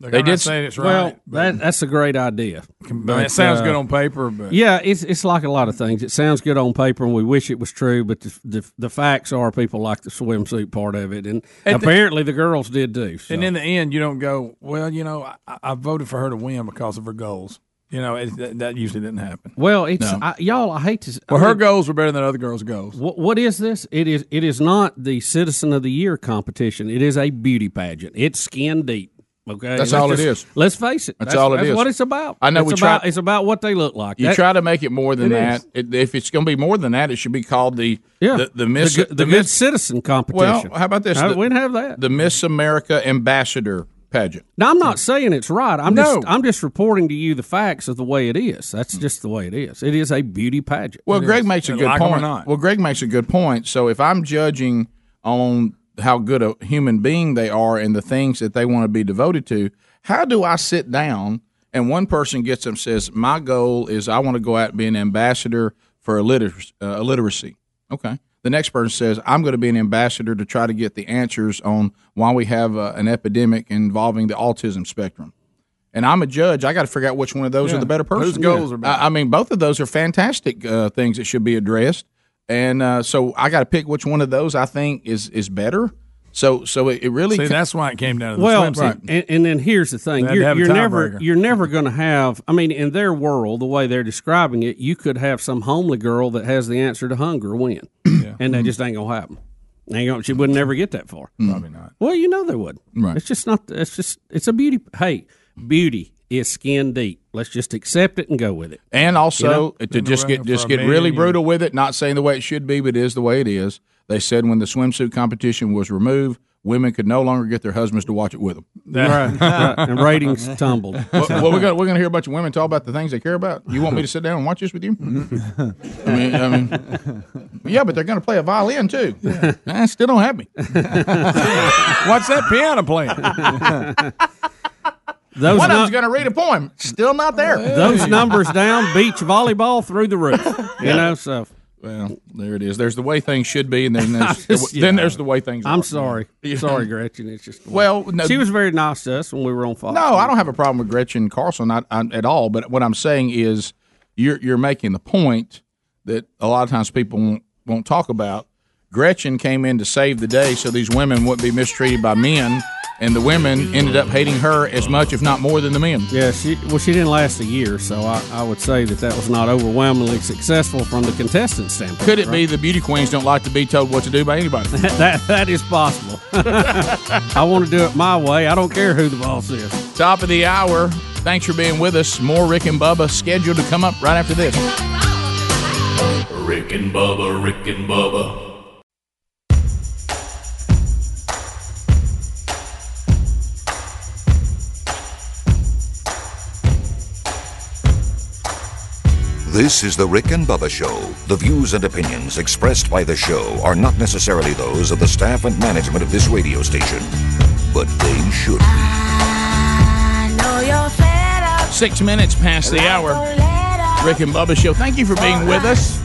[SPEAKER 2] They did say it's
[SPEAKER 4] Well,
[SPEAKER 2] right,
[SPEAKER 4] that, that's a great idea. uh,
[SPEAKER 3] it sounds good on paper, but
[SPEAKER 4] Yeah, it's it's like a lot of things. It sounds good on paper, and we wish it was true, but the the, the facts are people like the swimsuit part of it, and
[SPEAKER 3] At the-
[SPEAKER 4] apparently the, girls did too. so.
[SPEAKER 3] And in the end, you don't go, well, you know, I, I voted for her to win because of her goals. You know, it, that, that usually didn't happen.
[SPEAKER 4] well, it's I, y'all. I hate to. s-
[SPEAKER 3] Well,
[SPEAKER 4] I
[SPEAKER 3] her
[SPEAKER 4] mean,
[SPEAKER 3] goals were better than other girls' goals.
[SPEAKER 4] What, what is this? It is it is not the Citizen of the Year competition. It is a beauty pageant. It's skin deep. Okay,
[SPEAKER 2] That's all it
[SPEAKER 4] just-
[SPEAKER 2] is.
[SPEAKER 4] Let's face it.
[SPEAKER 2] That's all it
[SPEAKER 4] that's
[SPEAKER 2] is.
[SPEAKER 4] What it's about.
[SPEAKER 2] I know
[SPEAKER 4] It's
[SPEAKER 2] we
[SPEAKER 4] about,
[SPEAKER 2] try-
[SPEAKER 4] It's about what they look like.
[SPEAKER 2] You
[SPEAKER 4] That-
[SPEAKER 2] try to make it more than
[SPEAKER 4] It
[SPEAKER 2] that.
[SPEAKER 4] is.
[SPEAKER 2] It, if it's going to be more than that, it should be called the
[SPEAKER 4] Yeah.
[SPEAKER 2] the, the Miss
[SPEAKER 4] The good- the good citizen competition.
[SPEAKER 2] Well, how about this?
[SPEAKER 4] Uh,
[SPEAKER 2] The-
[SPEAKER 4] we didn't have that.
[SPEAKER 2] The Miss America Ambassador pageant.
[SPEAKER 4] Now I'm not saying it's right. I'm
[SPEAKER 2] No. Hmm.
[SPEAKER 4] just I'm just reporting to you the facts of the way it is. That's just the way it is. It is a beauty pageant.
[SPEAKER 2] Well, Greg makes a good point. Well, Greg makes a good point. So if I'm judging on how good a human being they are and the things that they want to be devoted to, how do I sit down and one person gets them says, "My goal is I want to go out and be an ambassador for illiter- uh, illiteracy." Okay. The next person says, "I'm going to be an ambassador to try to get the answers on why we have uh, an epidemic involving the autism spectrum." And I'm a judge. I got to figure out which one of those
[SPEAKER 3] Yeah.
[SPEAKER 2] are the better person.
[SPEAKER 3] Whose goals are better?
[SPEAKER 2] I, I mean, both of those are fantastic uh, things that should be addressed, and uh, so I got to pick which one of those I think is is better. So, so it, it really
[SPEAKER 3] See, that's why it came down to the
[SPEAKER 4] Well,
[SPEAKER 3] swimsuit.
[SPEAKER 4] and, and then here's the thing:
[SPEAKER 3] They had
[SPEAKER 4] you're,
[SPEAKER 3] to have a
[SPEAKER 4] you're never
[SPEAKER 3] tiebreaker.
[SPEAKER 4] you're never going to have. I mean, in their world, the way they're describing it, you could have some homely girl that has the answer to hunger win, and that just ain't gonna happen. Ain't gonna, she would not never get that far.
[SPEAKER 2] Probably
[SPEAKER 3] not.
[SPEAKER 4] Well, you know they would.
[SPEAKER 2] Right.
[SPEAKER 4] It's just not. It's just it's a beauty. Hey, beauty is skin deep. Let's just accept it and go with it.
[SPEAKER 2] And also
[SPEAKER 4] You know?
[SPEAKER 2] to just get just get really brutal with it, not saying the way it should be, but it is the way it is. They said when the swimsuit competition was removed, women could no longer get their husbands to watch it with them.
[SPEAKER 4] Right, right. And ratings tumbled.
[SPEAKER 2] Well, well, we're gonna we're gonna hear a bunch of women talk about the things they care about. You want me to sit down and watch this with you? I mean, I mean, yeah, but they're gonna play a violin too. I still don't have me.
[SPEAKER 3] What's that piano playing?
[SPEAKER 4] Those
[SPEAKER 2] One of
[SPEAKER 4] nu-
[SPEAKER 2] them's gonna read a poem. Still not there.
[SPEAKER 4] Those numbers down, beach volleyball through the roof. You
[SPEAKER 2] Yeah.
[SPEAKER 4] know, so
[SPEAKER 2] Well, there it is. There's the way things should be, and then there's,
[SPEAKER 4] Just,
[SPEAKER 2] then
[SPEAKER 4] yeah.
[SPEAKER 2] there's the way things.
[SPEAKER 4] I'm
[SPEAKER 2] are.
[SPEAKER 4] sorry.
[SPEAKER 2] Yeah.
[SPEAKER 4] Sorry, Gretchen. It's just
[SPEAKER 2] Well, no-
[SPEAKER 4] she was very nice to us when we were on Fox.
[SPEAKER 2] No, I don't have a problem with Gretchen Carlson I, I, at all. But what I'm saying is, you're you're making the point that a lot of times people won't, won't talk about. Gretchen came in to save the day, so these women wouldn't be mistreated by men, and the women ended up hating her as much, if not more, than the men.
[SPEAKER 4] Yeah, she well, she didn't last a year, so I, I would say that that was not overwhelmingly successful from the contestant standpoint.
[SPEAKER 2] Could it be
[SPEAKER 4] right?
[SPEAKER 2] the beauty queens don't like to be told what to do by anybody?
[SPEAKER 4] that that is possible? I want to do it my way. I don't care who the boss is.
[SPEAKER 2] Top of the hour. Thanks for being with us. More Rick and Bubba scheduled to come up right after this.
[SPEAKER 8] Rick and Bubba, Rick and Bubba,
[SPEAKER 1] This is the Rick and Bubba Show. The views and opinions expressed by the show are not necessarily those of the staff and management of this radio station, but they should be.
[SPEAKER 2] Six minutes past the hour. Rick and Bubba Show. Thank you for being with us.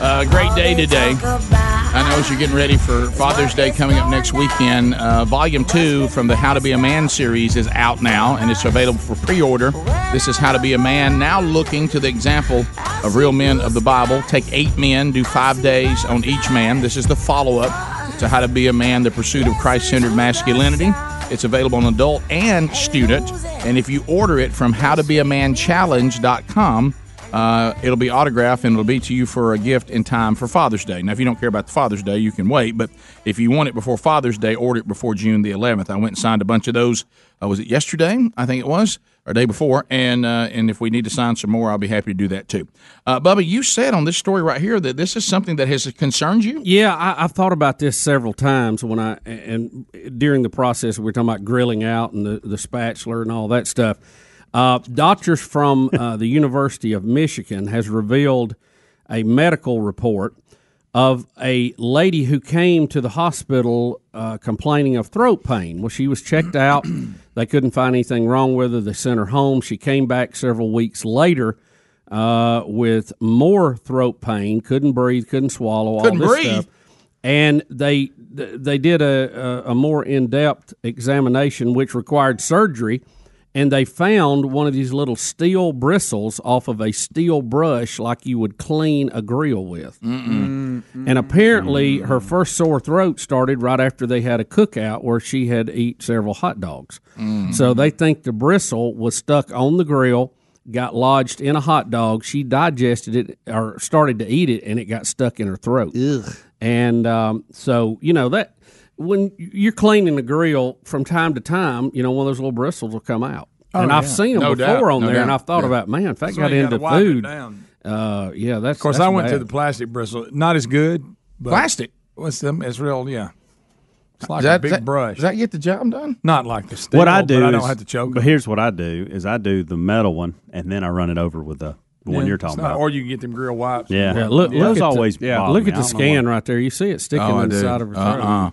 [SPEAKER 2] Uh, great day today. I know as you're getting ready for Father's Day coming up next weekend, uh, Volume 2 from the How to Be a Man series is out now and it's available for pre order. This is How to Be a Man, now looking to the example of real men of the Bible. Take eight men, do five days on each man. This is the follow up to How to Be a Man, the pursuit of Christ centered masculinity. It's available on adult and student. And if you order it from howtobeamanchallenge.com, uh, it'll be autographed and it'll be to you for a gift in time for Father's Day. Now, if you don't care about the Father's Day, you can wait. But if you want it before Father's Day, order it before June the 11th. I went and signed a bunch of those. Uh, was it yesterday? I think it was, or day before. And uh, and if we need to sign some more, I'll be happy to do that too. Uh, Bubba, you said on this story right here that this is something that has concerned you.
[SPEAKER 4] Yeah, I, I've thought about this several times when I and during the process we we're talking about grilling out and the, the spatula and all that stuff. Uh, doctors from uh, the University of Michigan has revealed a medical report of a lady who came to the hospital uh, complaining of throat pain. Well, she was checked out. They couldn't find anything wrong with her. They sent her home. She came back several weeks later uh, with more throat pain. Couldn't breathe. Couldn't swallow.
[SPEAKER 2] Couldn't
[SPEAKER 4] all this
[SPEAKER 2] breathe.
[SPEAKER 4] Stuff. And they th- they did a, a, a more in depth examination, which required surgery. And they found one of these little steel bristles off of a steel brush, like you would clean a grill with. And apparently, her first sore throat started right after they had a cookout where she had eat several hot dogs. So they think the bristle was stuck on the grill, got lodged in a hot dog. She digested it or started to eat it, and it got stuck in her throat. And um, so you know that when you're cleaning the grill from time to time, you know one of those little bristles will come out.
[SPEAKER 3] Oh,
[SPEAKER 4] and I've
[SPEAKER 3] yeah.
[SPEAKER 4] seen them
[SPEAKER 3] No
[SPEAKER 4] before
[SPEAKER 3] doubt,
[SPEAKER 4] on
[SPEAKER 3] no
[SPEAKER 4] there, and
[SPEAKER 3] doubt.
[SPEAKER 4] I've thought
[SPEAKER 3] Yeah.
[SPEAKER 4] about man, if that
[SPEAKER 3] So
[SPEAKER 4] got
[SPEAKER 3] you gotta
[SPEAKER 4] into
[SPEAKER 3] wipe it
[SPEAKER 4] food,
[SPEAKER 3] down.
[SPEAKER 4] uh, yeah, that's
[SPEAKER 3] Of course,
[SPEAKER 4] that's
[SPEAKER 3] I went
[SPEAKER 4] bad.
[SPEAKER 3] to the plastic bristle. Not as good. But
[SPEAKER 2] Plastic?
[SPEAKER 3] What's them? It's real, yeah. It's like
[SPEAKER 2] Does that-
[SPEAKER 3] a big
[SPEAKER 2] that-
[SPEAKER 3] brush.
[SPEAKER 2] Does that get the job done?
[SPEAKER 3] Not like the steel.
[SPEAKER 5] what I do,
[SPEAKER 3] But I don't
[SPEAKER 5] is-
[SPEAKER 3] have to choke.
[SPEAKER 5] But here's what I do: is I do the metal one, and then I run it over with the, the one
[SPEAKER 3] Yeah,
[SPEAKER 5] you're
[SPEAKER 3] it's
[SPEAKER 5] talking
[SPEAKER 3] not-
[SPEAKER 5] about.
[SPEAKER 3] Or you can get them grill wipes.
[SPEAKER 5] Yeah.
[SPEAKER 4] Yeah, look,
[SPEAKER 5] Those
[SPEAKER 4] look at
[SPEAKER 5] always
[SPEAKER 4] the, yeah,
[SPEAKER 5] bother
[SPEAKER 4] look
[SPEAKER 5] me.
[SPEAKER 4] at
[SPEAKER 5] I
[SPEAKER 4] the
[SPEAKER 5] don't know why.
[SPEAKER 4] side right there. You see it sticking
[SPEAKER 2] Oh, I
[SPEAKER 4] in
[SPEAKER 2] do.
[SPEAKER 4] the side of her throat.
[SPEAKER 2] Uh-uh.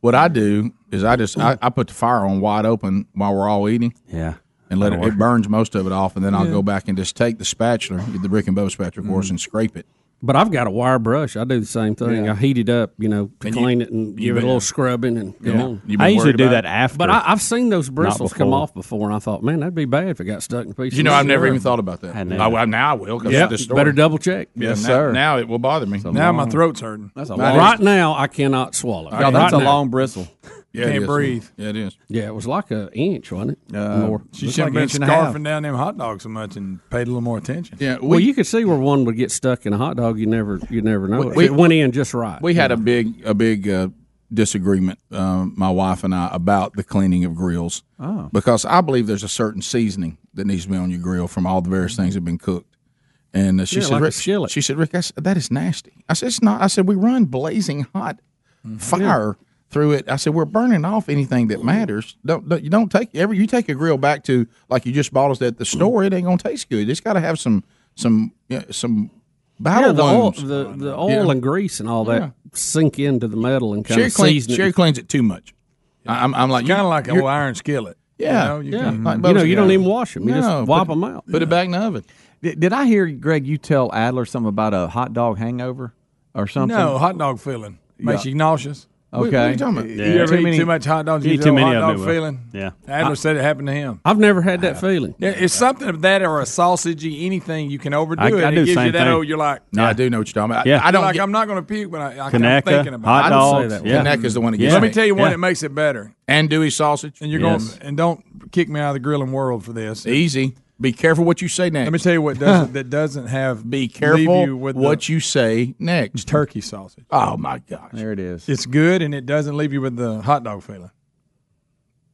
[SPEAKER 2] What I do is I just I, I put the fire on wide open while we're all eating.
[SPEAKER 5] Yeah.
[SPEAKER 2] And let it,
[SPEAKER 5] That'll
[SPEAKER 2] it burns most of it off, and then I'll
[SPEAKER 4] Yeah.
[SPEAKER 2] go back and just take the spatula, get the brick and bow spatula, of course, and scrape it.
[SPEAKER 4] But I've got a wire brush. I do the same thing.
[SPEAKER 2] Yeah.
[SPEAKER 4] I heat it up, you know, to
[SPEAKER 2] And you-
[SPEAKER 4] clean it and
[SPEAKER 2] you
[SPEAKER 4] give it
[SPEAKER 2] bet.
[SPEAKER 4] a little scrubbing and come
[SPEAKER 2] Yeah.
[SPEAKER 4] on.
[SPEAKER 2] You been I usually worried do about that it? after,
[SPEAKER 4] But I, I've seen those
[SPEAKER 2] not
[SPEAKER 4] bristles come
[SPEAKER 2] before.
[SPEAKER 4] off before, and I thought, man, that'd be bad if it got stuck in a piece.
[SPEAKER 2] You
[SPEAKER 4] of
[SPEAKER 2] know,
[SPEAKER 4] meat.
[SPEAKER 2] I've never even thought about that.
[SPEAKER 4] I
[SPEAKER 2] I, well, now I will. 'cause
[SPEAKER 4] Yeah,
[SPEAKER 2] of this story.
[SPEAKER 4] better double check.
[SPEAKER 2] Yeah, now, Now it will bother me.
[SPEAKER 4] Now my long-
[SPEAKER 3] throat's hurting.
[SPEAKER 4] That's
[SPEAKER 2] a
[SPEAKER 4] right now I cannot swallow.
[SPEAKER 2] No,
[SPEAKER 4] Right
[SPEAKER 2] that's a
[SPEAKER 4] now.
[SPEAKER 2] long bristle. Yeah, it Can't is. breathe. Uh, Yeah, it is.
[SPEAKER 4] Yeah, it was like an inch, wasn't it? More.
[SPEAKER 3] She
[SPEAKER 4] Looks like
[SPEAKER 3] shouldn't have
[SPEAKER 4] an inch
[SPEAKER 3] been
[SPEAKER 4] and a half.
[SPEAKER 3] scarfing down them hot dogs so much and paid a little more attention.
[SPEAKER 2] Yeah,
[SPEAKER 4] well, you could see where one would get stuck in a hot dog. You never, you never know. it went in just right.
[SPEAKER 2] We had a big a big uh, disagreement, um, my wife and I, about the cleaning of grills.
[SPEAKER 4] Oh.
[SPEAKER 2] because I believe there's a certain seasoning that needs to be on your grill from all the various things that have been cooked. And uh, she
[SPEAKER 4] Yeah,
[SPEAKER 2] said,
[SPEAKER 4] like a
[SPEAKER 2] Rick, she said, Rick, I said, that is nasty. I said, it's not. I said, we run blazing hot
[SPEAKER 3] Mm-hmm.
[SPEAKER 2] fire through it. I said, we're burning off anything that matters. Don't, don't you don't take ever you take a grill back to like you just bought us at the
[SPEAKER 3] Mm.
[SPEAKER 2] store. It ain't gonna taste good. It's got to have some some you know, some battle
[SPEAKER 4] yeah, the oil,
[SPEAKER 2] wounds.
[SPEAKER 4] the, the oil
[SPEAKER 2] Yeah.
[SPEAKER 4] and grease and all that
[SPEAKER 2] Yeah.
[SPEAKER 4] sink into the metal and kind
[SPEAKER 2] Sherry
[SPEAKER 4] of
[SPEAKER 2] cleans,
[SPEAKER 4] season
[SPEAKER 2] Sherry
[SPEAKER 4] it.
[SPEAKER 2] cleans it too much. I- I'm, I'm like kind of
[SPEAKER 3] like an old iron skillet.
[SPEAKER 2] Yeah,
[SPEAKER 3] You know, you
[SPEAKER 2] yeah.
[SPEAKER 3] can-
[SPEAKER 2] Like
[SPEAKER 3] You
[SPEAKER 2] Bubba's
[SPEAKER 4] know, you
[SPEAKER 2] got.
[SPEAKER 4] don't even wash 'em. You just wipe
[SPEAKER 2] put-
[SPEAKER 4] 'em out.
[SPEAKER 2] Mm-hmm. Put it back in the oven.
[SPEAKER 6] Did, did I hear Greg? You tell Adler something about a hot dog hangover or something?
[SPEAKER 3] No, hot dog feeling makes
[SPEAKER 6] Yeah.
[SPEAKER 3] you nauseous.
[SPEAKER 6] What- Okay. what are you talking about?
[SPEAKER 3] You
[SPEAKER 6] Yeah.
[SPEAKER 3] ever
[SPEAKER 6] Too
[SPEAKER 3] eat
[SPEAKER 6] many-
[SPEAKER 3] too much hot dogs.
[SPEAKER 6] you
[SPEAKER 3] You
[SPEAKER 6] eat
[SPEAKER 3] get
[SPEAKER 6] too
[SPEAKER 3] a
[SPEAKER 6] many
[SPEAKER 3] hot
[SPEAKER 6] of
[SPEAKER 3] dog
[SPEAKER 6] them, it will.
[SPEAKER 3] feeling.
[SPEAKER 5] Yeah.
[SPEAKER 3] Adler
[SPEAKER 5] I-
[SPEAKER 3] said it happened to him.
[SPEAKER 4] I've never had that feeling.
[SPEAKER 3] Yeah, it's something of that or a sausagey anything you can overdo
[SPEAKER 5] I-
[SPEAKER 3] it.
[SPEAKER 5] I
[SPEAKER 3] and
[SPEAKER 5] do
[SPEAKER 3] it gives
[SPEAKER 5] same
[SPEAKER 3] you that.
[SPEAKER 5] thing.
[SPEAKER 3] Oh, you're like.
[SPEAKER 2] No, I do know what you're talking about.
[SPEAKER 5] Yeah.
[SPEAKER 2] I, I don't.
[SPEAKER 3] Like,
[SPEAKER 2] get-
[SPEAKER 3] I'm not going to puke, but I, I, I'm
[SPEAKER 5] Kanaka,
[SPEAKER 3] thinking about
[SPEAKER 5] hot
[SPEAKER 3] it.
[SPEAKER 5] dogs, yeah.
[SPEAKER 2] Kanaka is the one that gets
[SPEAKER 3] Let me
[SPEAKER 2] me.
[SPEAKER 3] tell you one
[SPEAKER 2] Yeah.
[SPEAKER 3] that makes it better.
[SPEAKER 2] Andouille sausage.
[SPEAKER 3] And you're
[SPEAKER 2] Yes.
[SPEAKER 3] going and don't kick me out of the grilling world for this.
[SPEAKER 2] Easy. Be careful what you say next.
[SPEAKER 3] Let me tell you what doesn't that doesn't have
[SPEAKER 2] Be
[SPEAKER 3] leave
[SPEAKER 2] careful
[SPEAKER 3] you with
[SPEAKER 2] what
[SPEAKER 3] the
[SPEAKER 2] you say next.
[SPEAKER 3] turkey sausage.
[SPEAKER 2] Oh my gosh,
[SPEAKER 6] there it is.
[SPEAKER 3] It's good and it doesn't leave you with the hot dog feeling.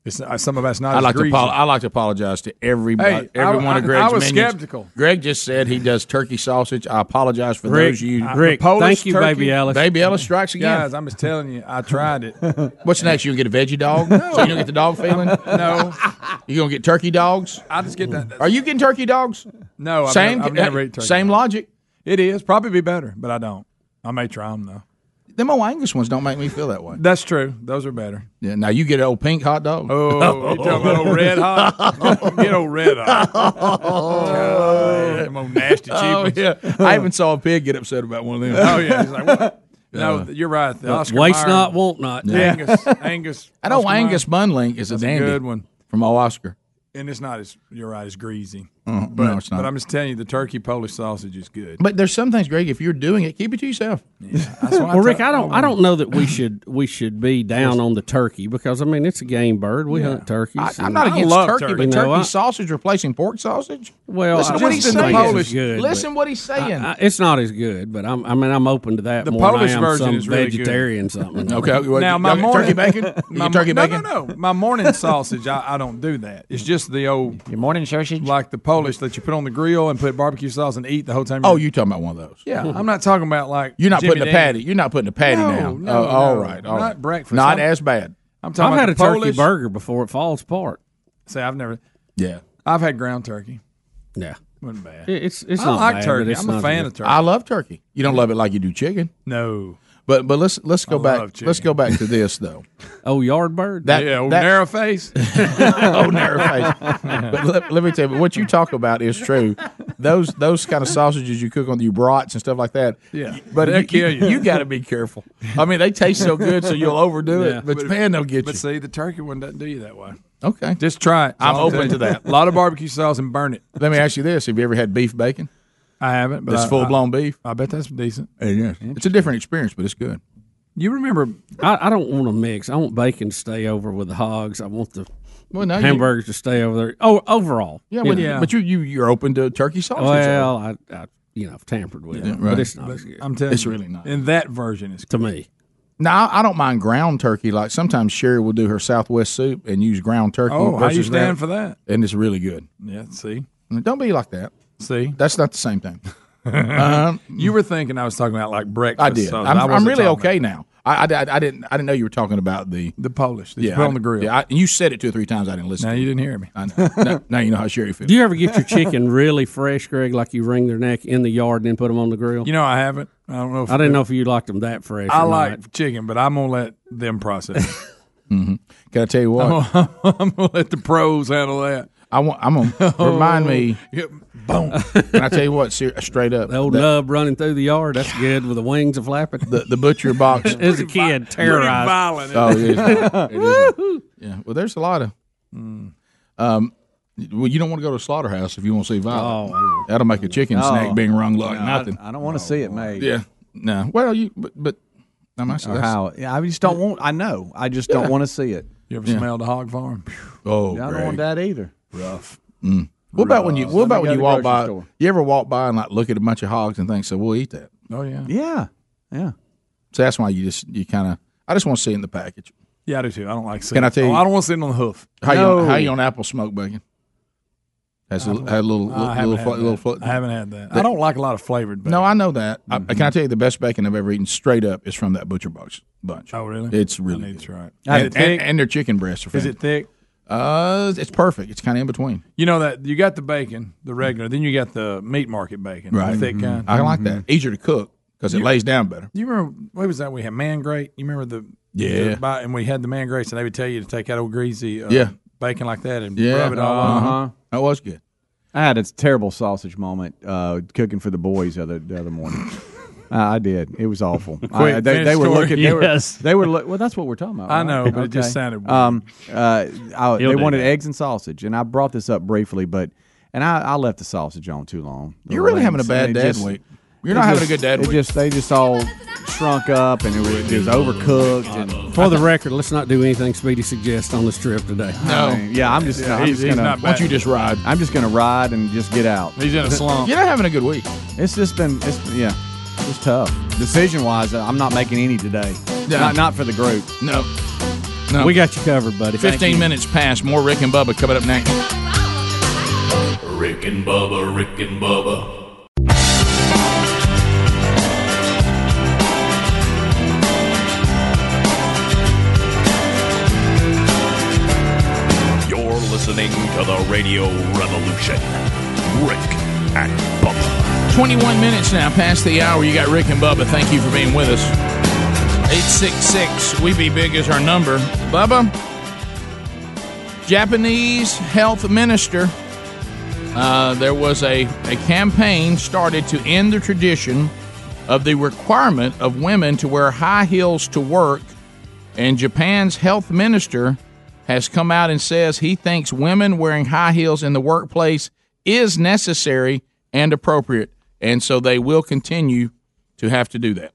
[SPEAKER 3] It's uh, some of that's not.
[SPEAKER 2] I
[SPEAKER 3] as
[SPEAKER 2] like
[SPEAKER 3] greasy.
[SPEAKER 2] to apo- I like to apologize to everybody.
[SPEAKER 3] Hey,
[SPEAKER 2] every
[SPEAKER 3] I-
[SPEAKER 2] one of
[SPEAKER 3] I-
[SPEAKER 2] Greg's
[SPEAKER 3] I was
[SPEAKER 2] minions.
[SPEAKER 3] skeptical.
[SPEAKER 2] Greg just said he does turkey sausage. I apologize for
[SPEAKER 3] Rick,
[SPEAKER 2] those of you.
[SPEAKER 3] I- the Rick, Polish thank you, turkey- Baby Alice.
[SPEAKER 2] Baby Alice strikes again.
[SPEAKER 3] Guys, I'm just telling you, I tried it.
[SPEAKER 2] What's next? You gonna get a veggie dog? So you don't get the dog feeling?
[SPEAKER 3] No.
[SPEAKER 2] You gonna get turkey dogs?
[SPEAKER 3] I just get that.
[SPEAKER 2] Are you getting turkey dogs?
[SPEAKER 3] No, I've
[SPEAKER 2] same.
[SPEAKER 3] never- I've never ate turkey
[SPEAKER 2] Same logic.
[SPEAKER 3] It is probably be better, but I don't. I may try them though.
[SPEAKER 2] Them old Angus ones don't make me feel that way.
[SPEAKER 3] That's true. Those are better.
[SPEAKER 2] Yeah, now you get an old pink hot dog.
[SPEAKER 3] Oh, you talking about old red hot? Oh, Get old red hot. God, them old nasty cheap
[SPEAKER 2] Oh,
[SPEAKER 3] ones.
[SPEAKER 2] yeah. I even saw a pig get upset about one of them.
[SPEAKER 3] Oh yeah, he's like, what? No,
[SPEAKER 2] Yeah.
[SPEAKER 3] you're right. The Oscar
[SPEAKER 4] Waste
[SPEAKER 3] Mayer-
[SPEAKER 4] not, want not.
[SPEAKER 3] Yeah. Angus, Angus.
[SPEAKER 2] I know
[SPEAKER 3] Oscar
[SPEAKER 2] Angus
[SPEAKER 3] Mayer.
[SPEAKER 2] Bunling is a
[SPEAKER 3] That's
[SPEAKER 2] dandy.
[SPEAKER 3] good one.
[SPEAKER 2] From old Oscar.
[SPEAKER 3] And it's not as you're right. It's greasy,
[SPEAKER 2] Uh-huh.
[SPEAKER 3] but
[SPEAKER 2] No, it's not.
[SPEAKER 3] but I'm just telling you, the turkey Polish sausage is good.
[SPEAKER 2] But there's some things, Greg, if you're doing it, keep it to yourself.
[SPEAKER 4] well, Rick, I don't, I don't know that we should, we should be down on the turkey because I mean it's a game bird. We hunt turkeys.
[SPEAKER 2] I, am
[SPEAKER 4] and-
[SPEAKER 2] not
[SPEAKER 4] I
[SPEAKER 2] against
[SPEAKER 4] love
[SPEAKER 2] turkey, but
[SPEAKER 4] You know,
[SPEAKER 2] turkey
[SPEAKER 4] I-
[SPEAKER 2] sausage replacing pork sausage?
[SPEAKER 4] Well,
[SPEAKER 2] listen
[SPEAKER 4] I
[SPEAKER 2] to what
[SPEAKER 4] just
[SPEAKER 2] he's
[SPEAKER 4] think
[SPEAKER 2] saying.
[SPEAKER 4] it's Polish. good,
[SPEAKER 2] listen
[SPEAKER 4] but-
[SPEAKER 2] what he's saying.
[SPEAKER 4] I- it's not as good, but I'm, I mean I'm open to that.
[SPEAKER 3] The
[SPEAKER 4] more than
[SPEAKER 3] Polish
[SPEAKER 4] I am
[SPEAKER 3] version
[SPEAKER 4] some
[SPEAKER 3] is really good.
[SPEAKER 4] vegetarian something.
[SPEAKER 2] Okay, well,
[SPEAKER 3] now my
[SPEAKER 2] y'all get
[SPEAKER 3] morning
[SPEAKER 2] turkey bacon? You get
[SPEAKER 3] My, mo-
[SPEAKER 2] turkey
[SPEAKER 3] no,
[SPEAKER 2] bacon?
[SPEAKER 3] no, no. My morning sausage, I, I don't do that. It's just the old your
[SPEAKER 6] morning sausage,
[SPEAKER 3] like the Polish that you put on the grill and put barbecue sauce and eat the whole time.
[SPEAKER 2] oh,
[SPEAKER 3] you're-
[SPEAKER 2] you talking about one of those?
[SPEAKER 3] yeah. I'm not talking about like
[SPEAKER 2] You're not
[SPEAKER 3] Jimmy
[SPEAKER 2] putting a
[SPEAKER 3] Dean.
[SPEAKER 2] patty. You're not putting a patty
[SPEAKER 3] No,
[SPEAKER 2] down.
[SPEAKER 3] no,
[SPEAKER 2] Oh, all
[SPEAKER 3] no.
[SPEAKER 2] right, all
[SPEAKER 3] Not
[SPEAKER 2] right.
[SPEAKER 3] breakfast.
[SPEAKER 2] Not
[SPEAKER 3] I'm-
[SPEAKER 2] as bad.
[SPEAKER 3] I'm
[SPEAKER 4] I've
[SPEAKER 3] talking about
[SPEAKER 4] had
[SPEAKER 3] the
[SPEAKER 4] a turkey
[SPEAKER 3] Polish-
[SPEAKER 4] burger before it falls apart.
[SPEAKER 3] Say I've never.
[SPEAKER 2] Yeah.
[SPEAKER 3] I've had ground turkey.
[SPEAKER 4] Yeah.
[SPEAKER 3] Wasn't bad.
[SPEAKER 4] It- it's- it's
[SPEAKER 3] I
[SPEAKER 4] not
[SPEAKER 3] like
[SPEAKER 4] bad, but
[SPEAKER 3] turkey.
[SPEAKER 4] it's
[SPEAKER 3] I'm
[SPEAKER 4] not
[SPEAKER 3] a fan
[SPEAKER 4] good.
[SPEAKER 3] of turkey.
[SPEAKER 2] I love turkey. You don't love it like you do chicken.
[SPEAKER 3] No.
[SPEAKER 2] But but let's let's go
[SPEAKER 3] I
[SPEAKER 2] back.
[SPEAKER 3] love chicken.
[SPEAKER 2] Let's go back to this though.
[SPEAKER 4] oh, yard bird.
[SPEAKER 2] That,
[SPEAKER 3] Yeah, old
[SPEAKER 2] that-
[SPEAKER 3] narrow face.
[SPEAKER 2] old narrow face. But let, let me tell you, what you talk about is true. Those those kind of sausages you cook on your brats and stuff like that.
[SPEAKER 3] Yeah.
[SPEAKER 2] But
[SPEAKER 3] They'll
[SPEAKER 2] you,
[SPEAKER 3] kill you.
[SPEAKER 2] got to be careful. I mean, they taste so good, so you'll overdo
[SPEAKER 3] Yeah.
[SPEAKER 2] it. But, man, they'll get
[SPEAKER 3] But
[SPEAKER 2] you.
[SPEAKER 3] see, the turkey one doesn't do you that way.
[SPEAKER 2] Okay,
[SPEAKER 3] just try it.
[SPEAKER 2] I'm
[SPEAKER 3] I'll tell
[SPEAKER 2] open
[SPEAKER 3] you.
[SPEAKER 2] to that.
[SPEAKER 3] A lot of barbecue sauce and burn it.
[SPEAKER 2] Let me ask you this: Have you ever had beef bacon?
[SPEAKER 3] I haven't. But
[SPEAKER 2] That's
[SPEAKER 3] I-
[SPEAKER 2] full blown beef.
[SPEAKER 3] I bet that's decent.
[SPEAKER 2] Yeah, it's a different experience, but it's good.
[SPEAKER 3] You remember?
[SPEAKER 4] I, I don't want to mix. I want bacon to stay over with the hogs. I want the
[SPEAKER 2] Well, no, you-
[SPEAKER 4] hamburgers to stay over there. Oh, overall.
[SPEAKER 2] Yeah,
[SPEAKER 4] you
[SPEAKER 2] but,
[SPEAKER 4] know.
[SPEAKER 2] but you you you're open to turkey sausage.
[SPEAKER 4] Well, I, I you know I've tampered with
[SPEAKER 2] Yeah,
[SPEAKER 4] it,
[SPEAKER 2] right.
[SPEAKER 4] but it's not
[SPEAKER 3] But
[SPEAKER 4] as good.
[SPEAKER 3] I'm telling
[SPEAKER 2] It's
[SPEAKER 3] you,
[SPEAKER 2] really not.
[SPEAKER 3] In that version, it's
[SPEAKER 4] to me.
[SPEAKER 2] Now I don't mind ground turkey. Like sometimes Sherry will do her Southwest soup and use ground turkey.
[SPEAKER 3] Oh, how
[SPEAKER 2] versus
[SPEAKER 3] you stand
[SPEAKER 2] ground-
[SPEAKER 3] for that?
[SPEAKER 2] And it's really good.
[SPEAKER 3] Yeah. See,
[SPEAKER 2] Don't be like that.
[SPEAKER 3] see.
[SPEAKER 2] That's not the same thing. Um,
[SPEAKER 3] you were thinking I was talking about like breakfast.
[SPEAKER 2] I did.
[SPEAKER 3] sausage.
[SPEAKER 2] I'm,
[SPEAKER 3] I
[SPEAKER 2] I'm
[SPEAKER 3] wasn't
[SPEAKER 2] really
[SPEAKER 3] talking
[SPEAKER 2] okay now. I, I, I didn't I didn't know you were talking about the
[SPEAKER 3] about The Polish. That you
[SPEAKER 2] yeah
[SPEAKER 3] put
[SPEAKER 2] I-
[SPEAKER 3] on the grill.
[SPEAKER 2] Yeah, I, you said it two or three times. I didn't listen.
[SPEAKER 3] now
[SPEAKER 2] to
[SPEAKER 3] you
[SPEAKER 2] it.
[SPEAKER 3] didn't hear me.
[SPEAKER 2] I know. now, now you know how Sherry feels.
[SPEAKER 4] Do you ever get your chicken really fresh, Greg? Like you wring their neck in the yard and then put them on the grill?
[SPEAKER 3] You know I haven't. I don't know. If
[SPEAKER 4] I didn't know if you liked them that fresh.
[SPEAKER 3] I
[SPEAKER 4] or
[SPEAKER 3] like
[SPEAKER 4] not.
[SPEAKER 3] chicken, but I'm gonna let them process. it.
[SPEAKER 2] Mm-hmm. Can I tell you what?
[SPEAKER 3] I'm, gonna, I'm gonna let the pros handle that.
[SPEAKER 2] I want. I'm gonna remind me.
[SPEAKER 3] Yep.
[SPEAKER 2] Boom. Can I tell you what? Ser- straight up,
[SPEAKER 4] the old
[SPEAKER 2] that-
[SPEAKER 4] nub running through the yard. That's good with the wings a flapping.
[SPEAKER 2] the, the butcher box.
[SPEAKER 4] As a kid,
[SPEAKER 3] Pretty
[SPEAKER 4] terrorized.
[SPEAKER 3] violent. isn't
[SPEAKER 2] oh,
[SPEAKER 3] it?
[SPEAKER 2] it is. It is. Yeah. Well, there's a lot of. Um, well, you don't want to go to a slaughterhouse if you want to see violence.
[SPEAKER 4] Oh,
[SPEAKER 2] That'll make a chicken
[SPEAKER 6] No.
[SPEAKER 2] snack being rung like
[SPEAKER 6] No, I-
[SPEAKER 2] nothing.
[SPEAKER 6] I, don't want to see it made.
[SPEAKER 2] yeah. No. Well, you but, but I mean,
[SPEAKER 6] Or
[SPEAKER 2] that's-
[SPEAKER 6] how? Yeah, I just don't want. I know. I just don't want to see it.
[SPEAKER 3] You ever
[SPEAKER 2] Yeah.
[SPEAKER 3] smelled a hog farm?
[SPEAKER 2] Oh,
[SPEAKER 6] Yeah, I don't
[SPEAKER 2] Greg.
[SPEAKER 6] want that either.
[SPEAKER 2] What about when you? What
[SPEAKER 6] Let me
[SPEAKER 2] about
[SPEAKER 6] go
[SPEAKER 2] when
[SPEAKER 6] to
[SPEAKER 2] you
[SPEAKER 6] the
[SPEAKER 2] walk
[SPEAKER 6] grocery
[SPEAKER 2] by?
[SPEAKER 6] store.
[SPEAKER 2] You ever walk by and like look at a bunch of hogs and think, "So we'll eat that."
[SPEAKER 3] Oh yeah.
[SPEAKER 6] Yeah, yeah.
[SPEAKER 2] So that's why you just you kind of. I just want to see it in the package.
[SPEAKER 3] Yeah, I do too. I don't like. Seeing
[SPEAKER 2] Can I tell
[SPEAKER 3] oh,
[SPEAKER 2] you-
[SPEAKER 3] I don't want to see it on the hoof.
[SPEAKER 2] How you
[SPEAKER 6] No.
[SPEAKER 2] on, how you on apple smoke bacon? Has a, had a little
[SPEAKER 3] I haven't
[SPEAKER 2] little little,
[SPEAKER 3] had
[SPEAKER 2] fl-
[SPEAKER 3] that.
[SPEAKER 2] little fl-
[SPEAKER 3] I haven't had that. I don't like a lot of flavored. But
[SPEAKER 2] No, I know that. I, can I tell you the best bacon I've ever eaten straight up is from that butcher box bunch.
[SPEAKER 3] Oh really?
[SPEAKER 2] It's
[SPEAKER 3] I
[SPEAKER 2] really
[SPEAKER 3] need
[SPEAKER 2] good.
[SPEAKER 3] to try it.
[SPEAKER 2] And,
[SPEAKER 3] Is it
[SPEAKER 2] and,
[SPEAKER 3] thick?
[SPEAKER 2] and their chicken breasts are
[SPEAKER 3] Is
[SPEAKER 2] fantastic.
[SPEAKER 3] it thick?
[SPEAKER 2] Uh, it's perfect. It's kind of in between.
[SPEAKER 3] You know that you got the bacon, the regular. Then you got the meat market bacon,
[SPEAKER 2] Right.
[SPEAKER 3] the thick kind.
[SPEAKER 2] I like
[SPEAKER 6] Mm-hmm.
[SPEAKER 2] that. Easier to cook because it
[SPEAKER 3] You-
[SPEAKER 2] lays down better.
[SPEAKER 3] Do you remember what was that? We had man grate. You remember the
[SPEAKER 2] Yeah.
[SPEAKER 3] the bi- and we had the man grates, and they would tell you to take out old greasy uh,
[SPEAKER 2] Yeah.
[SPEAKER 3] bacon like that and
[SPEAKER 2] Yeah.
[SPEAKER 3] rub it all on.
[SPEAKER 6] Uh-huh.
[SPEAKER 2] That was good.
[SPEAKER 6] I had a terrible sausage moment uh, cooking for the boys the other the other morning. Uh, I did. It was awful. I, they,
[SPEAKER 3] finish
[SPEAKER 6] they were
[SPEAKER 3] story.
[SPEAKER 6] looking.
[SPEAKER 5] Yes.
[SPEAKER 6] They were. They were look, well, that's what we're talking about.
[SPEAKER 3] I
[SPEAKER 6] right?
[SPEAKER 3] know, but it just sounded weird.
[SPEAKER 6] Um, uh, I,
[SPEAKER 5] He'll
[SPEAKER 6] they
[SPEAKER 5] do
[SPEAKER 6] wanted
[SPEAKER 5] that.
[SPEAKER 6] eggs and sausage, and I brought this up briefly, but and I, I left the sausage on too long. The
[SPEAKER 2] You're really having a
[SPEAKER 6] rings, and
[SPEAKER 2] bad
[SPEAKER 6] it
[SPEAKER 2] dad
[SPEAKER 6] just-
[SPEAKER 2] week. You're
[SPEAKER 6] it
[SPEAKER 2] not having a
[SPEAKER 6] just-
[SPEAKER 2] good dad
[SPEAKER 6] it
[SPEAKER 2] week.
[SPEAKER 6] Just they just all shrunk up, and it was, it was overcooked. And
[SPEAKER 4] For the record, let's not do anything Speedy suggests on this trip today.
[SPEAKER 2] no.
[SPEAKER 6] I mean, yeah, I'm just. I'm
[SPEAKER 3] he's,
[SPEAKER 6] just
[SPEAKER 3] he's
[SPEAKER 6] gonna.
[SPEAKER 3] not
[SPEAKER 2] Why
[SPEAKER 3] bad.
[SPEAKER 2] don't you just ride?
[SPEAKER 6] I'm just gonna ride and just get out.
[SPEAKER 3] he's in a slump.
[SPEAKER 2] You're not having a good week.
[SPEAKER 6] It's just been, it's yeah, it's tough. Decision wise, I'm not making any today.
[SPEAKER 2] Yeah.
[SPEAKER 6] Not not for the group.
[SPEAKER 2] No. No.
[SPEAKER 4] We got you covered, buddy.
[SPEAKER 2] Fifteen minutes past. More Rick and Bubba coming up next.
[SPEAKER 8] Rick and Bubba, Rick and Bubba,
[SPEAKER 20] You're listening to the Radio Revolution. Rick and Bubba.
[SPEAKER 2] 21 minutes now past the hour. You got Rick and Bubba. Thank you for being with us. 866 We Be Big is our number. Bubba, Japanese health minister. Uh, there was a, a campaign started to end the tradition of the requirement of women to wear high heels to work. And Japan's health minister has come out and says he thinks women wearing high heels in the workplace is necessary and appropriate, and so they will continue to have to do that.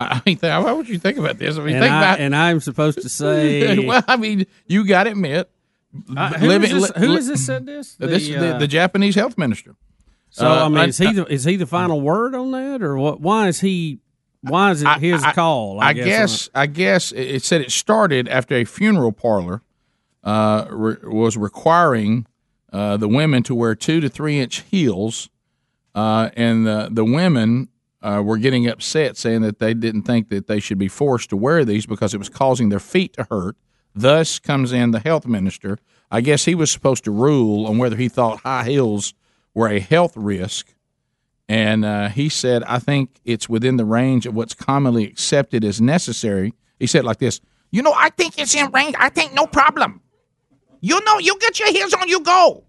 [SPEAKER 2] I I mean, th- what would you think about this? I mean,
[SPEAKER 4] And,
[SPEAKER 2] think
[SPEAKER 4] I,
[SPEAKER 2] about.
[SPEAKER 4] and I'm supposed to say,
[SPEAKER 2] well, I mean, you got to admit,
[SPEAKER 4] Uh, who,
[SPEAKER 2] living-
[SPEAKER 4] is this,
[SPEAKER 2] li-
[SPEAKER 4] who is this said this?
[SPEAKER 2] this the,
[SPEAKER 4] uh,
[SPEAKER 2] the Japanese health minister.
[SPEAKER 4] So
[SPEAKER 2] Uh,
[SPEAKER 4] I mean,
[SPEAKER 2] I-
[SPEAKER 4] is he the, is he the final word on that, or what? Why is he? Why is it his call?
[SPEAKER 2] I, guess. I guess it it said it started after a funeral parlor uh, re- was requiring uh, the women to wear two to three inch heels, uh, and the the women uh, were getting upset, saying that they didn't think that they should be forced to wear these because it was causing their feet to hurt. Thus comes in the health minister. I guess he was supposed to rule on whether he thought high hills were a health risk. And uh, he said, I think it's within the range of what's commonly accepted as necessary. He said it like this You know, I think it's in range. I think no problem. You know, you get your heels on, you go.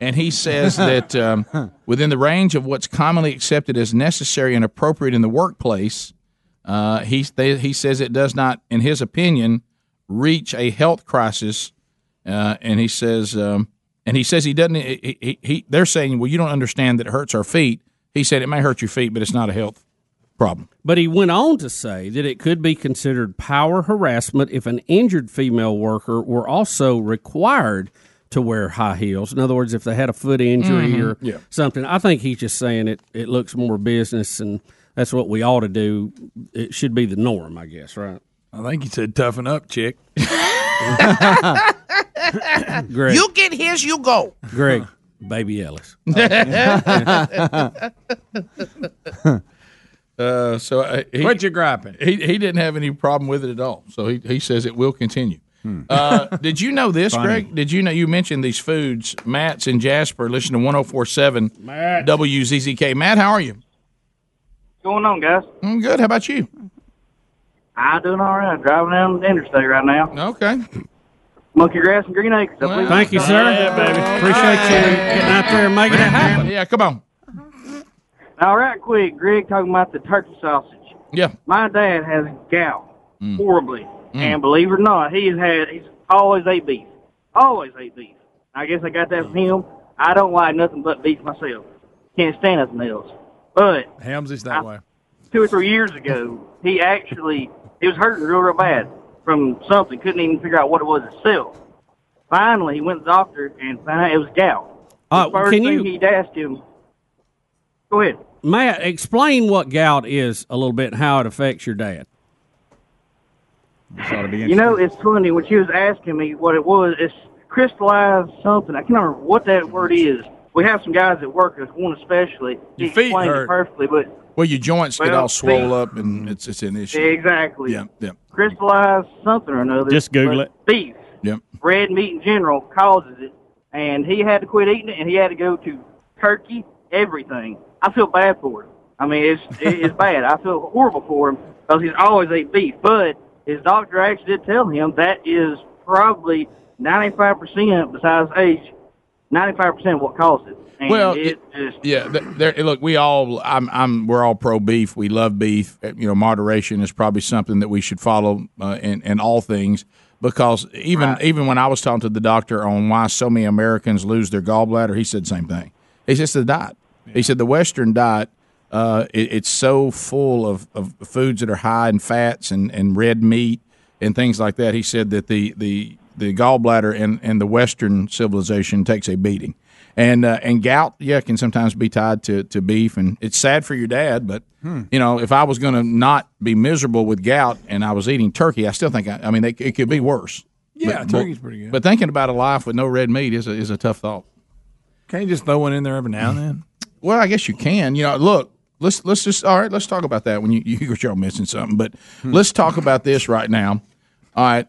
[SPEAKER 2] And he says that um, within the range of what's commonly accepted as necessary and appropriate in the workplace, uh, he, they, he says it does not, in his opinion, reach a health crisis. Uh, and he says, um, and he says he doesn't. He, he, he, they're saying, well, you don't understand that it hurts our feet. He said it may hurt your feet, but it's not a health problem.
[SPEAKER 4] But he went on to say that it could be considered power harassment if an injured female worker were also required to wear high heels. In other words, if they had a foot injury
[SPEAKER 2] Mm-hmm.
[SPEAKER 21] Mhm.
[SPEAKER 4] or something. I think he's just saying it. It looks more business, and that's what we ought to do. It should be the norm, I guess. Right?
[SPEAKER 3] I think he said toughen up, chick.
[SPEAKER 4] Greg,
[SPEAKER 2] You get his, you go.
[SPEAKER 4] Greg, baby Ellis.
[SPEAKER 2] Uh, so uh, he,
[SPEAKER 3] Quit your griping.
[SPEAKER 2] He, he didn't have any problem with it at all. So he, he says it will continue. Uh, did you know this,
[SPEAKER 3] Funny.
[SPEAKER 2] Greg? Did you know you mentioned these foods? Matt's in Jasper. Listen to 1047
[SPEAKER 22] Matt.
[SPEAKER 2] WZZK. Matt, how are you?
[SPEAKER 22] What's going on, guys?
[SPEAKER 2] I'm good. How about you?
[SPEAKER 22] I'm doing all right. Driving down the interstate right now.
[SPEAKER 2] Okay.
[SPEAKER 22] Monkey grass and green acres. I believe.
[SPEAKER 4] Thank you, sir. Appreciate you getting out there and making it happen.
[SPEAKER 2] Yeah, come on.
[SPEAKER 22] All right, quick. Greg talking about the turkey sausage.
[SPEAKER 2] Yeah. Mm.
[SPEAKER 22] My dad has gout horribly, and believe it or not, he's had he's always ate beef. Always ate beef. I guess I got that from him. I don't like nothing but beef myself. Can't stand nothing else. But
[SPEAKER 3] Hams is that way.
[SPEAKER 22] two or three years ago, he actually he was hurting real real bad from something. Couldn't even figure out what it was itself. Finally, he went to the doctor and found out it was gout.
[SPEAKER 4] Uh,
[SPEAKER 22] First
[SPEAKER 4] can
[SPEAKER 22] thing
[SPEAKER 4] you,
[SPEAKER 22] he'd asked him, "Go ahead."
[SPEAKER 4] Matt, explain what gout is a little bit and how it affects your dad?
[SPEAKER 22] You know, it's funny when she was asking me what it was. It's crystallized something. I can't remember what that word is. We have some guys at work. There's one especially. He
[SPEAKER 2] Your feet
[SPEAKER 22] explained
[SPEAKER 2] hurt.
[SPEAKER 22] it perfectly, but
[SPEAKER 2] Well, your joints get
[SPEAKER 22] Well,
[SPEAKER 2] all swole
[SPEAKER 22] see-
[SPEAKER 2] up, and it's it's an issue.
[SPEAKER 22] exactly.
[SPEAKER 2] Yeah, yeah.
[SPEAKER 22] Crystallized something or another.
[SPEAKER 2] Just Google
[SPEAKER 22] but
[SPEAKER 2] it.
[SPEAKER 22] Beef.
[SPEAKER 2] Yep.
[SPEAKER 22] Red meat in general causes it, and he had to quit eating it, and he had to go to turkey, everything. I feel bad for him. I mean, it's it's bad. I feel horrible for him because he's always ate beef. But his doctor actually did tell him that is probably 95% besides age, 95% of what caused it. And
[SPEAKER 2] Well,
[SPEAKER 22] it, just
[SPEAKER 2] Yeah, th- there, look, we all, I'm, I'm, we're all pro beef. We love beef. Uh, You know, moderation is probably something that we should follow uh, in, in all things because even, even when I was talking to the doctor on why so many Americans lose their gallbladder, he said the same thing. He said it's the diet. He said the Western diet, uh, it, it's so full of, of foods that are high in fats and, and red meat and things like that. He said that the, the, the gallbladder in, in the Western civilization takes a beating and uh, and gout, yeah, can sometimes be tied to, to beef, and it's sad for your dad. But
[SPEAKER 23] Hmm.
[SPEAKER 2] you know, if I was going to not be miserable with gout and I was eating turkey, I still think I, I mean it, it could be worse.
[SPEAKER 3] Yeah,
[SPEAKER 2] but,
[SPEAKER 3] turkey's
[SPEAKER 2] but,
[SPEAKER 3] pretty good.
[SPEAKER 2] But thinking about a life with no red meat is a, is a tough thought.
[SPEAKER 3] Can't you just throw one in there every now and then.
[SPEAKER 2] Well, I guess you can. You know, look, let's let's just all right. Let's talk about that when you you you're missing something, but let's talk about this right now. All right,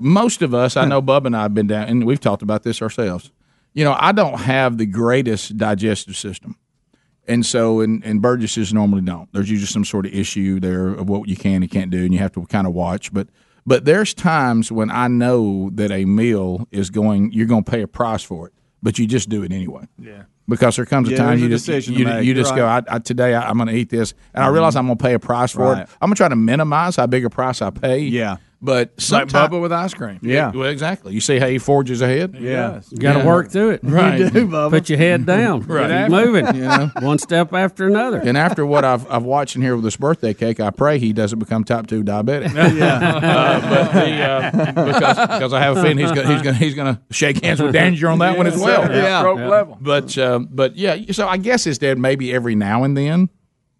[SPEAKER 2] most of us, I know, Bub and I have been down, and we've talked about this ourselves. You know, I don't have the greatest digestive system, and so and and Burgesses normally don't. There's usually some sort of issue there of what you can and can't do, and you have to kind of watch, but. But there's times when I know that a meal is going, you're going to pay a price for it, but you just do it anyway
[SPEAKER 3] Yeah.
[SPEAKER 2] because there comes a
[SPEAKER 3] Yeah,
[SPEAKER 2] time
[SPEAKER 3] there's
[SPEAKER 2] you
[SPEAKER 3] a
[SPEAKER 2] just
[SPEAKER 3] decision to
[SPEAKER 2] you,
[SPEAKER 3] make.
[SPEAKER 2] you just
[SPEAKER 3] You're
[SPEAKER 2] go I,
[SPEAKER 3] right. Mm-hmm.
[SPEAKER 2] I, today I, I'm going to eat this and I realize I'm going to pay a price for
[SPEAKER 3] Right.
[SPEAKER 2] it. I'm going to try to minimize how big a price I pay. Yeah, but
[SPEAKER 3] Like
[SPEAKER 2] sometimes
[SPEAKER 3] Bubba with ice cream.
[SPEAKER 2] well, exactly. You see how he forges ahead.
[SPEAKER 3] Yeah. does.
[SPEAKER 4] You got to
[SPEAKER 2] Yeah.
[SPEAKER 4] work through it.
[SPEAKER 2] Right.
[SPEAKER 4] Put your head down.
[SPEAKER 2] Right.
[SPEAKER 4] Keep moving.
[SPEAKER 2] You know?
[SPEAKER 4] One step after another.
[SPEAKER 2] And after what I've, I've watched in here with this birthday cake, I pray he doesn't become type two diabetic. Uh, but the, uh, because, because I have a feeling he's gonna, he's gonna he's gonna shake hands with Danger on that one as
[SPEAKER 3] Yes,
[SPEAKER 2] well.
[SPEAKER 3] sir. Yeah. Stroke Yeah. level.
[SPEAKER 2] But uh, but yeah, so I guess his dad maybe every now and then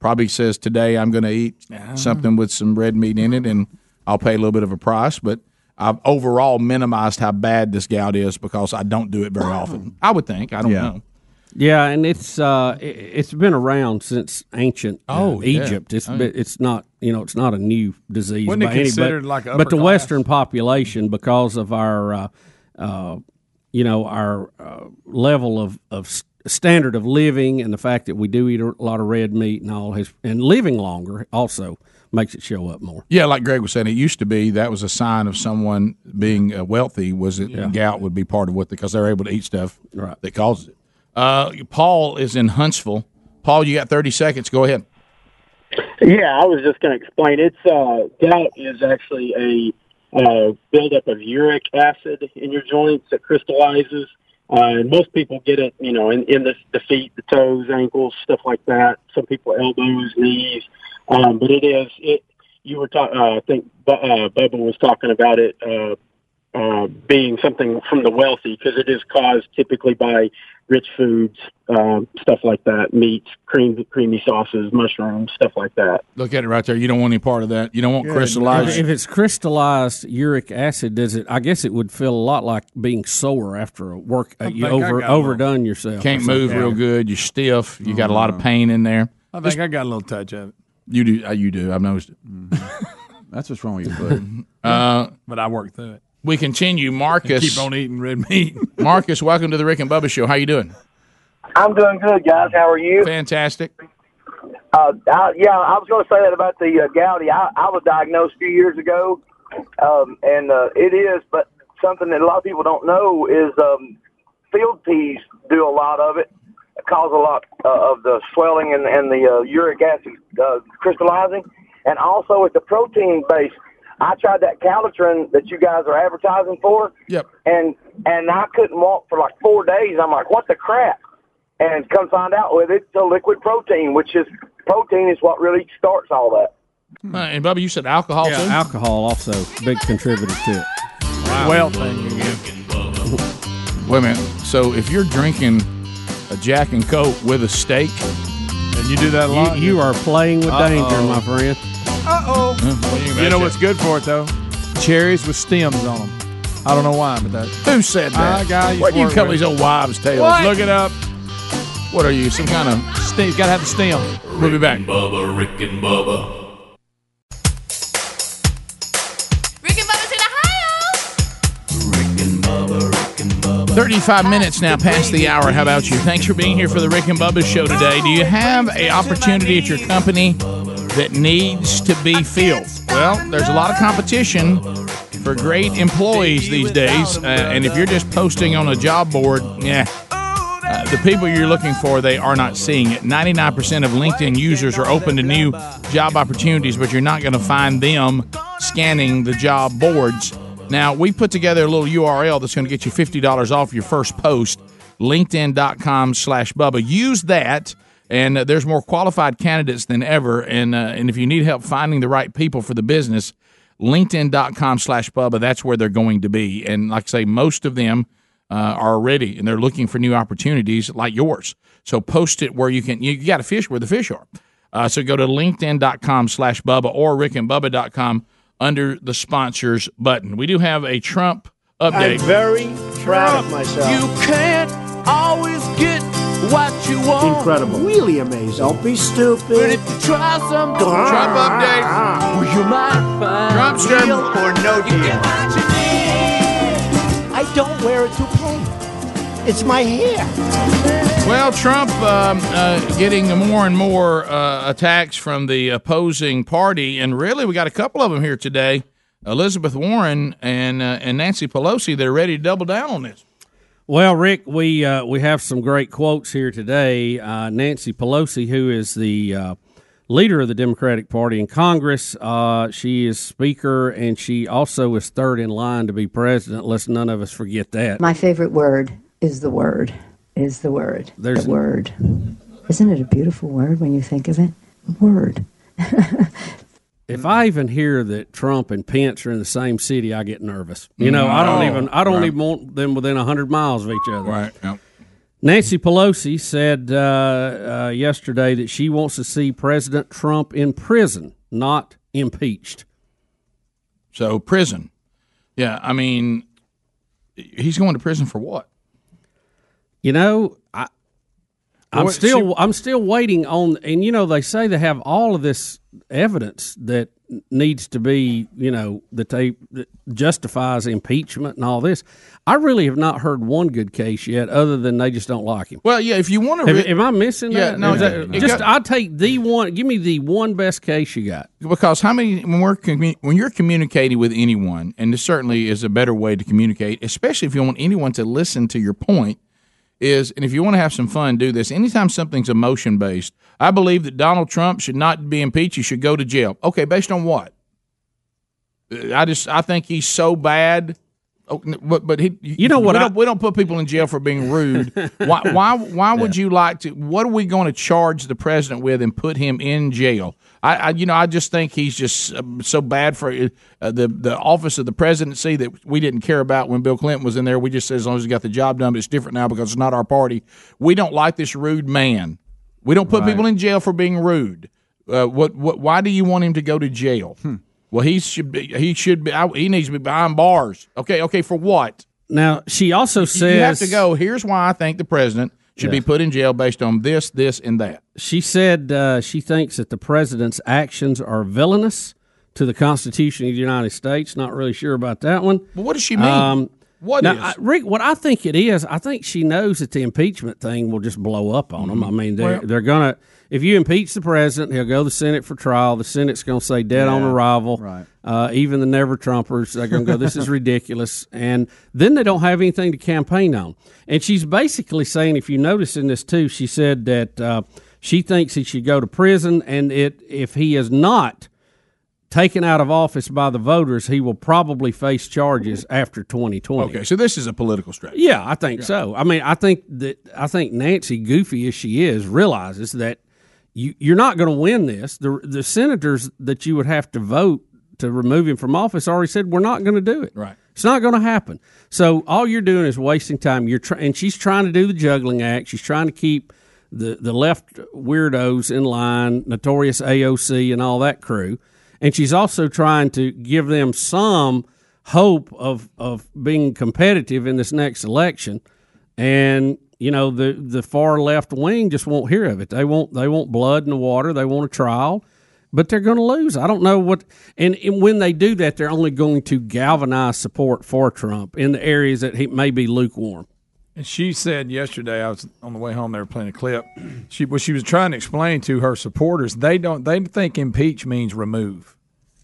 [SPEAKER 2] probably says today I'm going to eat something with some red meat in it and I'll pay a little bit of a price, but. I've overall minimized how bad this gout is because I don't do it very often. I would think. I don't know.
[SPEAKER 4] Yeah, and it's uh, i- it's been around since ancient uh,
[SPEAKER 3] Oh, yeah.
[SPEAKER 4] Egypt. It's
[SPEAKER 3] I mean-
[SPEAKER 4] it's not you know it's not a new disease.
[SPEAKER 3] Wasn't it
[SPEAKER 4] by any- but-
[SPEAKER 3] considered like
[SPEAKER 4] but,
[SPEAKER 3] upper
[SPEAKER 4] the
[SPEAKER 3] class?
[SPEAKER 4] Western population because of our uh, uh, you know our uh, level of of s- standard of living and the fact that we do eat a lot of red meat and all his and living longer also makes it show up more.
[SPEAKER 2] Yeah, like Greg was saying, it used to be that was a sign of someone being uh, wealthy was that gout would be part of what because they're able to eat stuff that causes it. Uh, Paul is in Huntsville. Paul, you got thirty seconds. Go ahead.
[SPEAKER 7] Yeah, I was just going to explain. It's uh, gout is actually a uh, buildup of uric acid in your joints that crystallizes. Uh, and most people get it, you know, in, in the, the feet, the toes, ankles, stuff like that. Some people elbows, knees. Um, but it is it. You were talking. Uh, I think Bu- uh, Bubba was talking about it uh, uh, being something from the wealthy because it is caused typically by rich foods, um, stuff like that, meats, cream, creamy sauces, mushrooms, stuff like that.
[SPEAKER 2] Look at it right there. You don't want any part of that. You don't want crystallized.
[SPEAKER 4] If, if it's crystallized uric acid, does it? I guess it would feel a lot like being sore after a work. Uh, you
[SPEAKER 2] think I
[SPEAKER 4] over
[SPEAKER 2] got
[SPEAKER 4] overdone yourself.
[SPEAKER 2] Can't
[SPEAKER 4] or something.
[SPEAKER 2] move real good. You're stiff. You got a lot of pain in there.
[SPEAKER 3] I think I got a little touch of it.
[SPEAKER 2] You do. Uh, you do. I've noticed it.
[SPEAKER 6] That's what's wrong with your foot.
[SPEAKER 2] Uh,
[SPEAKER 3] but I worked through it.
[SPEAKER 2] We continue, Marcus.
[SPEAKER 3] Keep on eating red meat.
[SPEAKER 2] Marcus, welcome to the Rick and Bubba Show. How you doing?
[SPEAKER 7] I'm doing good, guys. How are you?
[SPEAKER 2] Fantastic.
[SPEAKER 7] Uh, I, yeah, I was going to say that about the uh, gouty. I, I was diagnosed a few years ago, um, and uh, it is, but something that a lot of people don't know is um, field peas do a lot of it, cause a lot uh, of the swelling and, and the uh, uric acid uh, crystallizing, and also it's a protein base. I tried that Calitrin that you guys are advertising for,
[SPEAKER 2] Yep.
[SPEAKER 7] and and I couldn't walk for like four days. I'm like, what the crap? And come find out with it's a liquid protein, which is protein is what really starts all that.
[SPEAKER 2] Uh, and Bubba, you said alcohol too.
[SPEAKER 4] Alcohol also big contributor to it.
[SPEAKER 2] Well, Wait a minute. So if you're drinking a Jack and Coke with a steak, and you do that
[SPEAKER 4] a lot, you are playing with danger, my friend.
[SPEAKER 3] Uh oh. You know what's good for it though? Cherries with stems on them. I don't know why, but that.
[SPEAKER 2] Who said that?
[SPEAKER 3] Uh, guy used
[SPEAKER 2] Where
[SPEAKER 3] to
[SPEAKER 2] do you
[SPEAKER 3] work
[SPEAKER 2] come
[SPEAKER 3] with-
[SPEAKER 2] these old wives' tales?
[SPEAKER 3] What?
[SPEAKER 2] Look it up. What are you? Some kind of
[SPEAKER 3] Stem, gotta have the stem.
[SPEAKER 2] We'll be back.
[SPEAKER 8] Bubba, Rick and Bubba.
[SPEAKER 2] Thirty-five minutes now past the hour. How about you? Thanks for being here for the Rick and Bubba Show today. Do you have a opportunity at your company that needs to be filled? Well, there's a lot of competition for great employees these days, uh, and if you're just posting on a job board, yeah. Uh, the people you're looking for, they are not seeing it. 99% of LinkedIn users are open to new job opportunities, but you're not going to find them scanning the job boards. Now, we put together a little URL that's going to get you $50 off your first post, linkedin.com slash Bubba. Use that, and uh, there's more qualified candidates than ever. And, uh, and if you need help finding the right people for the business, linkedin.com slash Bubba, that's where they're going to be. And like I say, most of them – uh, are ready and they're looking for new opportunities like yours. So post it where you can. You, got to fish where the fish are. Uh, so go to linkedin.com slash Bubba or rickandbubba.com under the sponsors button. We do have a Trump update.
[SPEAKER 21] I'm very proud of myself.
[SPEAKER 23] You can't always get what you want.
[SPEAKER 21] Incredible. Really amazing. Don't be stupid.
[SPEAKER 23] But if you try some
[SPEAKER 21] Trump
[SPEAKER 23] update,
[SPEAKER 21] Uh-huh.
[SPEAKER 23] well, you might find
[SPEAKER 21] Trumpster.
[SPEAKER 23] deal or no deal.
[SPEAKER 21] I don't wear a toupee. It's my hair.
[SPEAKER 2] Well, Trump um, uh, getting more and more uh, attacks from the opposing party, and really, we got a couple of them here today: Elizabeth Warren and uh, and Nancy Pelosi. They're ready to double down on this.
[SPEAKER 4] Well, Rick, we uh, we have some great quotes here today. Uh, Nancy Pelosi, who is the uh, leader of the Democratic Party in Congress, uh, she is Speaker and she also is third in line to be president. Let's none of us forget that.
[SPEAKER 24] My favorite word is the word. Is the word.
[SPEAKER 4] There's-
[SPEAKER 24] the word. Isn't it a beautiful word when you think of it? Word.
[SPEAKER 4] If I even hear that Trump and Pence are in the same city, I get nervous. You know, I don't
[SPEAKER 2] Oh,
[SPEAKER 4] even I don't
[SPEAKER 2] right.
[SPEAKER 4] even want them within hundred miles of each other.
[SPEAKER 2] Right.
[SPEAKER 4] Nancy Pelosi said uh, uh, yesterday that she wants to see President Trump in prison, not impeached.
[SPEAKER 2] So prison. Yeah, I mean, he's going to prison for what?
[SPEAKER 4] You know, I I'm
[SPEAKER 3] Well,
[SPEAKER 4] still
[SPEAKER 3] she-
[SPEAKER 4] I'm still waiting on, and you know they say they have all of this evidence that needs to be, you know, that they that justifies impeachment and all this. I really have not heard one good case yet, other than they just don't like him.
[SPEAKER 2] Well, yeah, if you want
[SPEAKER 4] Am, am I missing
[SPEAKER 2] Yeah,
[SPEAKER 4] that?
[SPEAKER 2] no,
[SPEAKER 4] Is
[SPEAKER 2] it-
[SPEAKER 4] that-
[SPEAKER 2] it
[SPEAKER 4] just
[SPEAKER 2] got-
[SPEAKER 4] I'll take the one. Give me the one best case you got.
[SPEAKER 2] because how many when we're commu- when you're communicating with anyone, and this certainly is a better way to communicate, especially if you want anyone to listen to your point. Is and if you want to have some fun, do this. Anytime something's emotion based, I believe that Donald Trump should not be impeached. He should go to jail. Okay, based on what? Uh, I just I think he's so bad. Oh, n- But but he, you know
[SPEAKER 4] what
[SPEAKER 2] We,
[SPEAKER 4] I-
[SPEAKER 2] don't, we don't put people in jail for being rude. why why why would you like to? What are we going to charge the president with and put him in jail? I, I you know I just think he's just um, so bad for uh, the the office of the presidency that we didn't care about when Bill Clinton was in there. We just said as long as he got the job done, but it's different now because it's not our party. We don't like this rude man. We don't put
[SPEAKER 9] Right.
[SPEAKER 2] people in jail for being rude. Uh, what what? Why do you want him to go to jail? Well, he should be. He should be. I, he needs to be behind bars. Okay. Okay. For what?
[SPEAKER 4] Now she also says
[SPEAKER 2] you have to go. Here's why I think the president should be
[SPEAKER 4] Yeah.
[SPEAKER 2] put in jail based on this, this, and that.
[SPEAKER 4] She said uh, she thinks that the president's actions are villainous to the Constitution of the United States. Not really sure about that one. Um,
[SPEAKER 2] But what does she mean? What
[SPEAKER 4] now,
[SPEAKER 2] is?
[SPEAKER 4] I, Rick? What I think it is, I think she knows that the impeachment thing will just blow up on them. I mean, they're,
[SPEAKER 2] Mm-hmm. Well-
[SPEAKER 4] they're gonna. If you impeach the president, he'll go to the Senate for trial. The Senate's gonna say dead on
[SPEAKER 6] Yeah,
[SPEAKER 4] arrival.
[SPEAKER 6] right.
[SPEAKER 4] Uh, even the never Trumpers, they're gonna go. This is ridiculous. And then they don't have anything to campaign on. And she's basically saying, if you notice in this too, she said that uh, she thinks he should go to prison, and it if he is not taken out of office by the voters, he will probably face charges after 2020.
[SPEAKER 2] Okay. So this is a political strategy.
[SPEAKER 4] Yeah, I think so. I mean, I think that I think Nancy, goofy as she is, realizes that you you're not going to win this. The the senators that you would have to vote to remove him from office already said we're not going to do it.
[SPEAKER 2] Right.
[SPEAKER 4] It's not going to happen. So all you're doing is wasting time. You're tr- and she's trying to do the juggling act. She's trying to keep the the left weirdos in line, notorious AOC and all that crew. And she's also trying to give them some hope of of being competitive in this next election. And you know the the far left wing just won't hear of it. They want they want blood in the water. They want a trial but they're going to lose. I don't know what, and, and when they do that, they're only going to galvanize support for Trump in the areas that he may be lukewarm.
[SPEAKER 3] And she said yesterday, I was on the way home. They were playing a clip. She, well, she was trying to explain to her supporters they don't they think impeach means remove.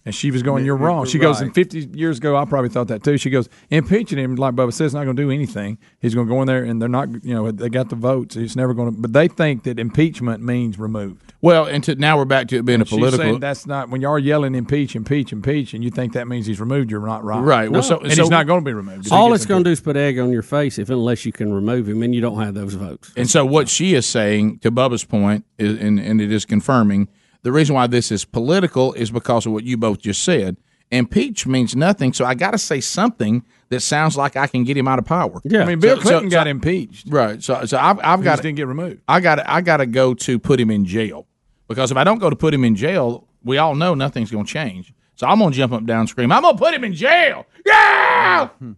[SPEAKER 3] And she was going, "You're wrong." She goes,
[SPEAKER 6] Right.
[SPEAKER 3] "In 50 years ago, I probably thought that too." She goes, "Impeaching him, like Bubba says, not going to do anything. He's going to go in there, and they're not, you know, they got the votes. He's never going to." But they think that impeachment means removed.
[SPEAKER 2] Well, and to, now we're back to it being a
[SPEAKER 3] She's
[SPEAKER 2] political.
[SPEAKER 3] saying that's not when you are yelling impeach, impeach, impeach, and you think that means he's removed. You're not right.
[SPEAKER 2] Right. Well, so-
[SPEAKER 3] and
[SPEAKER 2] so-
[SPEAKER 3] he's not going to be removed.
[SPEAKER 4] All it's going to do is put egg on your face if unless you can remove him and you don't have those votes.
[SPEAKER 2] And so what she is saying, to Bubba's point, is, and, and it is confirming, the reason why this is political is because of what you both just said. Impeach means nothing, so I got to say something that sounds like I can get him out of power.
[SPEAKER 3] Yeah. I mean, Bill Clinton got
[SPEAKER 2] impeached, right? So, so I've, I've
[SPEAKER 3] He
[SPEAKER 2] got
[SPEAKER 3] just didn't get removed.
[SPEAKER 2] I got I got to go to put him in jail because if I don't go to put him in jail, we all know nothing's going to change. So I'm going to jump up, down, and scream, "I'm going to put him in jail!" Yeah,
[SPEAKER 3] Mm-hmm.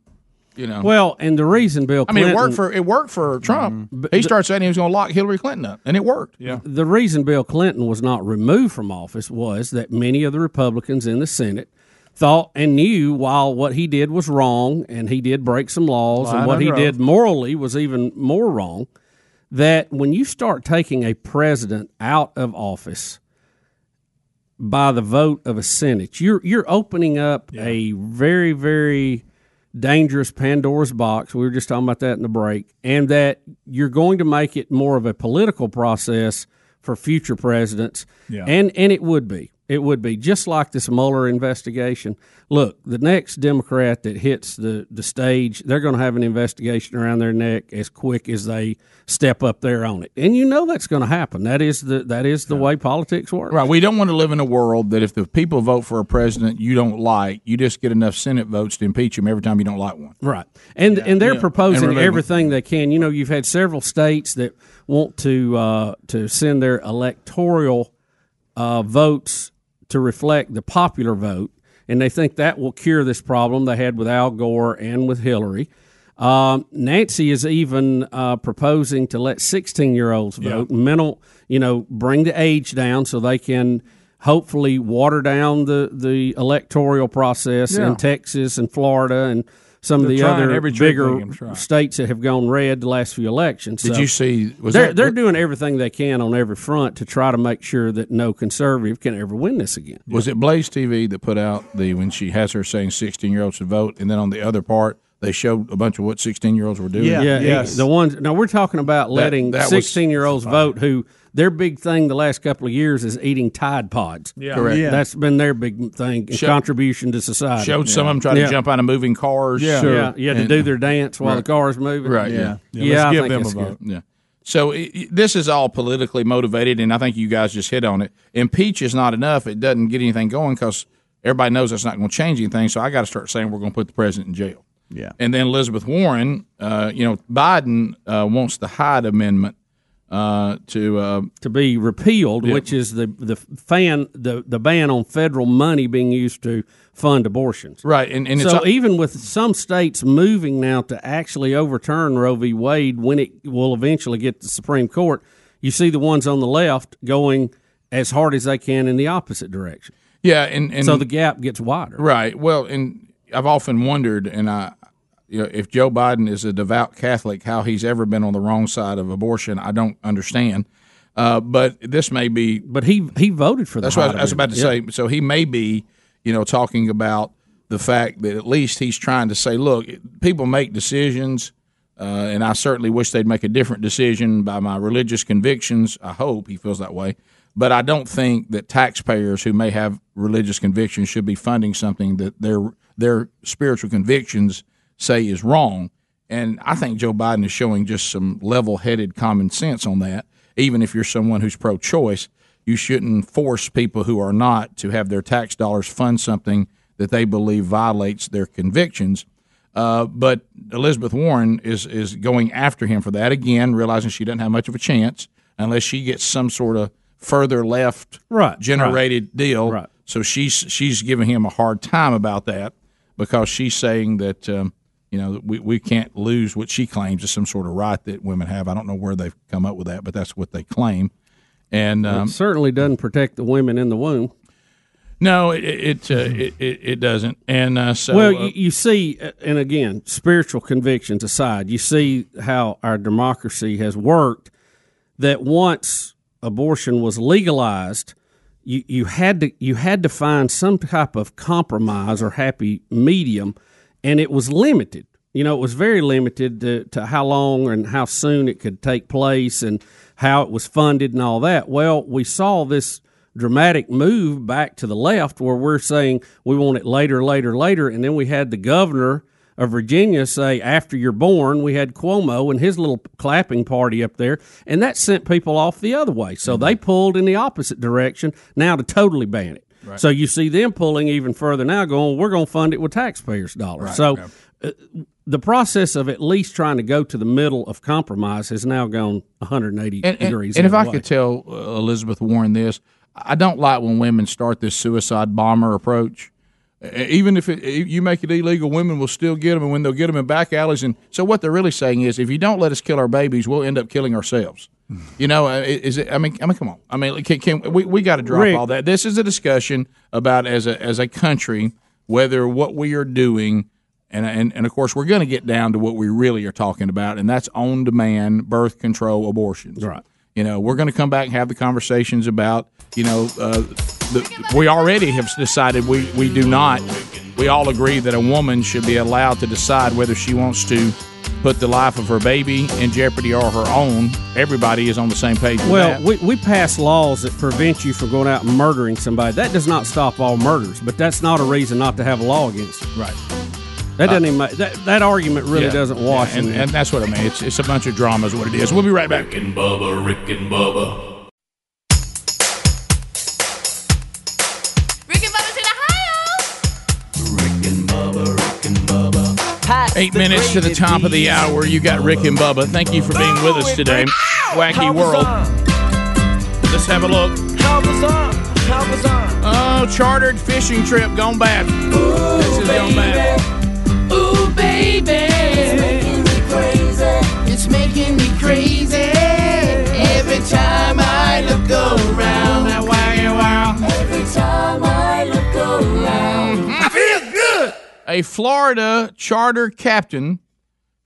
[SPEAKER 2] you
[SPEAKER 3] Oh.
[SPEAKER 2] know.
[SPEAKER 4] Well, and the reason Bill
[SPEAKER 2] I mean,
[SPEAKER 4] Clinton,
[SPEAKER 2] it worked for it worked for Trump. He started saying he was going to lock Hillary Clinton up, and it worked. Yeah.
[SPEAKER 4] The reason Bill Clinton was not removed from office was that many of the Republicans in the Senate thought and knew while what he did was wrong and he did break some laws
[SPEAKER 2] Lying
[SPEAKER 4] and what he
[SPEAKER 2] under oath.
[SPEAKER 4] did morally was even more wrong that when you start taking a president out of office by the vote of a senate you're you're opening up a very very dangerous pandora's box we were just talking about that in the break and that you're going to make it more of a political process for future presidents
[SPEAKER 3] Yeah.
[SPEAKER 4] and and it would be it would be just like this Mueller investigation. Look, the next Democrat that hits the, the stage, they're going to have an investigation around their neck as quick as they step up there on it, and you know that's going to happen. That is the that is the way politics works.
[SPEAKER 2] Right. We don't want to live in a world that if the people vote for a president you don't like, you just get enough Senate votes to impeach him every time you don't like one.
[SPEAKER 4] Right. And and they're
[SPEAKER 2] Yeah. And
[SPEAKER 4] proposing
[SPEAKER 2] remove it.
[SPEAKER 4] everything they can. You know, you've had several states that want to uh, to send their electoral uh, votes to reflect the popular vote, and they think that will cure this problem they had with Al Gore and with Hillary. Um, Nancy is even uh, proposing to let 16 year olds vote. Mental, you know, bring the age down so they can hopefully water down the, the electoral process
[SPEAKER 3] Yeah.
[SPEAKER 4] in Texas and Florida and some of
[SPEAKER 3] They're
[SPEAKER 4] the
[SPEAKER 3] trying
[SPEAKER 4] other
[SPEAKER 3] every trick they
[SPEAKER 4] bigger
[SPEAKER 3] can try.
[SPEAKER 4] states that have gone red the last few elections.
[SPEAKER 2] Did
[SPEAKER 4] So
[SPEAKER 2] you see- was
[SPEAKER 4] they're,
[SPEAKER 2] that-
[SPEAKER 4] they're doing everything they can on every front to try to make sure that no conservative can ever win this again.
[SPEAKER 2] Was it Blaze TV that put out the when she has her saying 16 year olds should vote, and then on the other part they showed a bunch of what 16 year olds were doing?
[SPEAKER 4] yeah. The ones now we're talking about
[SPEAKER 2] That-
[SPEAKER 4] letting
[SPEAKER 2] that was-
[SPEAKER 4] sixteen year olds vote who their big thing the last couple of years is eating Tide Pods.
[SPEAKER 2] Yeah. Correct. Yeah.
[SPEAKER 4] That's been their big thing
[SPEAKER 2] Show-
[SPEAKER 4] contribution to society.
[SPEAKER 2] Showed some of them trying to jump out of moving cars.
[SPEAKER 4] Yeah.
[SPEAKER 2] Sure.
[SPEAKER 4] Yeah. You had to
[SPEAKER 2] And-
[SPEAKER 4] do their dance while
[SPEAKER 2] Right.
[SPEAKER 4] the car's moving.
[SPEAKER 2] Right. Yeah.
[SPEAKER 4] Yeah.
[SPEAKER 2] let's
[SPEAKER 4] I
[SPEAKER 2] give
[SPEAKER 4] think
[SPEAKER 2] them
[SPEAKER 4] that's
[SPEAKER 2] a
[SPEAKER 4] good.
[SPEAKER 2] vote. Yeah. So i i- this is all politically motivated, and I think you guys just hit on it. Impeach is not enough; it doesn't get anything going because everybody knows that's not going to change anything. So I got to start saying we're going to put the president in jail.
[SPEAKER 6] Yeah.
[SPEAKER 2] And then Elizabeth Warren, uh, you know, Biden uh, wants the Hyde Amendment uh, to uh,
[SPEAKER 4] to be repealed,
[SPEAKER 2] Yeah.
[SPEAKER 4] which is the the fan the, the ban on federal money being used to fund abortions.
[SPEAKER 2] Right, and- and it's
[SPEAKER 4] so
[SPEAKER 2] al-
[SPEAKER 4] even with some states moving now to actually overturn Roe v. Wade when it will eventually get to the Supreme Court, you see the ones on the left going as hard as they can in the opposite direction.
[SPEAKER 2] Yeah, and, and
[SPEAKER 4] So the gap gets wider.
[SPEAKER 2] Right. Well, and I've often wondered, and I, you know, if Joe Biden is a devout Catholic, how he's ever been on the wrong side of abortion, I don't understand. Uh, but this may be.
[SPEAKER 4] But he he voted for the
[SPEAKER 2] that's what I
[SPEAKER 4] Hyde
[SPEAKER 2] was about to say.
[SPEAKER 4] Amendment.
[SPEAKER 2] So he may be, you know, talking about the fact that at least he's trying to say, look, it- people make decisions. Uh, and I certainly wish they'd make a different decision by my religious convictions. I hope he feels that way. But I don't think that taxpayers who may have religious convictions should be funding something that their their spiritual convictions say is wrong. And I think Joe Biden is showing just some level headed common sense on that. Even if you're someone who's pro choice, you shouldn't force people who are not to have their tax dollars fund something that they believe violates their convictions. Uh, but Elizabeth Warren is is going after him for that again, realizing she doesn't have much of a chance unless she gets some sort of further left
[SPEAKER 4] Right,
[SPEAKER 2] generated deal. So she's she's giving him a hard time about that because she's saying that um, you know we we can't lose what she claims is some sort of right that women have. I don't know where they've come up with that, but that's what they claim. And
[SPEAKER 4] It
[SPEAKER 2] um,
[SPEAKER 4] certainly doesn't protect the women in the womb.
[SPEAKER 2] no, it it, uh, it it it doesn't. And uh, so
[SPEAKER 4] well,
[SPEAKER 2] uh,
[SPEAKER 4] you, you see, uh, and again, spiritual convictions aside, you see how our democracy has worked. That once abortion was legalized, you, you had to you had to find some type of compromise or happy medium, and it was limited. You know, it was very limited to, to how long and how soon it could take place and how it was funded and all that. Well, we saw this dramatic move back to the left where we're saying we want it later, later, later. And then we had the governor of Virginia say, after you're born, we had Cuomo and his little clapping party up there. And that sent people off the other way. So they pulled in the opposite direction now to totally ban it.
[SPEAKER 9] Right.
[SPEAKER 4] So you see them pulling even further now, going, we're going to fund it with taxpayers' dollars. so uh, the process of at least trying to go to the middle of compromise has now gone 180
[SPEAKER 2] and, and-
[SPEAKER 4] degrees.
[SPEAKER 2] and if
[SPEAKER 4] the
[SPEAKER 2] I
[SPEAKER 4] other way.
[SPEAKER 2] could tell uh, Elizabeth Warren this, I don't like when women start this suicide bomber approach. E- Even if it, e- you make it illegal, women will still get them, and when they'll get them in back alleys. And so, what they're really saying is, if you don't let us kill our babies, we'll end up killing ourselves. You know, uh, is it? I mean, I mean, come on. I mean, can, can we we got to drop
[SPEAKER 4] Rick.
[SPEAKER 2] all that? This is a discussion about as a as a country whether what we are doing, and and and of course, we're going to get down to what we really are talking about, and that's on demand birth control abortions. Right. You know, we're going to come back and have the conversations about you know uh, the, we already have decided we we do not. We all agree that a woman should be allowed to decide whether she wants to put the life of her baby in jeopardy or her own. Everybody is on the same page. With
[SPEAKER 4] Well,
[SPEAKER 2] that.
[SPEAKER 4] we, we pass laws that prevent you from going out and murdering somebody. That does not stop all murders, but that's not a reason not to have a law against it.
[SPEAKER 2] Right. Uh,
[SPEAKER 4] That doesn't even make, that, that argument really
[SPEAKER 2] Yeah.
[SPEAKER 4] doesn't wash.
[SPEAKER 2] Yeah, and,
[SPEAKER 4] in
[SPEAKER 2] and that's what I mean. It's, it's a bunch of drama, is what it is. We'll be right back.
[SPEAKER 8] Rick and Bubba, Rick and Bubba.
[SPEAKER 2] Eight minutes to the top of the hour. You got Rick and Bubba. Thank you for being with us today. Wacky world. Let's have a look. Oh, chartered fishing trip gone bad. This is gone bad.
[SPEAKER 23] Ooh, baby.
[SPEAKER 21] Mm-hmm.
[SPEAKER 2] a Florida charter captain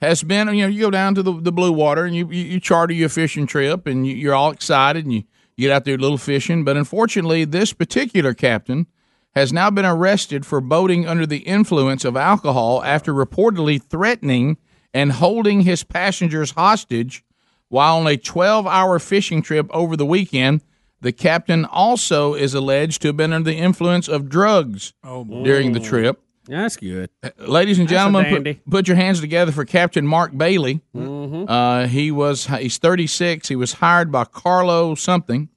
[SPEAKER 2] has been. You know, you go down to the, the blue water and you, you you charter your fishing trip, and you, you're all excited and you you get out there a little fishing. But unfortunately, this particular captain has now been arrested for boating under the influence of alcohol after reportedly threatening and holding his passengers hostage while on a 12 hour fishing trip over the weekend. The captain also is alleged to have been under the influence of drugs oh, during the trip. Uh,
[SPEAKER 4] That's good.
[SPEAKER 2] Ladies and
[SPEAKER 4] That's a
[SPEAKER 2] gentlemen,
[SPEAKER 4] dandy.
[SPEAKER 2] put, put your hands together for Captain Mark Bailey.
[SPEAKER 3] Mm-hmm.
[SPEAKER 4] Mhm.
[SPEAKER 2] Uh, he was he's 36. He was hired by Carlo something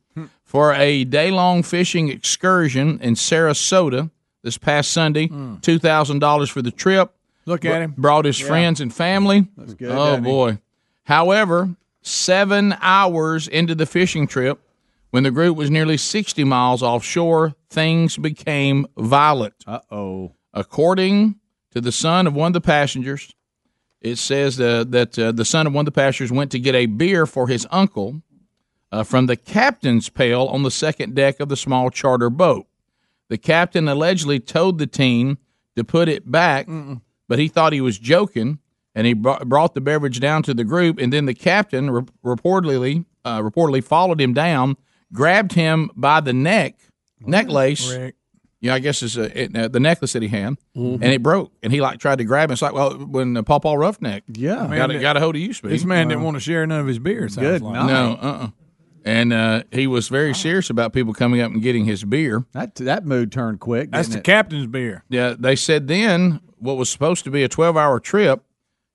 [SPEAKER 2] for a day long fishing excursion in Sarasota this past Sunday. Two thousand dollars for the trip.
[SPEAKER 3] Mm. Look at
[SPEAKER 2] Br-
[SPEAKER 3] him.
[SPEAKER 2] Brought his
[SPEAKER 3] Yeah.
[SPEAKER 2] friends and family.
[SPEAKER 3] good,
[SPEAKER 2] Oh
[SPEAKER 3] doesn't he?
[SPEAKER 2] boy. However, seven hours into the fishing trip, when the group was nearly sixty miles offshore, things became violent. Uh oh. According to the son of one of the passengers, it says uh, that uh, the son of one of the passengers went to get a beer for his uncle uh, from the captain's pail on the second deck of the small charter boat. The captain allegedly told the teen to put it back, but he thought he was joking, and he br- brought the beverage down to the group. And then the captain re- reportedly uh, reportedly followed him down, grabbed him by the neck necklace. Yeah, I guess it's uh it, uh, the necklace that he had,
[SPEAKER 3] Mm-hmm.
[SPEAKER 2] and it broke, and he like tried to grab it. It's like well, when uh, Pawpaw Roughneck,
[SPEAKER 3] Yeah.
[SPEAKER 2] got a, got a hold of you, Speed.
[SPEAKER 3] oh, This man didn't want to share none of his beer. it sounds
[SPEAKER 2] Good
[SPEAKER 3] like.
[SPEAKER 2] night. No, uh, uh and uh, he was very serious about people coming up and getting his beer.
[SPEAKER 6] That that mood turned quick.
[SPEAKER 3] That's the
[SPEAKER 2] didn't it?
[SPEAKER 3] captain's beer.
[SPEAKER 2] Yeah, they said then what was supposed to be a 12 hour trip,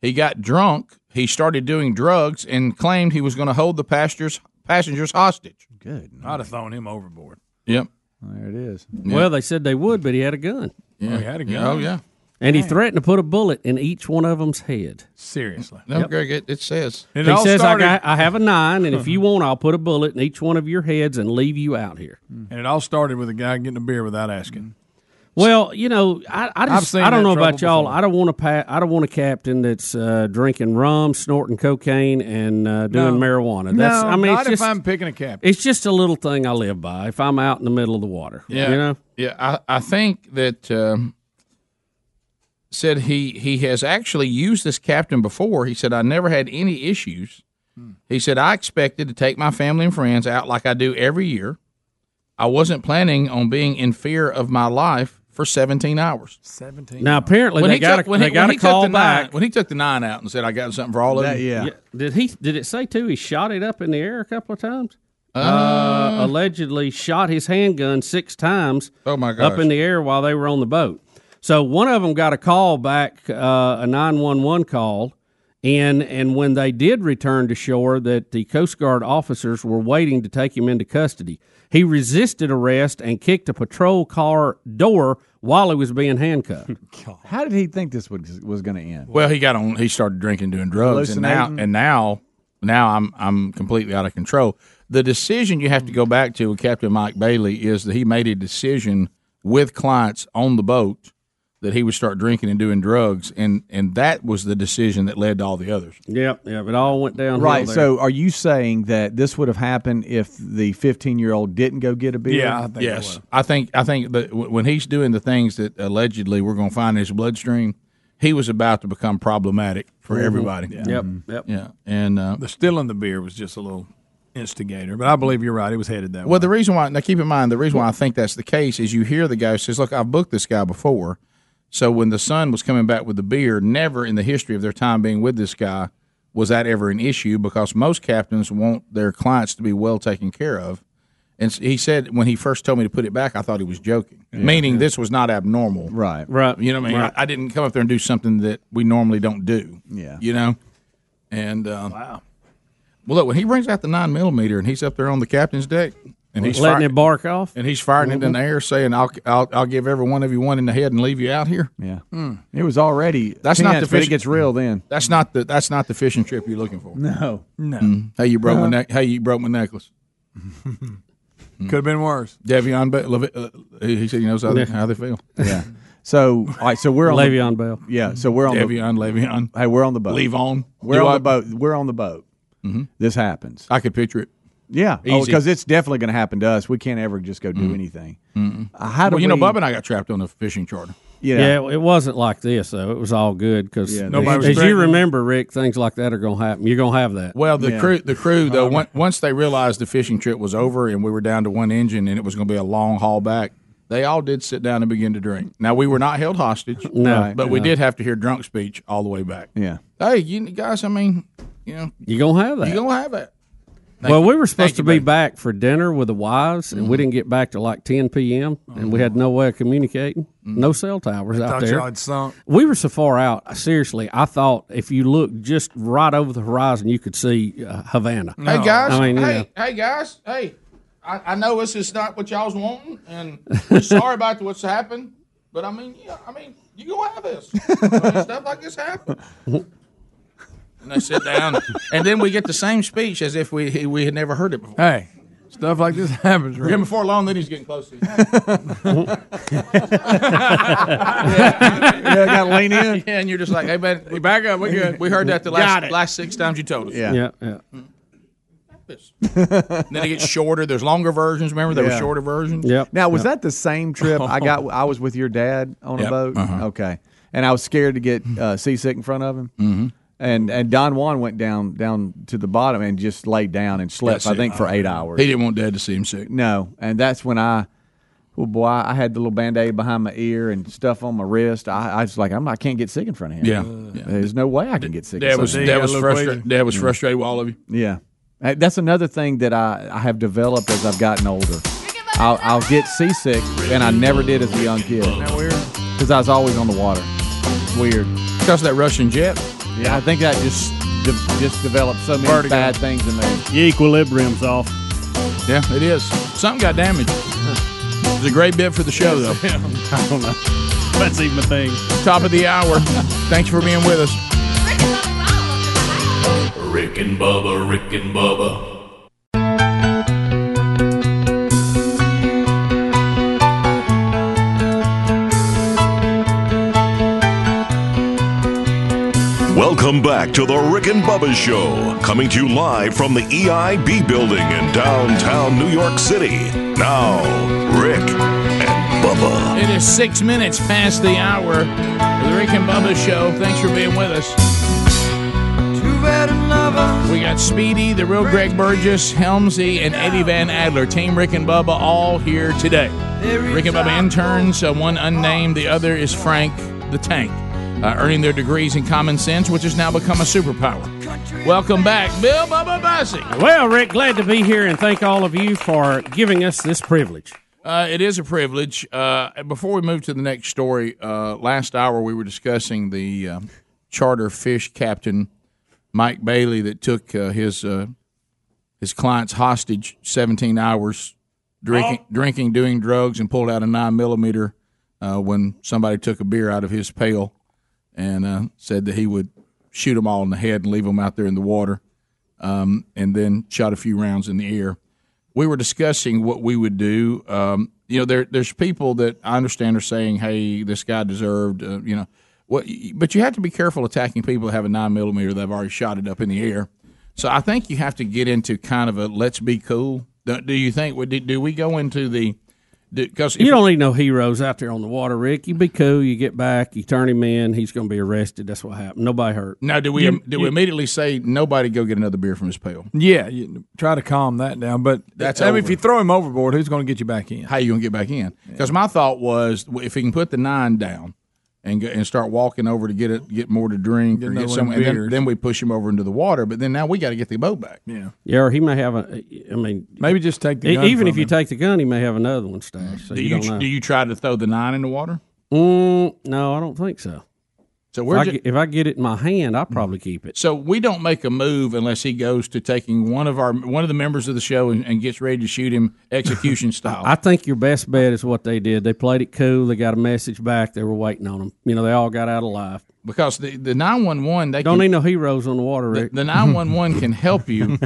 [SPEAKER 2] he got drunk, he started doing drugs, and claimed he was going to hold the passengers, passengers hostage.
[SPEAKER 6] Good.
[SPEAKER 3] I'd have thrown him overboard.
[SPEAKER 2] Yep.
[SPEAKER 6] There it is.
[SPEAKER 4] Well, they said they would, but he had a gun.
[SPEAKER 2] Yeah. Oh, he had a gun. Oh, yeah.
[SPEAKER 4] And he threatened to put a bullet in each one of them's head.
[SPEAKER 3] Seriously.
[SPEAKER 2] No,
[SPEAKER 4] Yep.
[SPEAKER 2] Greg, it, it says.
[SPEAKER 4] he says, I, got, I have a nine, and if you
[SPEAKER 3] Uh-huh.
[SPEAKER 4] want, I'll put a bullet in each one of your heads and leave you out here.
[SPEAKER 3] Mm. And it all started with a guy getting a beer without asking.
[SPEAKER 4] Well, you know, I, I
[SPEAKER 3] I've
[SPEAKER 4] just
[SPEAKER 3] seen
[SPEAKER 4] I don't
[SPEAKER 3] that
[SPEAKER 4] know about y'all.
[SPEAKER 3] trouble before.
[SPEAKER 4] I don't want a pa- I don't want a captain that's uh, drinking rum, snorting cocaine, and uh, doing
[SPEAKER 3] No.
[SPEAKER 4] marijuana. That's
[SPEAKER 3] no,
[SPEAKER 4] I mean,
[SPEAKER 3] not
[SPEAKER 4] it's just,
[SPEAKER 3] if I'm picking a captain.
[SPEAKER 4] it's just a little thing I live by. If I'm out in the middle of the water,
[SPEAKER 2] Yeah,
[SPEAKER 4] you know.
[SPEAKER 2] yeah. I, I think that um, said he he has actually used this captain before. He said I never had any issues. He said I expected to take my family and friends out like I do every year. I wasn't planning on being in fear of my life for 17 hours. 17.
[SPEAKER 4] Now apparently they got a, they got a call
[SPEAKER 2] took the
[SPEAKER 4] back.
[SPEAKER 2] Nine, when he took the nine out and said I got something for all of you.
[SPEAKER 4] Did he? Did it say too? He shot it up in the air a couple of times. Uh,
[SPEAKER 2] Uh,
[SPEAKER 4] allegedly shot his handgun six times.
[SPEAKER 2] Oh my
[SPEAKER 4] Up in the air while they were on the boat. So one of them got a call back, uh, a nine one one call, and and when they did return to shore, that the Coast Guard officers were waiting to take him into custody. He resisted arrest and kicked a patrol car door while he was being handcuffed.
[SPEAKER 6] How did he think this was was going to end?
[SPEAKER 2] Well, he got on. He started drinking, doing drugs, and now
[SPEAKER 6] Hallucinating.
[SPEAKER 2] and now now I'm I'm completely out of control. The decision you have to go back to with Captain Mike Bailey is that he made a decision with clients on the boat that he would start drinking and doing drugs, and and that was the decision that led to all the others.
[SPEAKER 4] Yep, yep. It all went down.
[SPEAKER 6] Right. So, are you saying that this would have happened if the 15 year old didn't go get a beer?
[SPEAKER 2] yes, I think I think that w- when he's doing the things that allegedly we're going to find in his bloodstream, he was about to become problematic for
[SPEAKER 3] Mhm.
[SPEAKER 2] everybody.
[SPEAKER 3] Yeah. Yep, yep.
[SPEAKER 2] Yeah, and uh,
[SPEAKER 3] The stealing the beer was just a little instigator, but I believe you're right. It was headed that way.
[SPEAKER 2] Well, the reason why now keep in mind the reason why I think that's the case is you hear the guy who says, "Look, I've booked this guy before." So when the son was coming back with the beer, never in the history of their time being with this guy was that ever an issue because most captains want their clients to be well taken care of. And s- he said when he first told me to put it back, I thought he was joking, meaning this was not abnormal.
[SPEAKER 6] Right.
[SPEAKER 4] Right.
[SPEAKER 2] You know what I mean?
[SPEAKER 6] Right.
[SPEAKER 2] I, I didn't come up there and do something that we normally don't do.
[SPEAKER 6] Yeah.
[SPEAKER 2] You know? And um, wow. Well, look, when he brings out the nine millimeter and he's up there on the captain's deck and he's
[SPEAKER 4] Letting
[SPEAKER 2] fi-
[SPEAKER 4] it bark off,
[SPEAKER 2] and he's firing
[SPEAKER 6] Mm-hmm.
[SPEAKER 2] it in the air, saying, "I'll, I'll, I'll give every one of you one in the head and leave you out here."
[SPEAKER 6] Yeah. It was already.
[SPEAKER 2] That's not
[SPEAKER 6] Hmm. tense,
[SPEAKER 2] the
[SPEAKER 6] but
[SPEAKER 2] fish-
[SPEAKER 6] It gets real then.
[SPEAKER 2] That's not the that's not the fishing trip you're looking for.
[SPEAKER 6] No. No.
[SPEAKER 2] Mm. Hey, you broke my neck. Hey, you broke my necklace. Mm-hmm.
[SPEAKER 3] Could have been worse.
[SPEAKER 2] Devion, Ba- Levi- uh, he he said he knows how they,
[SPEAKER 3] Yeah.
[SPEAKER 2] how they feel.
[SPEAKER 6] Yeah. So, all right. So we're on
[SPEAKER 4] Le'Veon
[SPEAKER 6] the,
[SPEAKER 4] Bell.
[SPEAKER 6] Yeah. So we're on
[SPEAKER 2] Le'Veon,
[SPEAKER 6] the,
[SPEAKER 2] Le'Veon.
[SPEAKER 6] Hey, we're on the boat.
[SPEAKER 2] Leave on.
[SPEAKER 6] We're
[SPEAKER 2] Do
[SPEAKER 6] on
[SPEAKER 2] I-
[SPEAKER 6] the boat. We're on the boat.
[SPEAKER 2] Mm-hmm.
[SPEAKER 6] This happens.
[SPEAKER 2] I could picture it.
[SPEAKER 6] Yeah.
[SPEAKER 2] Easy.
[SPEAKER 6] because it's definitely going to happen to us. We can't ever just go do anything. Uh, how do
[SPEAKER 2] well, you know,
[SPEAKER 6] we-
[SPEAKER 2] Bubba and I got trapped on a fishing charter.
[SPEAKER 4] Yeah.
[SPEAKER 6] You know.
[SPEAKER 4] it wasn't like this though. It was all good because
[SPEAKER 2] Yeah, Nobody was
[SPEAKER 4] as you
[SPEAKER 2] threatening.
[SPEAKER 4] remember, Rick, things like that are gonna happen. You're gonna have that.
[SPEAKER 2] Well, the crew, the crew though,
[SPEAKER 4] Uh-huh.
[SPEAKER 2] on- once they realized the fishing trip was over and we were down to one engine and it was going to be a long haul back, they all did sit down and begin to drink. Now we were not held hostage,
[SPEAKER 4] No.
[SPEAKER 2] but we
[SPEAKER 4] No.
[SPEAKER 2] did have to hear drunk speech all the way back.
[SPEAKER 6] Yeah.
[SPEAKER 2] Hey, you guys. I mean, you know,
[SPEAKER 4] You're gonna have that.
[SPEAKER 2] you gonna have that. Thank
[SPEAKER 4] well,
[SPEAKER 2] you.
[SPEAKER 4] we were supposed
[SPEAKER 2] Thank
[SPEAKER 4] to
[SPEAKER 2] you,
[SPEAKER 4] be
[SPEAKER 2] buddy.
[SPEAKER 4] back for dinner with the wives,
[SPEAKER 2] Mm-hmm.
[SPEAKER 4] and we didn't get back till like 10 p.m. and we had no way of communicating.
[SPEAKER 2] Mm-hmm.
[SPEAKER 4] No cell towers out
[SPEAKER 3] thought
[SPEAKER 4] there.
[SPEAKER 3] y'all had sunk.
[SPEAKER 4] We were so far out. Seriously, I thought if you looked just right over the horizon, you could see uh, Havana.
[SPEAKER 2] Hey guys.
[SPEAKER 4] I mean, you know.
[SPEAKER 2] hey, hey guys. Hey, I, I know this is not what y'all's wanting, and we're sorry about what's happened. But I mean, yeah, I mean, you gonna have this I mean, stuff like this happen. And they sit down, and then we get the same speech as if we we had never heard it before.
[SPEAKER 3] Hey, stuff like this happens.
[SPEAKER 2] Yeah,
[SPEAKER 3] Rick.
[SPEAKER 2] before long, then he's getting close to you.
[SPEAKER 3] Yeah, gotta lean in.
[SPEAKER 2] Yeah, and you're just like, hey, man, we back up. We good. We heard that the
[SPEAKER 3] Got
[SPEAKER 2] last
[SPEAKER 3] it.
[SPEAKER 2] last six times you told us.
[SPEAKER 4] yeah, yeah.
[SPEAKER 2] then it gets shorter. There's longer versions. Remember, there were
[SPEAKER 6] Yeah.
[SPEAKER 2] shorter versions.
[SPEAKER 6] Now, was that the same trip I got? I was with your dad on
[SPEAKER 2] Yep.
[SPEAKER 6] a boat.
[SPEAKER 2] Uh-huh.
[SPEAKER 6] Okay, and I was scared to get uh, seasick in front of him. Mm-hmm. And and Don Juan went down down to the bottom and just laid down and slept.
[SPEAKER 2] That's
[SPEAKER 6] I
[SPEAKER 2] it. Uh-huh.
[SPEAKER 6] think for eight hours.
[SPEAKER 2] He didn't want Dad to see him sick.
[SPEAKER 6] No, and that's when I, well, boy, I had the little band aid behind my ear and stuff on my wrist. I, I was like, I'm, I can't get sick in front of him.
[SPEAKER 2] Yeah.
[SPEAKER 6] there's no way I can get sick. in
[SPEAKER 2] Dad
[SPEAKER 6] front
[SPEAKER 2] was
[SPEAKER 6] of him. Mm.
[SPEAKER 2] Dad was frustrated. Dad was
[SPEAKER 6] Yeah.
[SPEAKER 2] frustrated with all of you.
[SPEAKER 6] Yeah. Uh, That's another thing that I, I have developed as I've gotten older. I'll, I'll get seasick, and I never did as a young kid. Because I was always on the water. It's weird.
[SPEAKER 2] Because of that Russian jet?
[SPEAKER 6] Yeah, I think that just de- just developed so many bad things in there.
[SPEAKER 5] Your equilibrium's off.
[SPEAKER 2] Yeah, it is. Something got damaged. It's a great bit for the show, though. I don't know. That's even a thing. Top of the hour. Thanks for being with us.
[SPEAKER 8] Rick and Bubba, Rick and Bubba.
[SPEAKER 20] Welcome back to the Rick and Bubba Show, coming to you live from the EIB building in downtown New York City. Now, Rick and Bubba.
[SPEAKER 2] It is six minutes past the hour of the Rick and Bubba Show. Thanks for being with us. We got Speedy, the real Greg Burgess, Helmsy, and Eddie Van Adler. Team Rick and Bubba all here today. Rick and Bubba interns, uh, one unnamed, the other is Frank the Tank, uh, earning their degrees in common sense, which has now become a superpower. Welcome back, Bill Bubba Bussy.
[SPEAKER 4] Well, Rick, glad to be here, and thank all of you for giving us this privilege.
[SPEAKER 2] Uh, it is a privilege. Uh, before we move to the next story, uh, last hour we were discussing the uh, charter fish captain Mike Bailey that took uh, his uh, his clients hostage seventeen hours, drinking, drinking, doing drugs, and pulled out a nine millimeter uh, when somebody took a beer out of his pail and uh, said that he would shoot them all in the head and leave them out there in the water, um, and then shot a few rounds in the air we were discussing what we would do. Um, you know, there, there's people that I understand are saying, "Hey, this guy deserved," uh, you know, what? But you have to be careful attacking people that have a nine millimeter. They've already shot it up in the air. So I think you have to get into kind of a let's be cool. Do, do you think? Do, do we go into the? Because
[SPEAKER 4] You don't need no heroes out there on the water, Rick. You be cool. You get back. You turn him in. He's going to be arrested. That's what happened. Nobody hurt.
[SPEAKER 2] now do we
[SPEAKER 4] You-
[SPEAKER 2] do
[SPEAKER 4] you-
[SPEAKER 2] we immediately say nobody go get another beer from his pail?
[SPEAKER 3] Yeah, you try to calm that down. But
[SPEAKER 2] That's
[SPEAKER 3] I mean, if
[SPEAKER 2] over.
[SPEAKER 3] you throw him overboard, who's going to get you back in?
[SPEAKER 2] How you gonna get back in? Because my thought was, w- if he can put the nine down and go, and start walking over to get it, get more to drink,
[SPEAKER 3] Get
[SPEAKER 2] or
[SPEAKER 3] another
[SPEAKER 2] get
[SPEAKER 3] one
[SPEAKER 2] some,
[SPEAKER 3] of
[SPEAKER 2] and then,
[SPEAKER 3] beers.
[SPEAKER 2] then we push him over into the water. But then now we got to get the boat back.
[SPEAKER 3] Yeah,
[SPEAKER 4] Yeah, or he may have a. I mean, e,
[SPEAKER 3] maybe just take
[SPEAKER 2] the gun
[SPEAKER 4] even
[SPEAKER 2] from
[SPEAKER 4] if you
[SPEAKER 2] him.
[SPEAKER 4] take the gun, he may have another one stashed. So
[SPEAKER 2] do
[SPEAKER 4] you,
[SPEAKER 2] you,
[SPEAKER 4] don't know.
[SPEAKER 2] do you try to throw the nine in the water?
[SPEAKER 4] Mm, no, I don't think so.
[SPEAKER 2] So we're
[SPEAKER 4] if I,
[SPEAKER 2] ju-
[SPEAKER 4] get, if I get it in my hand, I'll probably keep it.
[SPEAKER 2] So we don't make a move unless he goes to taking one of our one of the members of the show and, and gets ready to shoot him execution style.
[SPEAKER 4] I think your best bet is what they did. They played it cool. They got a message back. They were waiting on them. You know, they all got out alive.
[SPEAKER 2] because the the nine one one they
[SPEAKER 4] Don't
[SPEAKER 2] can,
[SPEAKER 4] need no heroes on the water,
[SPEAKER 2] The-
[SPEAKER 4] Rick.
[SPEAKER 2] The nine one one can help you,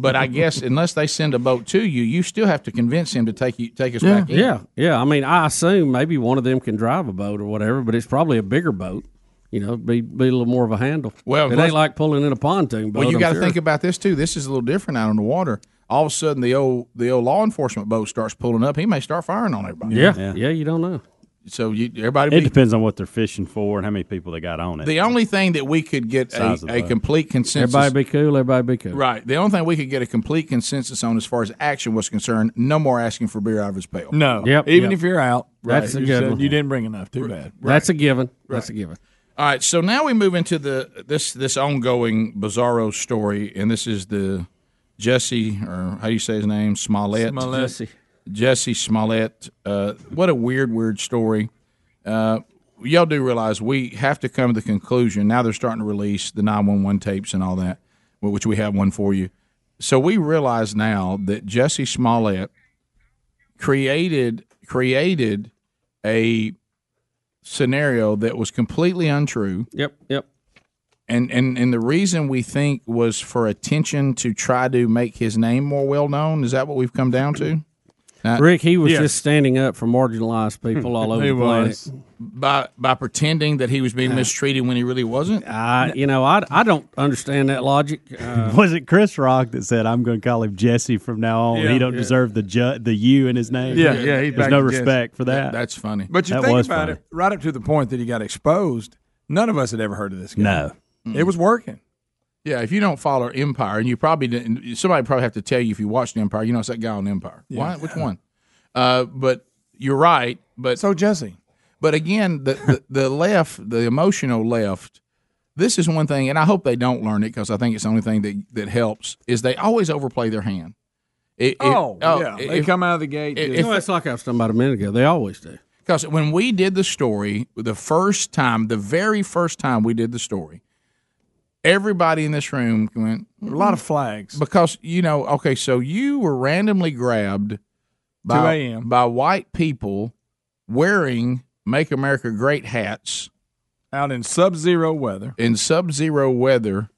[SPEAKER 2] but I guess unless they send a boat to you, you still have to convince him to take you take us
[SPEAKER 4] yeah,
[SPEAKER 2] back in.
[SPEAKER 4] yeah, yeah. I mean, I assume maybe one of them can drive a boat or whatever, but it's probably a bigger boat. You know, be be a little more of a handle.
[SPEAKER 2] Well,
[SPEAKER 4] it
[SPEAKER 2] plus-
[SPEAKER 4] ain't like pulling in a pontoon boat.
[SPEAKER 2] Well, you
[SPEAKER 4] I'm
[SPEAKER 2] got to
[SPEAKER 4] sure.
[SPEAKER 2] think about this too. This is a little different out on the water. All of a sudden, the old the old law enforcement boat starts pulling up. He may start firing on everybody.
[SPEAKER 4] Yeah, yeah, you don't know.
[SPEAKER 2] so you, everybody.
[SPEAKER 5] It
[SPEAKER 2] be-
[SPEAKER 5] depends on what they're fishing for and how many people they got on it.
[SPEAKER 2] the only thing that we could get a,
[SPEAKER 5] Size of the
[SPEAKER 2] a
[SPEAKER 5] boat.
[SPEAKER 2] complete consensus.
[SPEAKER 4] Everybody be cool. Everybody be cool.
[SPEAKER 2] Right. The only thing we could get a complete consensus on as far as action was concerned, no more asking for beer out of his pail.
[SPEAKER 3] No.
[SPEAKER 4] Yep,
[SPEAKER 3] Even
[SPEAKER 4] yep.
[SPEAKER 3] if you're out,
[SPEAKER 4] That's a
[SPEAKER 3] right, you
[SPEAKER 4] good
[SPEAKER 3] said
[SPEAKER 4] one.
[SPEAKER 3] You didn't bring enough. Too bad.
[SPEAKER 4] That's a given. That's a given.
[SPEAKER 2] All right, so now we move into the this this ongoing bizarro story, and this is the Jesse or how do you say his name Smollett
[SPEAKER 3] Smollett. Jesse.
[SPEAKER 2] Jesse Smollett. Uh, what a weird weird story. Uh, y'all do realize we have to come to the conclusion now. They're starting to release the nine one one tapes and all that, wh- which we have one for you. So we realize now that Jesse Smollett created created a scenario that was completely untrue.
[SPEAKER 4] Yep, yep.
[SPEAKER 2] And and and the reason we think was for attention to try to make his name more well known. Is that what we've come down to? Now-
[SPEAKER 4] Rick, he was just standing up for marginalized people all over
[SPEAKER 2] He
[SPEAKER 4] the
[SPEAKER 2] was.
[SPEAKER 4] planet.
[SPEAKER 2] by by pretending that he was being mistreated when he really wasn't.
[SPEAKER 4] I, you know, I, I don't understand that logic. Uh,
[SPEAKER 5] was it Chris Rock that said, "I'm going to call him Jesse from now on"?
[SPEAKER 4] Yeah.
[SPEAKER 5] he don't
[SPEAKER 4] Yeah.
[SPEAKER 5] deserve the ju- the you in his name.
[SPEAKER 3] Yeah, yeah, he's
[SPEAKER 5] There's
[SPEAKER 3] back
[SPEAKER 5] no
[SPEAKER 3] to Jesse.
[SPEAKER 5] respect for that.
[SPEAKER 2] That's funny.
[SPEAKER 3] But you
[SPEAKER 5] That
[SPEAKER 3] think
[SPEAKER 5] was
[SPEAKER 3] about
[SPEAKER 5] funny.
[SPEAKER 3] it, right up to the point that he got exposed, none of us had ever heard of this guy.
[SPEAKER 5] No.
[SPEAKER 3] It was working.
[SPEAKER 2] Yeah, if you don't follow Empire, and you probably didn't, somebody probably have to tell you if you watched Empire, you know it's that guy on Empire.
[SPEAKER 3] Yeah.
[SPEAKER 2] Why? Which one? Uh, but you're right. But
[SPEAKER 3] so Jesse.
[SPEAKER 2] But again, the, the the left, the emotional left, this is one thing, and I hope they don't learn it because I think it's the only thing that that helps is they always overplay their hand. It- it-
[SPEAKER 3] oh, yeah. they
[SPEAKER 2] if-
[SPEAKER 3] come out of the gate.
[SPEAKER 2] if-
[SPEAKER 3] just-
[SPEAKER 2] if-
[SPEAKER 4] like I was talking about a minute ago. They always do.
[SPEAKER 2] Because when we did the story, the first time, the very first time we did the story, everybody in this room went, "Hmm,
[SPEAKER 3] a lot of flags.
[SPEAKER 2] Because, you know, okay, so you were randomly grabbed
[SPEAKER 3] 2
[SPEAKER 2] by,
[SPEAKER 3] a.m..
[SPEAKER 2] by white people wearing Make America Great hats
[SPEAKER 3] out in sub zero weather.
[SPEAKER 2] In sub zero weather.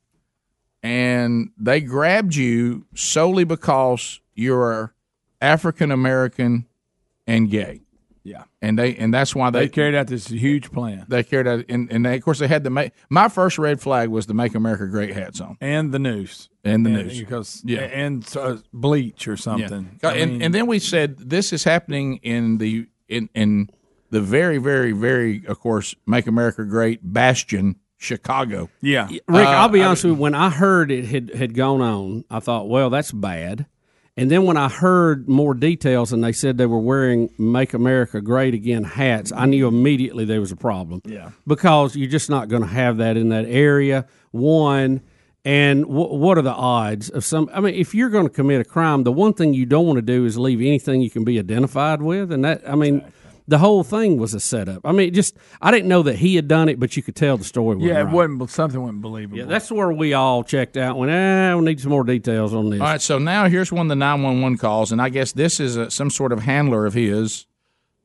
[SPEAKER 2] And they grabbed you solely because you're African American and gay.
[SPEAKER 3] Yeah.
[SPEAKER 2] And they and that's why
[SPEAKER 3] they,
[SPEAKER 2] they,
[SPEAKER 3] carried out this huge plan.
[SPEAKER 2] They carried out, and, and they, of course, they had the make. My first red flag was the "Make America Great" hats on.
[SPEAKER 3] And the news.
[SPEAKER 2] And the news.
[SPEAKER 3] Because,
[SPEAKER 2] Yeah.
[SPEAKER 3] And uh, bleach or something.
[SPEAKER 2] Yeah.
[SPEAKER 3] I
[SPEAKER 2] and
[SPEAKER 3] mean-
[SPEAKER 2] and then we said this is happening in the in in the very very very of course "Make America Great" bastion, Chicago.
[SPEAKER 3] Yeah,
[SPEAKER 4] Rick,
[SPEAKER 2] Uh,
[SPEAKER 4] I'll be
[SPEAKER 2] I
[SPEAKER 4] honest with you. When I heard it had, had gone on, I thought, well, that's bad. And then when I heard more details and they said they were wearing Make America Great Again hats, I knew immediately there was a problem. Yeah. Because you're just not going to have that in that area. One, and wh- what are the odds of some? I mean, if you're going to commit a crime, the one thing you don't want to do is leave anything you can be identified with. And that, I mean, the whole thing was a setup. I mean, it just, I didn't know that he had done it, but you could tell the story was
[SPEAKER 3] yeah, it
[SPEAKER 4] wrong.
[SPEAKER 3] wasn't something wasn't believable.
[SPEAKER 4] Yeah, that's where we all checked out. When ah, we need some more details on this.
[SPEAKER 2] All right, so now here's one of the 911 calls, and I guess this is a, some sort of handler of his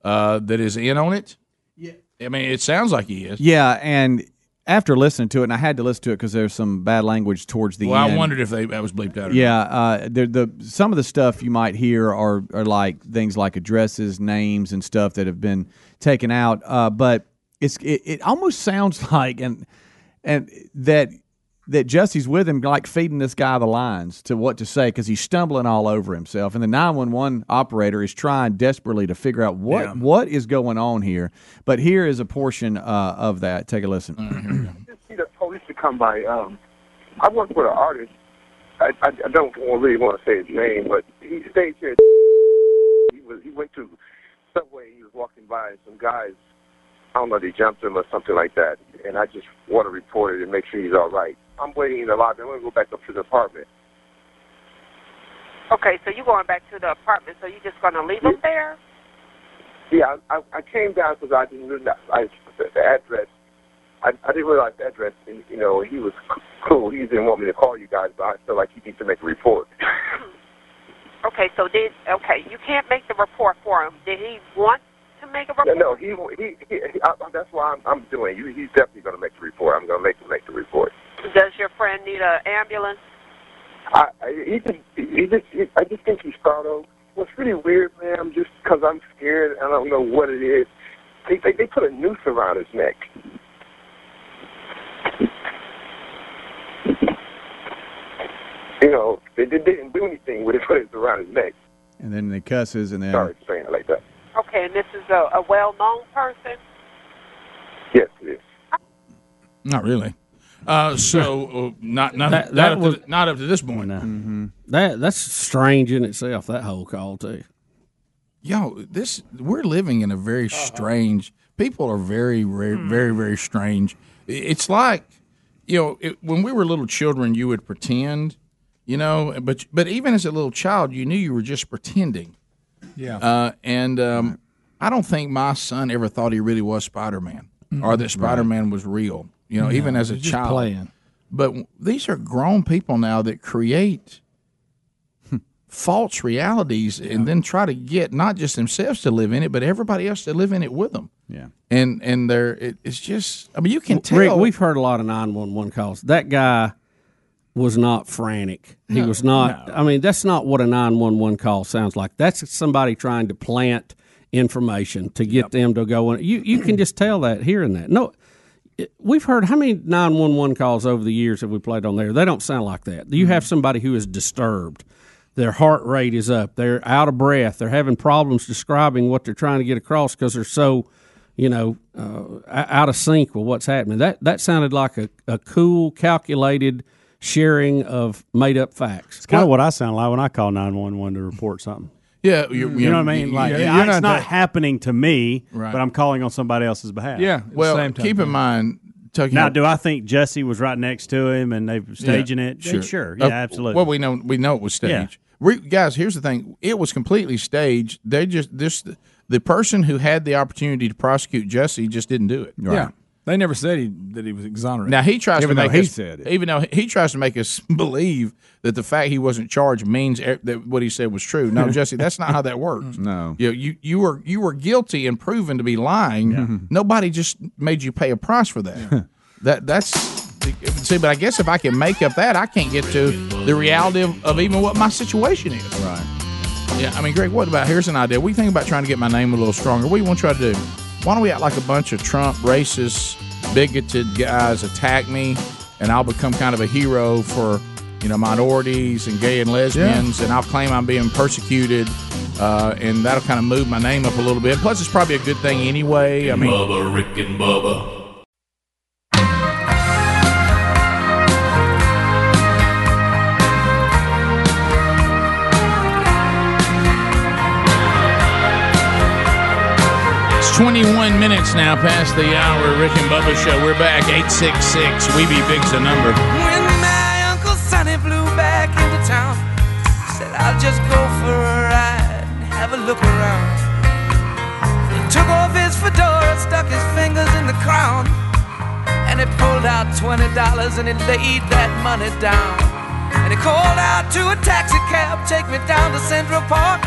[SPEAKER 2] uh, that is in on it. Yeah, I mean, it sounds like he is.
[SPEAKER 6] Yeah, and after listening to it, and I had to listen to it because there's some bad language towards the
[SPEAKER 2] Well,
[SPEAKER 6] end.
[SPEAKER 2] I wondered if they that was bleeped out. Or
[SPEAKER 6] Yeah, uh, the, the some of the stuff you might hear are, are like things like addresses, names, and stuff that have been taken out. Uh, but it's it, it almost sounds like and and that that Jesse's with him, like feeding this guy the lines to what to say because he's stumbling all over himself. And the nine one one operator is trying desperately to figure out what what is going on here. But here is a portion uh, of that. Take a listen.
[SPEAKER 9] see the police to come by. Um, I work with an artist. I, I, I don't wa- really want to say his name, but he stayed here. He was he went to subway. He was walking by, and some guys. I don't know. They jumped him or something like that. And I just want to report it and make sure he's all right. I'm waiting in the lobby. I'm going to go back up to the apartment.
[SPEAKER 10] Okay, so you're going back to the apartment, so you're just going to leave them there?
[SPEAKER 9] Yeah, I, I, I came down because I didn't realize I, the the address. I, I didn't realize the address. And, you know, he was c- cool. He didn't want me to call you guys, but I feel like he needs to make a report.
[SPEAKER 10] Okay, so did, okay, you can't make the report for him. Did he want to make a
[SPEAKER 9] No,
[SPEAKER 10] report?
[SPEAKER 9] no, he, he, he I, I- that's why I'm, I'm doing. it. He, he's definitely going to make the report. I'm going to make him make the report.
[SPEAKER 10] Does your friend need an ambulance?
[SPEAKER 9] I, I he just, he just, he, I just think he's startled. What's really weird, man, I'm just because I'm scared. I don't know what it is. They, they, they put a noose around his neck. You know, they, they didn't do anything with it, put it around his neck.
[SPEAKER 6] And then the cusses, and then
[SPEAKER 9] Sorry for saying it like that.
[SPEAKER 10] Okay, Okay, and this is uh, a, a well-known person.
[SPEAKER 9] Yes, it is.
[SPEAKER 2] Not really. Uh, so uh, not not
[SPEAKER 4] That-
[SPEAKER 2] not
[SPEAKER 4] that
[SPEAKER 2] up to
[SPEAKER 4] was-
[SPEAKER 2] th- not up to this point.
[SPEAKER 4] That that's strange in itself. That whole call too.
[SPEAKER 2] Yo, this we're living in a very strange. People are very, very, very, very strange. I- It's like, you know, it, when we were little children, you would pretend, you know, but but even as a little child, you knew you were just pretending.
[SPEAKER 3] Yeah.
[SPEAKER 2] Uh, and um, I don't think my son ever thought he really was Spider Man or that Spider Man was real. You know,
[SPEAKER 3] No,
[SPEAKER 2] even as a
[SPEAKER 3] he's just
[SPEAKER 2] child.
[SPEAKER 3] playing.
[SPEAKER 2] But w- these are grown people now that create
[SPEAKER 3] Hmm.
[SPEAKER 2] false realities and then try to get not just themselves to live in it, but everybody else to live in it with them.
[SPEAKER 6] Yeah.
[SPEAKER 2] And and they're it, it's just I mean you can tell.
[SPEAKER 4] Rick, we've heard a lot of nine one one calls. That guy was not frantic. He
[SPEAKER 2] No,
[SPEAKER 4] was not. I mean, that's not what a nine one one call sounds like. That's somebody trying to plant information to get them to go. in. You you can just tell that hearing that. No, it- we've heard how many 911 calls over the years have we played on there? They don't sound like that. You
[SPEAKER 2] Mm-hmm.
[SPEAKER 4] have somebody who is disturbed. Their heart rate is up. They're out of breath. They're having problems describing what they're trying to get across because they're so, you know, uh, o- out of sync with what's happening. That that sounded like a, a cool, calculated sharing of made up facts.
[SPEAKER 5] It's kind of what I sound like when I call nine one one to report something.
[SPEAKER 2] Yeah,
[SPEAKER 5] you,
[SPEAKER 2] you-
[SPEAKER 5] know what I mean.
[SPEAKER 2] you-
[SPEAKER 5] Like
[SPEAKER 2] you're
[SPEAKER 5] yeah,
[SPEAKER 2] not
[SPEAKER 5] it's not
[SPEAKER 2] that-
[SPEAKER 5] happening to me,
[SPEAKER 2] Right.
[SPEAKER 5] but I'm calling on somebody else's behalf.
[SPEAKER 2] Well, keep in mind. Tucky,
[SPEAKER 5] Now, do I think Jesse was right next to him and they were staging
[SPEAKER 2] Yeah,
[SPEAKER 5] it? Sure, sure. yeah,
[SPEAKER 2] Uh,
[SPEAKER 5] absolutely.
[SPEAKER 2] Well, we know we know it was staged.
[SPEAKER 5] Yeah.
[SPEAKER 2] We, guys, here's the thing: it was completely staged. They just this the person who had the opportunity to prosecute Jesse just didn't do it.
[SPEAKER 3] Yeah. They never said he, that he was exonerated.
[SPEAKER 2] Now he tries
[SPEAKER 3] Even
[SPEAKER 2] to
[SPEAKER 3] though
[SPEAKER 2] make
[SPEAKER 3] he
[SPEAKER 2] us,
[SPEAKER 3] said it.
[SPEAKER 2] even though he tries to make us believe that the fact he wasn't charged means e- that what he said was true. No, Jesse, that's not how that works.
[SPEAKER 6] No.
[SPEAKER 2] You, you you were you were guilty and proven to be lying. Nobody just made you pay a price for that. that that's see, but I guess if I can make up that, I can't get to the reality of, of even what my situation is.
[SPEAKER 6] Right.
[SPEAKER 2] Yeah, I mean, Greg, what about here's an idea. We think about trying to get my name a little stronger. What do you want to try to do? Why don't we act like a bunch of Trump racist, bigoted guys attack me, and I'll become kind of a hero for you know minorities and gay and lesbians, and I'll claim I'm being persecuted, uh, and that'll kind of move my name up a little bit. Plus, it's probably a good thing anyway. I mean,
[SPEAKER 8] Bubba, Rick and Bubba.
[SPEAKER 2] It's 21 minutes now past the hour. Rick and Bubba Show. We're back. 866. We be big's the number.
[SPEAKER 23] When my Uncle Sonny flew back into town, said, I'll just go for a ride and have a look around. He took off his fedora, stuck his fingers in the crown, and he pulled out $20 and he laid that money down. And he called out to a taxi cab, take me down to Central Park,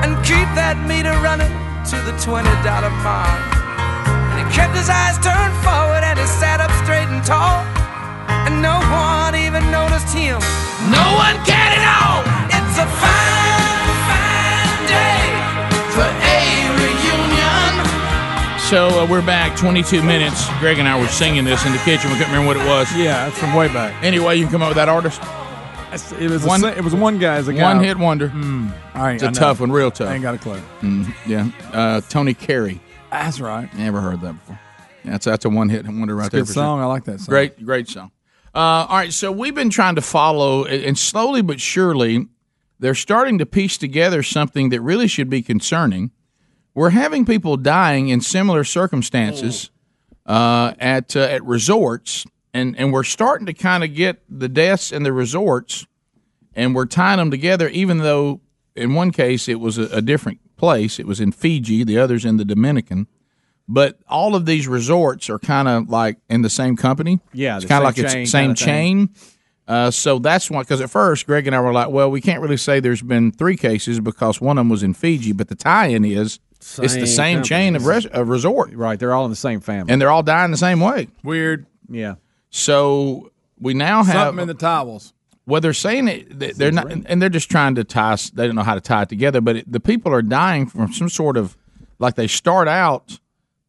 [SPEAKER 23] and keep that meter running to the $20 mark. And he kept his eyes turned forward and he sat up straight and tall. And no one even noticed him. No one cared at all. It's a fine, fine day for a reunion.
[SPEAKER 2] So uh, we're back 22 minutes. Greg and I were singing this in the kitchen. We couldn't remember what it was.
[SPEAKER 3] Yeah, it's from way back.
[SPEAKER 2] Anyway, you can come up with that artist.
[SPEAKER 3] It was
[SPEAKER 2] One-
[SPEAKER 3] one. it was one guy. As a guy.
[SPEAKER 2] One hit wonder.
[SPEAKER 3] Mm, I ain't-
[SPEAKER 2] It's a
[SPEAKER 3] I know.
[SPEAKER 2] tough one, real tough.
[SPEAKER 3] I ain't got a clue.
[SPEAKER 2] Mm, yeah. Uh, Tony Carey.
[SPEAKER 3] That's right.
[SPEAKER 2] Never heard that before. That's that's a one hit wonder right
[SPEAKER 3] It's a
[SPEAKER 2] there.
[SPEAKER 3] good
[SPEAKER 2] for
[SPEAKER 3] song.
[SPEAKER 2] Sure.
[SPEAKER 3] I like that song.
[SPEAKER 2] Great, great song. Uh, all right, so we've been trying to follow, and and slowly but surely, they're starting to piece together something that really should be concerning. We're having people dying in similar circumstances
[SPEAKER 6] Mm.
[SPEAKER 2] uh, at uh, at resorts, and and we're starting to kind of get the deaths and the resorts, and we're tying them together. Even though in one case it was a, a different place, it was in Fiji, the others in the Dominican, but all of these resorts are kind of like in the same company.
[SPEAKER 6] Yeah,
[SPEAKER 2] it's
[SPEAKER 6] the
[SPEAKER 2] kind
[SPEAKER 6] same
[SPEAKER 2] of like it's
[SPEAKER 6] chain
[SPEAKER 2] the same
[SPEAKER 6] kinda thing.
[SPEAKER 2] chain. Uh, so that's why, because at first Greg and I were like, well, we can't really say there's been three cases because one of them was in Fiji, but the tie-in is it's the
[SPEAKER 6] Same
[SPEAKER 2] same chain of, res- of resort,
[SPEAKER 6] Right. They're all in the same family.
[SPEAKER 2] and they're all dying the same way.
[SPEAKER 3] Weird.
[SPEAKER 6] Yeah.
[SPEAKER 2] So we now have
[SPEAKER 3] Something in the towels.
[SPEAKER 2] well, they're saying it. they- They're not, and they're just trying to tie. s- They don't know how to tie it together. But it, the people are dying from some sort of, like they start out,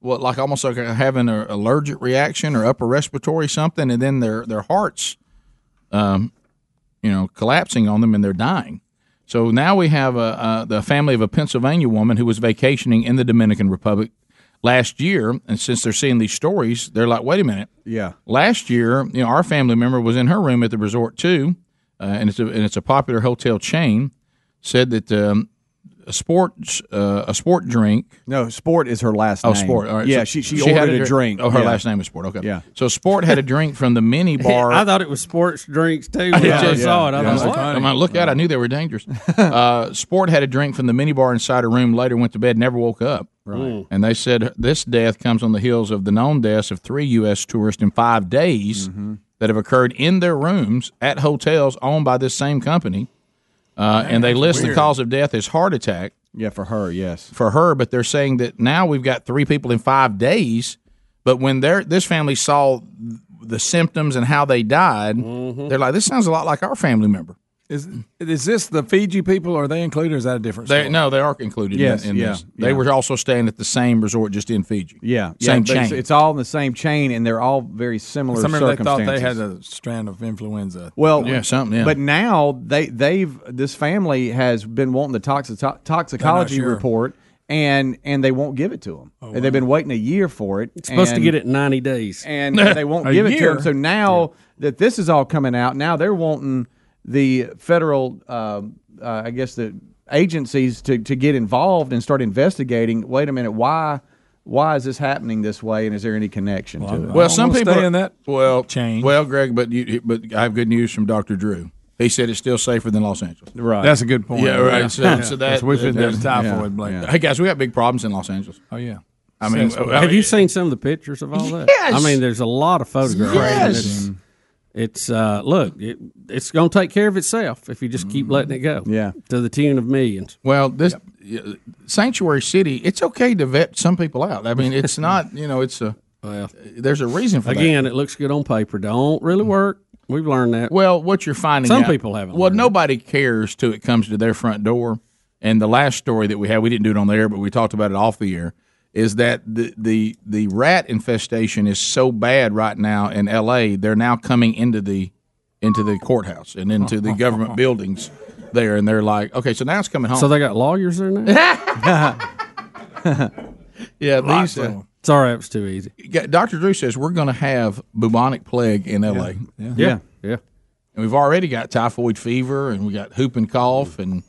[SPEAKER 2] what like almost like having an allergic reaction or upper respiratory something, and then their their hearts, um, you know, collapsing on them and they're dying. So now we have a, uh, the family of a Pennsylvania woman who was vacationing in the Dominican Republic last year, and since they're seeing these stories, they're like, "Wait a minute,
[SPEAKER 6] Yeah.
[SPEAKER 2] last year, you know, our family member was in her room at the resort too, uh, and it's a, and it's a popular hotel chain. Said that um, a sports uh, a sport drink.
[SPEAKER 6] No, sport is her last
[SPEAKER 2] Oh,
[SPEAKER 6] name.
[SPEAKER 2] sport. All right.
[SPEAKER 6] Yeah,
[SPEAKER 2] So
[SPEAKER 6] she- she ordered
[SPEAKER 2] had
[SPEAKER 6] a drink.
[SPEAKER 2] Oh, her
[SPEAKER 6] Yeah.
[SPEAKER 2] last name was sport. Okay.
[SPEAKER 6] Yeah.
[SPEAKER 2] So sport had a drink from the mini bar.
[SPEAKER 4] I thought it was sports drinks too. When I first saw it. I was like, what?
[SPEAKER 2] am like, look out! I knew they were dangerous. Uh, Sport had a drink from the minibar inside her room. Later, went to bed, never woke up.
[SPEAKER 4] Right. Mm.
[SPEAKER 2] And they said this death comes on the heels of the known deaths of three U.S. tourists in five days
[SPEAKER 6] Mm-hmm.
[SPEAKER 2] that have occurred in their rooms at hotels owned by this same company. Uh, and they
[SPEAKER 6] that's
[SPEAKER 2] list the
[SPEAKER 6] weird.
[SPEAKER 2] cause of death as heart attack
[SPEAKER 6] Yeah, for her, yes.
[SPEAKER 2] for her, but they're saying that now we've got three people in five days. But when they're, this family saw the symptoms and how they died, they're like, this sounds a lot like our family member.
[SPEAKER 3] Is is this the Fiji people? Are they included? Or is that a different?
[SPEAKER 2] They,
[SPEAKER 3] story?
[SPEAKER 2] no, they are included in-
[SPEAKER 6] Yes,
[SPEAKER 2] in,
[SPEAKER 6] yeah,
[SPEAKER 2] this. They
[SPEAKER 6] yeah.
[SPEAKER 2] were also staying at the same resort just in Fiji.
[SPEAKER 6] Yeah, yeah,
[SPEAKER 2] Same
[SPEAKER 6] but it's-
[SPEAKER 2] chain.
[SPEAKER 6] It's all in the same chain, and they're all very similar.
[SPEAKER 3] I remember they thought
[SPEAKER 6] circumstances.
[SPEAKER 3] they had a strand of influenza.
[SPEAKER 6] Well, But
[SPEAKER 3] But
[SPEAKER 6] now they they've this family has been wanting the toxic, toxicology
[SPEAKER 3] They're not sure.
[SPEAKER 6] report, and and they won't give it to them. And They've been waiting a year for it.
[SPEAKER 4] supposed to
[SPEAKER 6] and-
[SPEAKER 4] get it in 90 days.
[SPEAKER 6] and they won't
[SPEAKER 4] A
[SPEAKER 6] give it to
[SPEAKER 4] year?
[SPEAKER 6] them. So now that this is all coming out, now they're wanting the federal, uh, uh, I guess the agencies to to get involved and start investigating. Wait a minute, why why is this happening this way, and is there any connection to it?
[SPEAKER 2] well, some people are, that well change. Well, Greg, but you, but I have good news from Doctor Drew. He said it's still safer than Los Angeles.
[SPEAKER 6] Right. That's a good point.
[SPEAKER 2] Yeah, right.
[SPEAKER 6] Yeah.
[SPEAKER 2] So,
[SPEAKER 6] Yeah.
[SPEAKER 2] so
[SPEAKER 6] That's
[SPEAKER 2] that
[SPEAKER 6] what we've been
[SPEAKER 2] that-
[SPEAKER 6] doing, typhoid, blame.
[SPEAKER 2] Hey guys, we got big problems in Los Angeles.
[SPEAKER 3] Oh yeah.
[SPEAKER 2] I mean,
[SPEAKER 4] Says- have you seen some of the pictures of all that?
[SPEAKER 2] Yes.
[SPEAKER 4] I mean, there's a lot of photographs.
[SPEAKER 2] Yes.
[SPEAKER 4] It's, it's, uh, look, it, it's going to take care of itself if you just keep letting it go.
[SPEAKER 6] Yeah.
[SPEAKER 4] To the tune of millions.
[SPEAKER 2] Mm-hmm. Well, this uh, sanctuary city, it's okay to vet some people out. I mean, it's not you know, it's a there's a reason for that.
[SPEAKER 4] Again, it looks good on paper. Don't really work. We've learned that.
[SPEAKER 2] Well, what you're finding
[SPEAKER 4] Some
[SPEAKER 2] out-
[SPEAKER 4] people haven't.
[SPEAKER 2] Well, nobody cares till it comes to their front door. And the last story that we had, we didn't do it on the air, but we talked about it off the air, is that the the the rat infestation is so bad right now in L.A. They're now coming into the into the courthouse and into the government buildings there, and they're like, okay, so now it's coming home.
[SPEAKER 4] So they got lawyers there now?
[SPEAKER 2] yeah, these.
[SPEAKER 4] Lots of
[SPEAKER 2] Uh,
[SPEAKER 4] them. it's all right. It was too easy.
[SPEAKER 2] yeah, Dr. Drew says we're going to have bubonic plague in LA.
[SPEAKER 4] Yeah, yeah. Yeah, yeah.
[SPEAKER 2] And we've already got typhoid fever and we got whooping cough and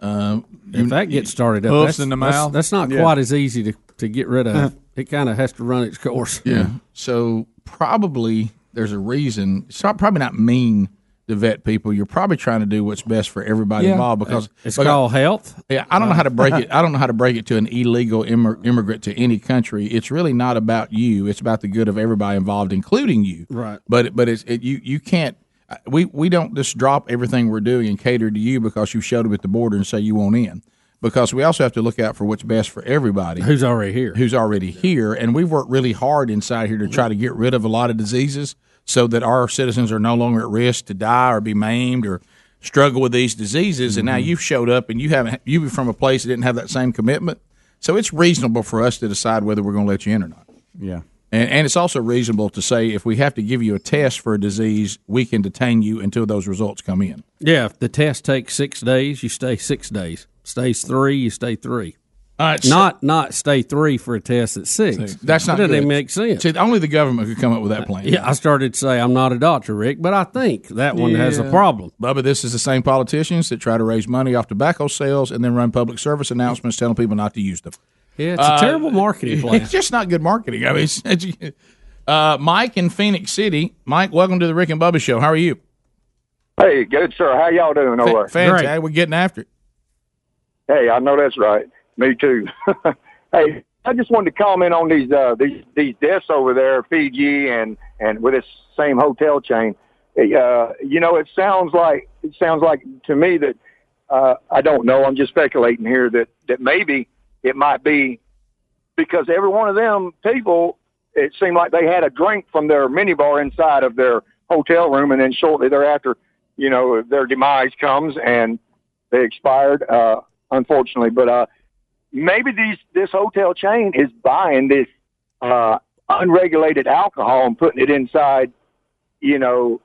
[SPEAKER 2] um,
[SPEAKER 4] If that gets started up, that's, that's- That's, not quite as easy to, to get rid of. it kind of has to run its course.
[SPEAKER 2] Yeah. So probably there's a reason. It's not, probably not mean to vet people. You're probably trying to do what's best for everybody
[SPEAKER 4] Yeah.
[SPEAKER 2] involved because
[SPEAKER 4] It's
[SPEAKER 2] because-
[SPEAKER 4] called health.
[SPEAKER 2] Yeah, I don't know how to break it. I don't know how to break it to an illegal immig- immigrant to any country. It's really not about you. It's about the good of everybody involved, including you.
[SPEAKER 4] Right.
[SPEAKER 2] But but it's it, you you can't. uh, We we don't just drop everything we're doing and cater to you because you showed up at the border and say you won't in. Because we also have to look out for what's best for everybody
[SPEAKER 4] Who's already here?
[SPEAKER 2] who's already here, and we've worked really hard inside here to try to get rid of a lot of diseases so that our citizens are no longer at risk to die or be maimed or struggle with these diseases. And now
[SPEAKER 4] Mm-hmm.
[SPEAKER 2] you've showed up and you haven't you were from a place that didn't have that same commitment, so it's reasonable for us to decide whether we're going to let you in or not.
[SPEAKER 6] Yeah.
[SPEAKER 2] And, and it's also reasonable to say if we have to give you a test for a disease, we can detain you until those results come in.
[SPEAKER 4] Yeah, if the test takes six days, you stay six days. Stays three, you stay three.
[SPEAKER 2] Uh, it's-
[SPEAKER 4] not not stay three for a test at six.
[SPEAKER 2] That's not
[SPEAKER 4] that doesn't
[SPEAKER 2] good.
[SPEAKER 4] even make sense.
[SPEAKER 2] See, only the government could come up with that plan.
[SPEAKER 4] Yeah, I started to say I'm not a doctor, Rick, but I think that one has a
[SPEAKER 2] Yeah.
[SPEAKER 4] problem.
[SPEAKER 2] Bubba, this is the same politicians that try to raise money off tobacco sales and then run public service announcements telling people not to use them.
[SPEAKER 4] Yeah, it's a
[SPEAKER 2] Uh,
[SPEAKER 4] terrible marketing plan.
[SPEAKER 2] It's just not good marketing. I mean, it's, it's- uh, Mike in Phoenix City. Mike, welcome to the Rick and Bubba Show. How are you?
[SPEAKER 11] Hey, good sir. How y'all doing
[SPEAKER 2] Fa-
[SPEAKER 11] over there?
[SPEAKER 2] Fantastic. We're getting after it.
[SPEAKER 11] Hey, I know that's right. Me too. hey, I just wanted to comment on these uh, these these deaths over there, Fiji, and and with this same hotel chain. Uh, you know, it sounds like it sounds like to me that uh, I don't know. I'm just speculating here that that maybe it might be because every one of them people, it seemed like they had a drink from their minibar inside of their hotel room, and then shortly thereafter, you know, their demise comes and they expired, uh, unfortunately. But uh, maybe these this hotel chain is buying this uh, unregulated alcohol and putting it inside, you know,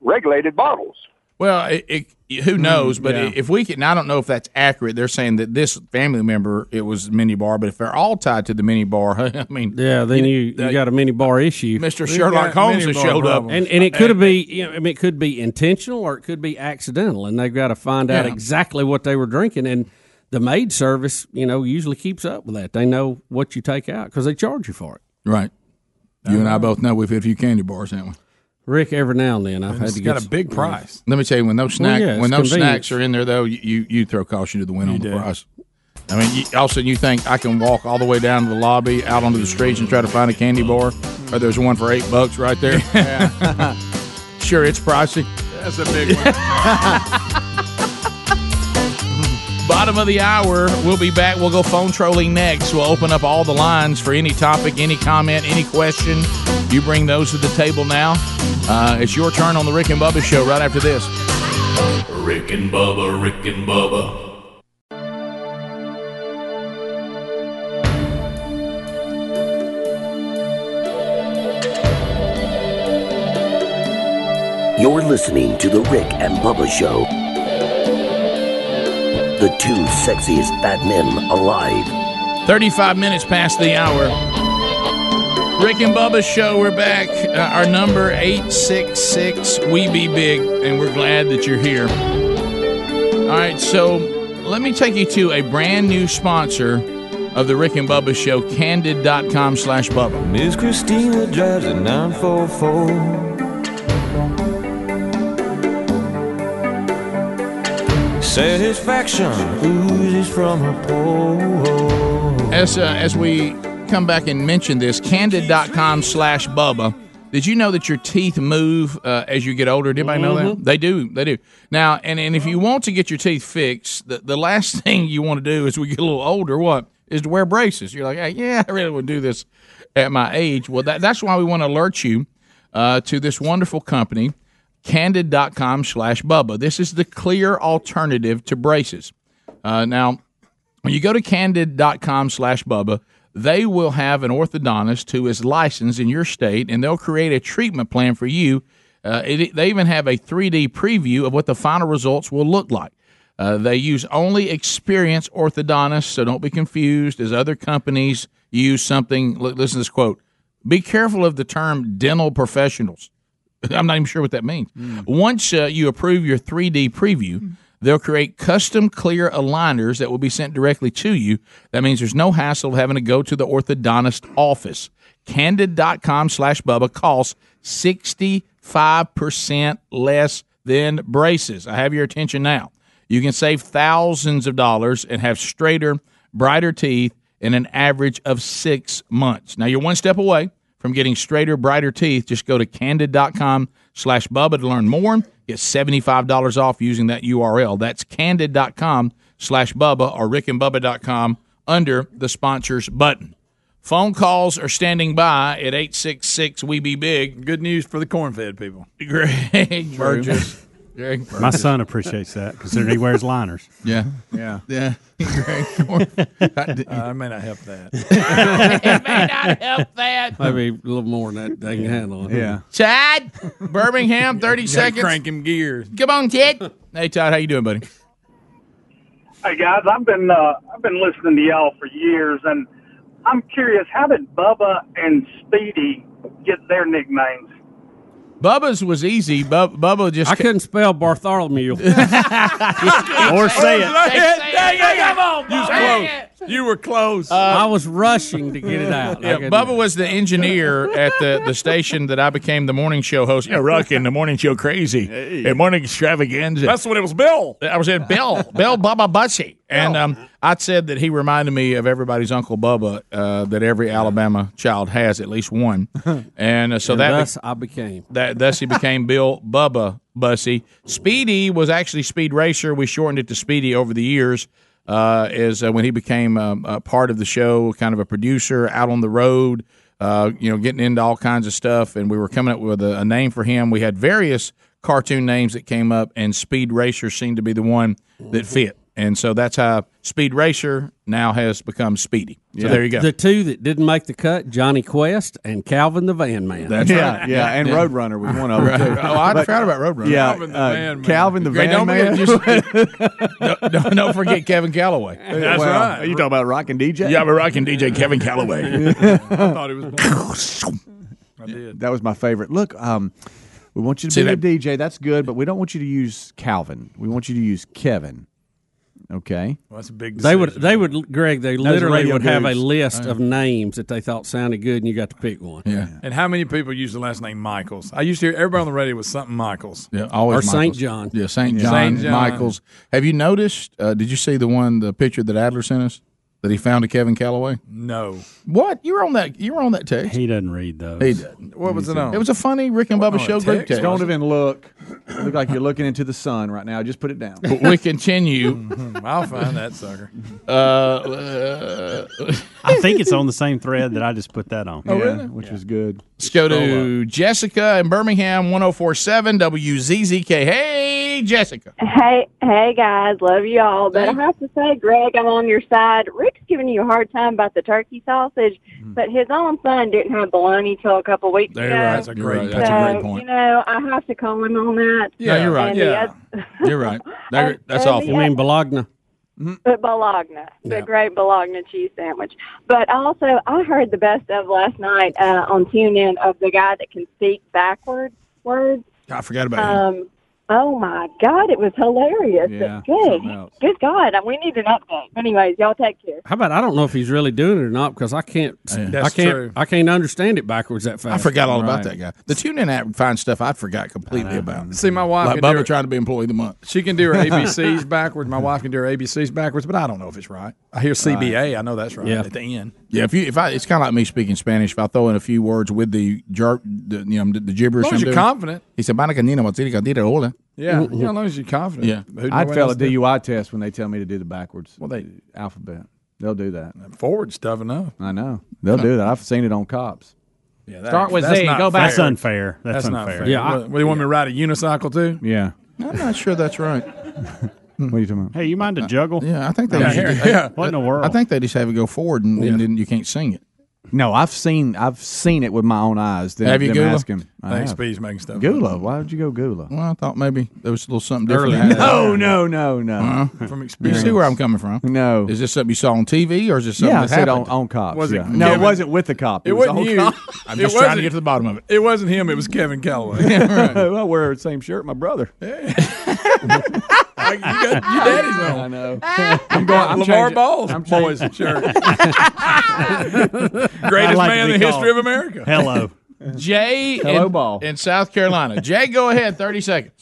[SPEAKER 11] regulated bottles.
[SPEAKER 2] Well, it, it,
[SPEAKER 4] Mm,
[SPEAKER 2] who knows? but
[SPEAKER 3] yeah.
[SPEAKER 2] if we can, and I don't know if that's accurate. They're saying that this family member it was minibar, but if they're all tied to the minibar, I mean,
[SPEAKER 4] Yeah, then you, you got a mini bar issue.
[SPEAKER 2] Mr. Sherlock Holmes has showed up,
[SPEAKER 4] and and it could be you know, I mean it could be intentional or it could be accidental, and they've got to find out
[SPEAKER 2] Yeah.
[SPEAKER 4] exactly what they were drinking. And the maid service, you know, usually keeps up with that. They know what you take out because they charge you for it.
[SPEAKER 2] right. You
[SPEAKER 4] Uh-huh.
[SPEAKER 2] and I both know we've hit a few candy bars, haven't we?
[SPEAKER 4] Rick, every now and then I've had
[SPEAKER 2] It's
[SPEAKER 4] to
[SPEAKER 2] got
[SPEAKER 4] get
[SPEAKER 2] a big price. Let me tell you, when those snack
[SPEAKER 4] Well, yeah,
[SPEAKER 2] when
[SPEAKER 4] it's
[SPEAKER 2] those
[SPEAKER 4] convenient.
[SPEAKER 2] snacks are in there though, you you, you throw caution to the wind on the price. I mean, you, all of a sudden you think I can walk all the way down to the lobby, out onto the streets, and try to find a candy bar, or there's one for eight bucks right there. sure, it's pricey. That's a big one. Bottom of the hour. We'll be back. We'll go phone trolling next. We'll open up all the lines for any topic, any comment, any question. You bring those to the table now. Uh, it's your turn on the Rick and Bubba show right after this.
[SPEAKER 8] Rick and Bubba, Rick and Bubba,
[SPEAKER 17] You're listening to The Rick and Bubba Show. The two sexiest fat men alive.
[SPEAKER 2] 35 minutes past the hour. Rick and Bubba's show. We're back. Uh, our number 866 We Be Big, and we're glad that you're here. All right, so let me take you to a brand new sponsor of the Rick and Bubba show, candid.com slash Bubba.
[SPEAKER 12] Miss Christina drives a 944. Satisfaction oozes from her pores.
[SPEAKER 2] As, uh, as we come back and mention this, candid.com slash Bubba, did you know that your teeth move uh, as you get older? Did anybody know
[SPEAKER 4] Mhm.
[SPEAKER 2] that? They do. They do. Now, and, and if you want to get your teeth fixed, the, the last thing you want to do as we get a little older, what? Is to wear braces. You're like, hey, yeah, I really would do this at my age. Well, that, that's why we want to alert you uh, to this wonderful company, candid.com slash Bubba. This is the clear alternative to braces. Uh, now, when you go to candid.com slash Bubba, they will have an orthodontist who is licensed in your state and they'll create a treatment plan for you. Uh, it, they even have a 3D preview of what the final results will look like. Uh, they use only experienced orthodontists, so don't be confused as other companies use something. Li- listen to this quote Be careful of the term dental professionals. I'm not even sure what that means. Once uh, you approve your 3D preview, they'll create custom clear aligners that will be sent directly to you. That means there's no hassle of having to go to the orthodontist office. Candid.com slash Bubba costs 65% less than braces. I have your attention now. You can save thousands of dollars and have straighter, brighter teeth in an average of six months. Now you're one step away from getting straighter, brighter teeth. Just go to candid.com slash Bubba to learn more. Get $75 off using that URL. That's candid.com slash Bubba or rickandbubba.com under the sponsors button. Phone calls are standing by at 866 We Be Big. Good news for the corn fed people. Greg Burgess. Greg
[SPEAKER 5] My
[SPEAKER 2] Burgess.
[SPEAKER 5] son appreciates that because he wears liners.
[SPEAKER 2] Yeah.
[SPEAKER 3] Yeah.
[SPEAKER 2] Yeah. Greg
[SPEAKER 3] Uh, I may not help that. it
[SPEAKER 2] may not help that.
[SPEAKER 4] Maybe a little more than that they can handle.
[SPEAKER 3] Yeah.
[SPEAKER 2] Chad, Birmingham, 30
[SPEAKER 3] You gotta
[SPEAKER 2] seconds.
[SPEAKER 3] crank
[SPEAKER 2] him gears. Come on, kid. Hey, Todd, how you doing, buddy?
[SPEAKER 13] Hey guys, I've been uh, I've been listening to y'all for years, and I'm curious, how did Bubba and Speedy get their nicknames?
[SPEAKER 2] Bubba's was easy. Bub- Bubba just.
[SPEAKER 4] I couldn't spell Bartholomew.
[SPEAKER 5] or say it.
[SPEAKER 2] Come on,
[SPEAKER 4] You was
[SPEAKER 2] close. You were close.
[SPEAKER 4] I was rushing to get it out.
[SPEAKER 2] Yeah,
[SPEAKER 4] I couldn't-
[SPEAKER 2] Bubba was the engineer at the, the station that I became the morning show host. Yeah, rocking the morning show crazy. And morning extravaganza.
[SPEAKER 15] That's when it was Bill.
[SPEAKER 2] I was at Bill, Bill Bubba Bussy. And um, I said that he reminded me of everybody's Uncle Bubba uh, that every Alabama child has, at least one. And uh, so
[SPEAKER 4] And
[SPEAKER 2] that.
[SPEAKER 4] thus I became.
[SPEAKER 2] That thus he became Bill Bubba Bussy. Speedy was actually Speed Racer. We shortened it to Speedy over the years. Uh, is uh, when he became um, a part of the show, kind of a producer out on the road. Uh, you know, getting into all kinds of stuff, and we were coming up with a, a name for him. We
[SPEAKER 6] Mm-hmm.
[SPEAKER 2] had various cartoon names that came up, and Speed Racer seemed to be the one that fit. and so that's how Speed Racer now has become Speedy. So there you go.
[SPEAKER 4] The two that didn't make the cut, Johnny Quest and Calvin the Van Man.
[SPEAKER 6] That's Yeah, right. yeah, and Roadrunner was one of them, too.
[SPEAKER 2] Oh, I forgot about Roadrunner.
[SPEAKER 6] Yeah,
[SPEAKER 2] Calvin the
[SPEAKER 6] uh,
[SPEAKER 2] Van Man.
[SPEAKER 6] Calvin the
[SPEAKER 2] Great,
[SPEAKER 6] Van Man.
[SPEAKER 2] Don't, forget, don't, don't forget Kevin Calloway.
[SPEAKER 6] That's Well, right. you talking about Rockin' DJ?
[SPEAKER 2] Yeah, but Rockin' DJ Kevin Calloway. thought it was.
[SPEAKER 6] I did. That was my favorite. Look, um, we want you to
[SPEAKER 2] See,
[SPEAKER 6] be
[SPEAKER 2] that-
[SPEAKER 6] a DJ. That's good, but we don't want you to use Calvin. We want you to use Kevin. Okay.
[SPEAKER 3] Well, that's a big
[SPEAKER 4] They would, they would, Greg. They
[SPEAKER 6] Those are
[SPEAKER 4] literally
[SPEAKER 6] radio
[SPEAKER 4] would have a
[SPEAKER 6] dudes.
[SPEAKER 4] list
[SPEAKER 3] Yeah.
[SPEAKER 4] of names that they thought sounded good, and you got to pick one.
[SPEAKER 2] Yeah,
[SPEAKER 3] And how many people use the last name Michaels? I used to hear everybody on the radio was something Michaels.
[SPEAKER 2] Yeah, always
[SPEAKER 3] or Saint
[SPEAKER 2] Michaels.
[SPEAKER 3] John.
[SPEAKER 2] Yeah, Saint
[SPEAKER 3] Yeah.
[SPEAKER 2] John,
[SPEAKER 3] Saint John.
[SPEAKER 2] Michaels. Have you noticed? Uh, did you see the one, the picture that Adler sent us that he found of Kevin Calloway?
[SPEAKER 3] No.
[SPEAKER 2] What you were on that? You were on that text.
[SPEAKER 5] He doesn't read those.
[SPEAKER 2] He doesn't.
[SPEAKER 6] What was it on?
[SPEAKER 2] It was a funny Rick and Bubba show group text.
[SPEAKER 6] Don't even look. Look like you're looking into the sun right now. Just put it down.
[SPEAKER 2] But we continue.
[SPEAKER 3] Mm-hmm. I'll find that sucker.
[SPEAKER 2] Uh, uh,
[SPEAKER 5] I think it's on the same thread that I just put that on.
[SPEAKER 2] Oh, really?
[SPEAKER 6] Which was good.
[SPEAKER 2] Let's go to Jessica in Birmingham, 1047 WZZK. Hey, Jessica.
[SPEAKER 15] Hey, hey guys, love you all. But I have to say, Greg, I'm on your side. Rick's giving you a hard time about the turkey sausage, but his own son didn't have bologna till a couple weeks
[SPEAKER 2] Hmm. There you
[SPEAKER 15] ago.
[SPEAKER 2] are. That's a great-
[SPEAKER 15] so,
[SPEAKER 2] that's a great point.
[SPEAKER 15] You know, I have to call him on that.
[SPEAKER 2] Yeah, you're right.
[SPEAKER 15] And the
[SPEAKER 2] Yeah.
[SPEAKER 15] oth-
[SPEAKER 2] You're right. There, that's
[SPEAKER 15] and
[SPEAKER 2] awful.
[SPEAKER 15] the You mean
[SPEAKER 4] Bologna? Mm-hmm.
[SPEAKER 15] But bologna, the
[SPEAKER 2] Yeah.
[SPEAKER 15] great bologna cheese sandwich. But also, I heard the best of last night uh, on TuneIn of the guy that can speak backward words.
[SPEAKER 2] I forgot about him.
[SPEAKER 15] Um, oh my God, it was hilarious.
[SPEAKER 4] Yeah,
[SPEAKER 15] good,
[SPEAKER 4] something else.
[SPEAKER 15] good God, we need an update. Anyways, y'all take care.
[SPEAKER 4] How about I don't know if he's really doing it or not because I can't. I
[SPEAKER 2] That's
[SPEAKER 4] can't.
[SPEAKER 2] true.
[SPEAKER 4] I can't understand it backwards that
[SPEAKER 2] I
[SPEAKER 4] fast.
[SPEAKER 2] forgot all about that guy. The tune in app finds stuff I forgot completely about.
[SPEAKER 3] See, my wife
[SPEAKER 2] Like
[SPEAKER 3] can do
[SPEAKER 2] Bubba
[SPEAKER 3] it.
[SPEAKER 2] trying to be employee of the month.
[SPEAKER 3] She can do her ABCs backwards. My wife can do her ABCs backwards, but I don't know if it's right. I hear CBA. I know that's right
[SPEAKER 2] Yeah.
[SPEAKER 3] at the end.
[SPEAKER 2] Yeah, if you if I it's kind of like me speaking Spanish. If I throw in a few words with the jerk, the, you know, the, the gibberish.
[SPEAKER 3] As long as
[SPEAKER 2] I'm
[SPEAKER 3] you're
[SPEAKER 2] doing,
[SPEAKER 3] confident.
[SPEAKER 2] He said, "Mana canina, what's it, canina, hola."
[SPEAKER 3] Yeah, yeah, as long as you're confident.
[SPEAKER 2] Yeah.
[SPEAKER 3] Who'd know
[SPEAKER 6] I'd
[SPEAKER 3] what
[SPEAKER 6] fail a
[SPEAKER 3] else to do?
[SPEAKER 6] DUI test when they tell me to do the backwards.
[SPEAKER 3] Well, they-
[SPEAKER 6] alphabet. They'll do that.
[SPEAKER 3] Forward stuff enough.
[SPEAKER 6] I know. They'll do that. I've seen it on cops.
[SPEAKER 3] Yeah,
[SPEAKER 6] Start with Z,
[SPEAKER 3] not fair.
[SPEAKER 6] go back. That's unfair. That's
[SPEAKER 3] not
[SPEAKER 6] unfair.
[SPEAKER 3] fair.
[SPEAKER 6] Yeah, I-
[SPEAKER 3] What, what, do you want me to ride a unicycle too?
[SPEAKER 6] Yeah.
[SPEAKER 2] I'm not sure that's right.
[SPEAKER 6] what are you talking about?
[SPEAKER 5] Hey, you mind a juggle?
[SPEAKER 2] Yeah, I think they.
[SPEAKER 5] Yeah,
[SPEAKER 2] usually
[SPEAKER 5] here-
[SPEAKER 2] do-
[SPEAKER 5] yeah. What in the world?
[SPEAKER 2] I think they just have it go forward, and, and then you can't sing it.
[SPEAKER 6] No, I've seen I've seen it with my own eyes. Them,
[SPEAKER 2] Have you,
[SPEAKER 6] them
[SPEAKER 2] Gula?
[SPEAKER 6] ask him. I
[SPEAKER 2] Thanks,
[SPEAKER 6] have.
[SPEAKER 2] Speedy's making stuff up.
[SPEAKER 6] Gula. Why would you go Gula?
[SPEAKER 2] Well, I thought maybe there was a little something different.
[SPEAKER 6] Early.
[SPEAKER 2] that
[SPEAKER 6] No,
[SPEAKER 2] happened.
[SPEAKER 6] no, no, no.
[SPEAKER 2] Uh-huh.
[SPEAKER 6] From
[SPEAKER 2] You see where I'm coming from?
[SPEAKER 6] No.
[SPEAKER 2] Is this something you saw on TV, or is this something
[SPEAKER 6] Yeah, I
[SPEAKER 2] that
[SPEAKER 6] said on,
[SPEAKER 2] happened?
[SPEAKER 6] on cops.
[SPEAKER 2] Was it
[SPEAKER 6] yeah. No, it
[SPEAKER 2] Kevin?
[SPEAKER 6] wasn't with the cop.
[SPEAKER 2] It
[SPEAKER 6] was
[SPEAKER 2] wasn't
[SPEAKER 6] on
[SPEAKER 2] you.
[SPEAKER 6] Cop.
[SPEAKER 2] I'm just trying to get to the bottom of it.
[SPEAKER 3] It wasn't him. It was Kevin Calloway.
[SPEAKER 6] well, I wear the same shirt, my brother.
[SPEAKER 3] you got your daddy's on.
[SPEAKER 6] I know. I'm going. I'm
[SPEAKER 3] Lamar
[SPEAKER 6] changing-
[SPEAKER 3] Ball's
[SPEAKER 6] I'm changing-
[SPEAKER 3] boys shirt. Greatest
[SPEAKER 2] like to
[SPEAKER 3] man
[SPEAKER 2] be
[SPEAKER 3] in the history
[SPEAKER 2] called
[SPEAKER 3] of America.
[SPEAKER 2] Hello. Jay
[SPEAKER 3] Hello,
[SPEAKER 2] in,
[SPEAKER 3] Ball.
[SPEAKER 2] in South Carolina. Jay, go ahead. Thirty seconds.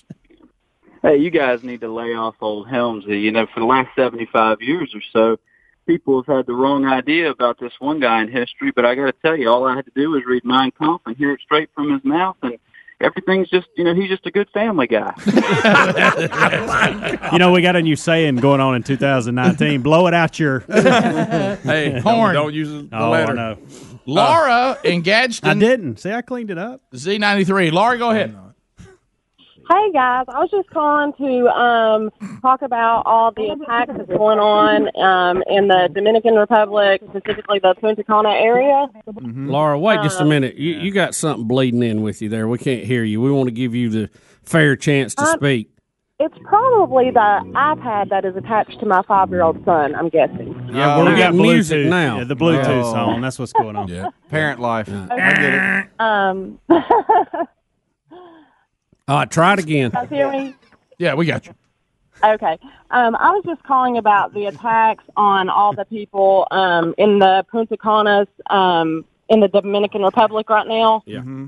[SPEAKER 16] Hey, you guys need to lay off old Helmsy. You know, for the last 75 years or so, people have had the wrong idea about this one guy in history, but I got to tell you, all I had to do was read Mein Kampf and hear it straight from his mouth, and everything's just, you know, he's just a good family guy.
[SPEAKER 5] You know, we got a new saying going on in 2019. Blow it out your.
[SPEAKER 3] hey,
[SPEAKER 2] Horn.
[SPEAKER 3] Don't use the
[SPEAKER 5] Oh,
[SPEAKER 2] letter.
[SPEAKER 5] I know. Oh.
[SPEAKER 2] Laura in Gadsden.
[SPEAKER 5] I didn't. See, I cleaned it up.
[SPEAKER 2] Z ninety three. Laura, go ahead.
[SPEAKER 15] Hey guys, I was just calling to um, talk about all the attacks that's going on um, in the Dominican Republic, specifically the Punta Cana area.
[SPEAKER 2] Mm-hmm.
[SPEAKER 4] Laura, wait just a
[SPEAKER 15] Um,
[SPEAKER 4] minute. You, you got something bleeding in with you there. We can't hear you. We want to give you the fair chance to
[SPEAKER 15] Um,
[SPEAKER 4] speak.
[SPEAKER 15] It's probably the iPad that is attached to my five-year-old son. I'm guessing.
[SPEAKER 5] Yeah,
[SPEAKER 4] we
[SPEAKER 5] we're
[SPEAKER 4] got
[SPEAKER 5] getting
[SPEAKER 4] music
[SPEAKER 5] Bluetooth
[SPEAKER 4] now.
[SPEAKER 5] Yeah, the Bluetooth
[SPEAKER 4] Oh.
[SPEAKER 5] on. That's what's going on. Yeah.
[SPEAKER 6] Parent life.
[SPEAKER 15] Um,
[SPEAKER 4] Uh, try it again.
[SPEAKER 15] guys hear me?
[SPEAKER 2] Yeah, we got you.
[SPEAKER 15] Okay. Um, I was just calling about the attacks on all the people um, in the Punta Canas um, in the Dominican Republic right now.
[SPEAKER 4] Yeah.
[SPEAKER 2] Mm-hmm.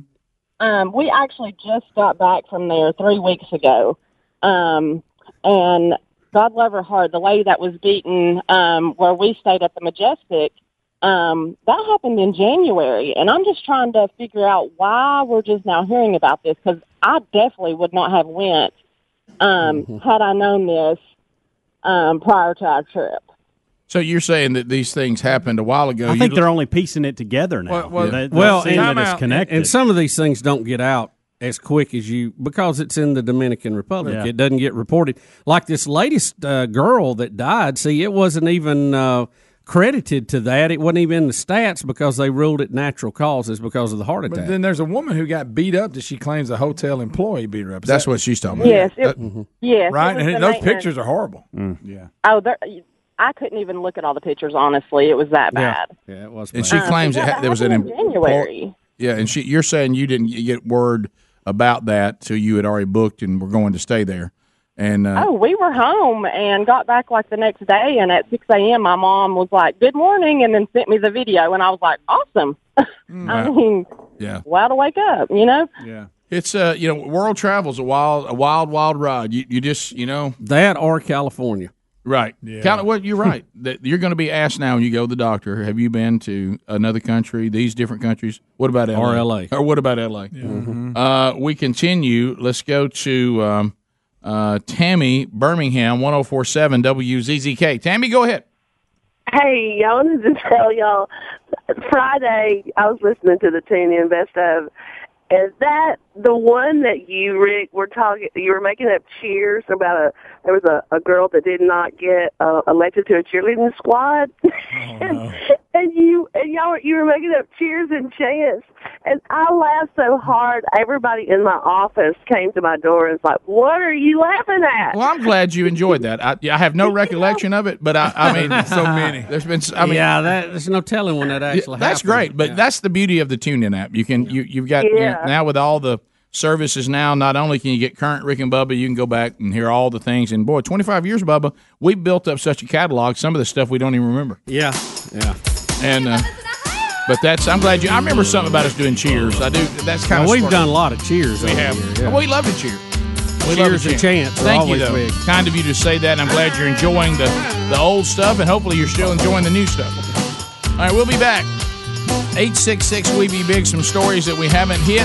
[SPEAKER 15] Um, we actually just got back from there three weeks ago. Um, and God love her heart, the lady that was beaten um, where we stayed at the Majestic, um, that happened in January. And I'm just trying to figure out why we're just now hearing about this because I definitely would not have went um, had I known this um, prior to our trip.
[SPEAKER 2] So you're saying that these things happened a while ago.
[SPEAKER 5] I
[SPEAKER 2] You
[SPEAKER 5] think
[SPEAKER 2] l-
[SPEAKER 5] they're only piecing it together now.
[SPEAKER 2] well,
[SPEAKER 5] they,
[SPEAKER 4] well,
[SPEAKER 5] well, seeing
[SPEAKER 4] and,
[SPEAKER 5] that it's connected.
[SPEAKER 4] and some of these things don't get out as quick as you because it's in the Dominican Republic.
[SPEAKER 5] Yeah.
[SPEAKER 4] It doesn't get reported. Like this latest uh, girl that died. See, it wasn't even uh, credited to that. It wasn't even in the stats because they ruled it natural causes because of the heart
[SPEAKER 3] But
[SPEAKER 4] attack.
[SPEAKER 3] then there's a woman who got beat up that she claims a hotel employee beat her up. Is
[SPEAKER 4] That's
[SPEAKER 3] that-
[SPEAKER 4] what she's talking
[SPEAKER 15] about. Yes, it-
[SPEAKER 2] Uh,
[SPEAKER 15] Yes. it
[SPEAKER 3] Right?
[SPEAKER 15] was the
[SPEAKER 3] And those
[SPEAKER 15] maintenance.
[SPEAKER 3] pictures are horrible.
[SPEAKER 2] Mm.
[SPEAKER 5] Yeah.
[SPEAKER 15] Oh, there, I couldn't even look at all the pictures. Honestly, it was that bad.
[SPEAKER 4] Yeah, it was.
[SPEAKER 2] And she
[SPEAKER 15] Um,
[SPEAKER 2] claims
[SPEAKER 15] yeah,
[SPEAKER 2] it ha-
[SPEAKER 15] that
[SPEAKER 2] there was an
[SPEAKER 15] happened in
[SPEAKER 2] employ-
[SPEAKER 15] January.
[SPEAKER 2] Yeah, and she, you're saying you didn't get word about that till you had already booked and were going to stay there, and uh,
[SPEAKER 15] Oh, we were home and got back like the next day, and at six a.m., my mom was like, "Good morning," and then sent me the video, and I was like, "Awesome!" I
[SPEAKER 2] Mm, Wow.
[SPEAKER 15] mean,
[SPEAKER 2] yeah,
[SPEAKER 15] wow to wake up, you know?
[SPEAKER 3] yeah.
[SPEAKER 2] It's uh, you know, world travel's a wild, a wild, wild ride. You, you just, you know,
[SPEAKER 4] that or California,
[SPEAKER 2] right?
[SPEAKER 4] Yeah.
[SPEAKER 2] Cali- well, you're right. that you're going to be asked now when you go to the doctor. Have you been to another country? These different countries. What about LA?
[SPEAKER 4] Or LA.
[SPEAKER 2] Or what about LA?
[SPEAKER 3] Mm-hmm.
[SPEAKER 4] Mhm.
[SPEAKER 2] Uh, we continue. Let's go to um, uh, Tammy Birmingham, 104.7 WZZK. Tammy, go ahead.
[SPEAKER 1] Hey, I wanted to tell y'all Friday I was listening to the Tune In Best of. Is that the one that you Rick were talking? You were making up cheers about a there was a, a girl that did not get uh, elected to a cheerleading squad, and you and y'all were- you were making up cheers and chants, and I laughed so hard everybody in my office came to my door and was like, "What are you laughing at?"
[SPEAKER 2] Well, I'm glad you enjoyed that. I, I have no recollection of it, but I, I mean, There's been, s- I mean,
[SPEAKER 4] yeah, that, there's no telling when that actually.
[SPEAKER 2] that's
[SPEAKER 4] happened.
[SPEAKER 2] great but that's the beauty of the TuneIn app you can you you've got you know,
[SPEAKER 4] Yeah.
[SPEAKER 2] now with all the services now not only can you get current rick and bubba you can go back and hear all the things and boy 25 years bubba we built up such a catalog some of the stuff we don't even remember
[SPEAKER 4] yeah yeah
[SPEAKER 2] and uh, but that's i'm glad you i remember something about us doing cheers i do that's kind
[SPEAKER 4] Now,
[SPEAKER 2] of
[SPEAKER 4] we've done a lot of cheers.
[SPEAKER 2] we
[SPEAKER 4] over
[SPEAKER 2] have
[SPEAKER 4] here, yeah.
[SPEAKER 2] we love to cheer we love
[SPEAKER 4] Cheers
[SPEAKER 2] to
[SPEAKER 4] and
[SPEAKER 2] cheer.
[SPEAKER 4] chants are
[SPEAKER 2] Thank you,
[SPEAKER 4] always
[SPEAKER 2] though.
[SPEAKER 4] big.
[SPEAKER 2] Kind of you to say that. and I'm glad you're enjoying the, the old stuff, and hopefully you're still enjoying the new stuff. All right, we'll be back. 866 We Be Big, some stories that we haven't hit.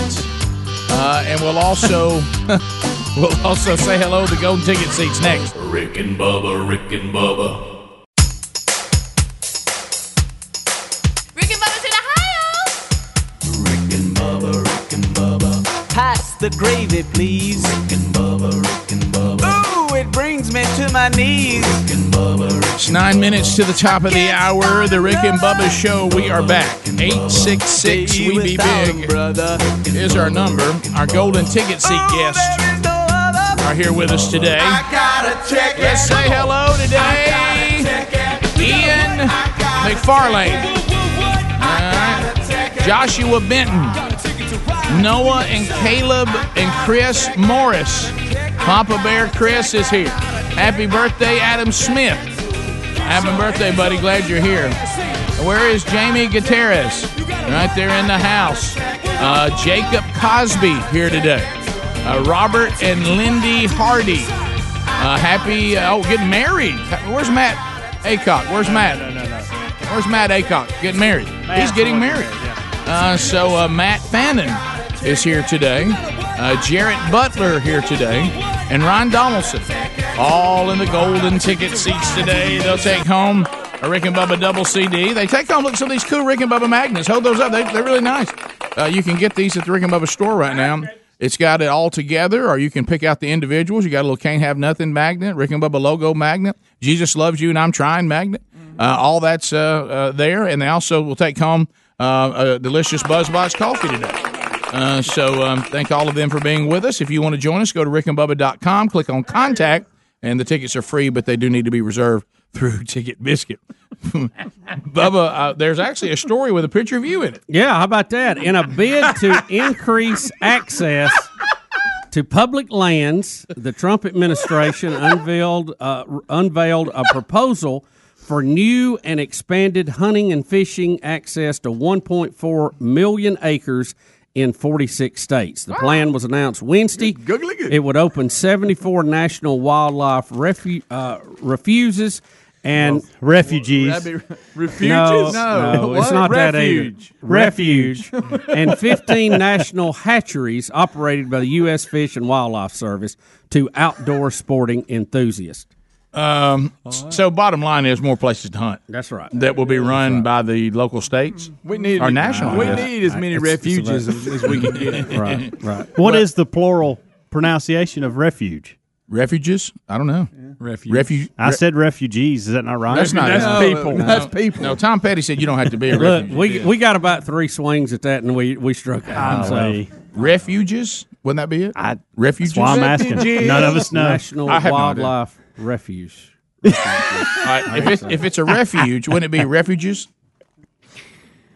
[SPEAKER 2] Uh, and we'll also we'll also say hello to Golden Ticket Seats next.
[SPEAKER 8] Rick and Bubba, Rick and Bubba.
[SPEAKER 14] Rick and Bubba's in Ohio.
[SPEAKER 18] Pass the gravy, please. Rick and Bubba, Rick and Bubba. Ooh, it brings me to my knees.
[SPEAKER 2] It's nine minutes to the top of the hour. The Rick and Bubba Show. We are back. 866 We Be Big is our number. Our Golden Ticket Seat guests are here with us today.
[SPEAKER 18] gotta check
[SPEAKER 2] it. Let's say hello today. Ian McFarlane.
[SPEAKER 18] Uh-huh.
[SPEAKER 2] Joshua Benton, Noah and Caleb and Chris Morris. Papa Bear Chris is here. Happy birthday, Adam Smith. Happy birthday, buddy. Glad you're here. Where is Jamie Gutierrez? Right there in the house. Uh, Jacob Cosby here today. Uh, Robert and Lindy Hardy. Uh, happy, oh, getting married. Where's Matt Acock? Where's Matt? Where's Matt Acock? Getting married. He's getting married. Uh, so uh, Matt Fannin is here today. Uh, Jarrett Butler here today, and Ron Donaldson, all in the golden ticket seats today. They'll take home a Rick and Bubba double CD. They take home look some of these cool Rick and Bubba magnets. Hold those up; they, they're really nice. Uh, you can get these at the Rick and Bubba store right now. It's got it all together, or you can pick out the individuals. You got a little can't have nothing magnet, Rick and Bubba logo magnet, Jesus loves you and I'm trying magnet. Uh, all that's uh, uh, there, and they also will take home uh, a delicious BuzzBox coffee today. Uh, so um, thank all of them for being with us. If you want to join us, go to rickandbubba.com, click on contact, and the tickets are free, but they do need to be reserved through Ticket Biscuit. Bubba, uh, there's actually a story with a picture of you in it.
[SPEAKER 4] Yeah, how about that? In a bid to increase access to public lands, the Trump administration unveiled uh, r- unveiled a proposal for new and expanded hunting and fishing access to 1.4 million acres in 46 states. The plan was announced Wednesday. It would open 74 national wildlife refu- uh, refuges and refugees. No, no, it's not that either. Refuge. and 15 national hatcheries operated by the U.S. Fish and Wildlife Service to outdoor sporting enthusiasts.
[SPEAKER 2] Um, So, bottom line is more places to hunt.
[SPEAKER 4] That's right.
[SPEAKER 2] That will be run by the local states.
[SPEAKER 3] We need
[SPEAKER 2] or national.
[SPEAKER 3] We
[SPEAKER 2] I guess.
[SPEAKER 3] need as many refuges as, as we can get.
[SPEAKER 2] Right, right.
[SPEAKER 5] What is the plural pronunciation of refuge?
[SPEAKER 2] Refuges? I don't know.
[SPEAKER 3] Refuge.
[SPEAKER 2] Refuge.
[SPEAKER 5] I said refugees. Is that not right?
[SPEAKER 2] That's not
[SPEAKER 5] No, no.
[SPEAKER 2] people. No, Tom Petty said you don't have to be a
[SPEAKER 4] Look,
[SPEAKER 2] refugee.
[SPEAKER 4] we we got about three swings at that, and we we struck out. So.
[SPEAKER 5] Golly.
[SPEAKER 2] Refuges? Wouldn't that be it? I, Refuges?
[SPEAKER 4] why I'm asking.
[SPEAKER 5] Refugees. None of us know.
[SPEAKER 4] National
[SPEAKER 2] I have no idea.
[SPEAKER 4] Wildlife Refuge.
[SPEAKER 2] All right, if, it's, if it's a refuge, wouldn't it be refuges?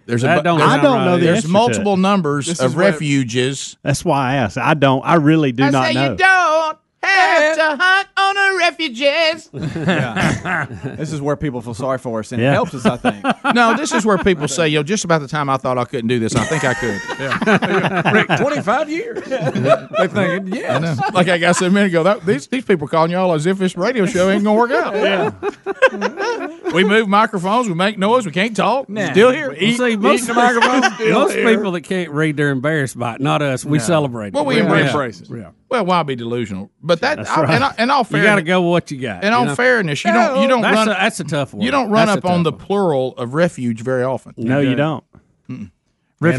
[SPEAKER 2] There's
[SPEAKER 5] That
[SPEAKER 2] bu-
[SPEAKER 5] don't
[SPEAKER 2] there's-
[SPEAKER 5] sound I don't know right. the
[SPEAKER 2] There's
[SPEAKER 5] answer to
[SPEAKER 2] multiple
[SPEAKER 5] it.
[SPEAKER 2] numbers
[SPEAKER 5] This
[SPEAKER 2] of
[SPEAKER 5] is where-
[SPEAKER 2] refuges.
[SPEAKER 5] That's why I asked. I don't. I really do not know.
[SPEAKER 2] don't
[SPEAKER 18] have to hunt on a refugees.
[SPEAKER 6] Yeah. this is where people feel sorry for us, and
[SPEAKER 2] Yeah.
[SPEAKER 6] it helps us. I think.
[SPEAKER 2] No, this is where people say, "Yo, just about the time I thought I couldn't do this, I think I could."
[SPEAKER 3] Rick, twenty-five years. they thinking,
[SPEAKER 2] I
[SPEAKER 3] yes.
[SPEAKER 2] know. Like I said a minute ago, that, these these people calling y'all as if this radio show ain't gonna work out. Yeah, we move microphones, we make noise, we can't talk. Still here.
[SPEAKER 4] Well, see, most, most people that can't read, they're embarrassed by it. Not us. We
[SPEAKER 2] No.
[SPEAKER 4] celebrate. it.
[SPEAKER 2] Well, we
[SPEAKER 4] Yeah.
[SPEAKER 2] embrace,
[SPEAKER 4] Yeah.
[SPEAKER 2] it. Well, why be delusional? But that,
[SPEAKER 4] That's
[SPEAKER 2] I,
[SPEAKER 4] right.
[SPEAKER 2] and, I, and all
[SPEAKER 4] You got to
[SPEAKER 2] fairness,
[SPEAKER 4] go with what you got.
[SPEAKER 2] and
[SPEAKER 4] you
[SPEAKER 2] all
[SPEAKER 4] know?
[SPEAKER 2] fairness, you don't you don't
[SPEAKER 4] that's
[SPEAKER 2] run
[SPEAKER 4] A, that's a tough one.
[SPEAKER 2] You don't run
[SPEAKER 4] That's a
[SPEAKER 2] up on
[SPEAKER 4] tough
[SPEAKER 2] the plural of refuge very often.
[SPEAKER 5] No, you don't.
[SPEAKER 4] one. And,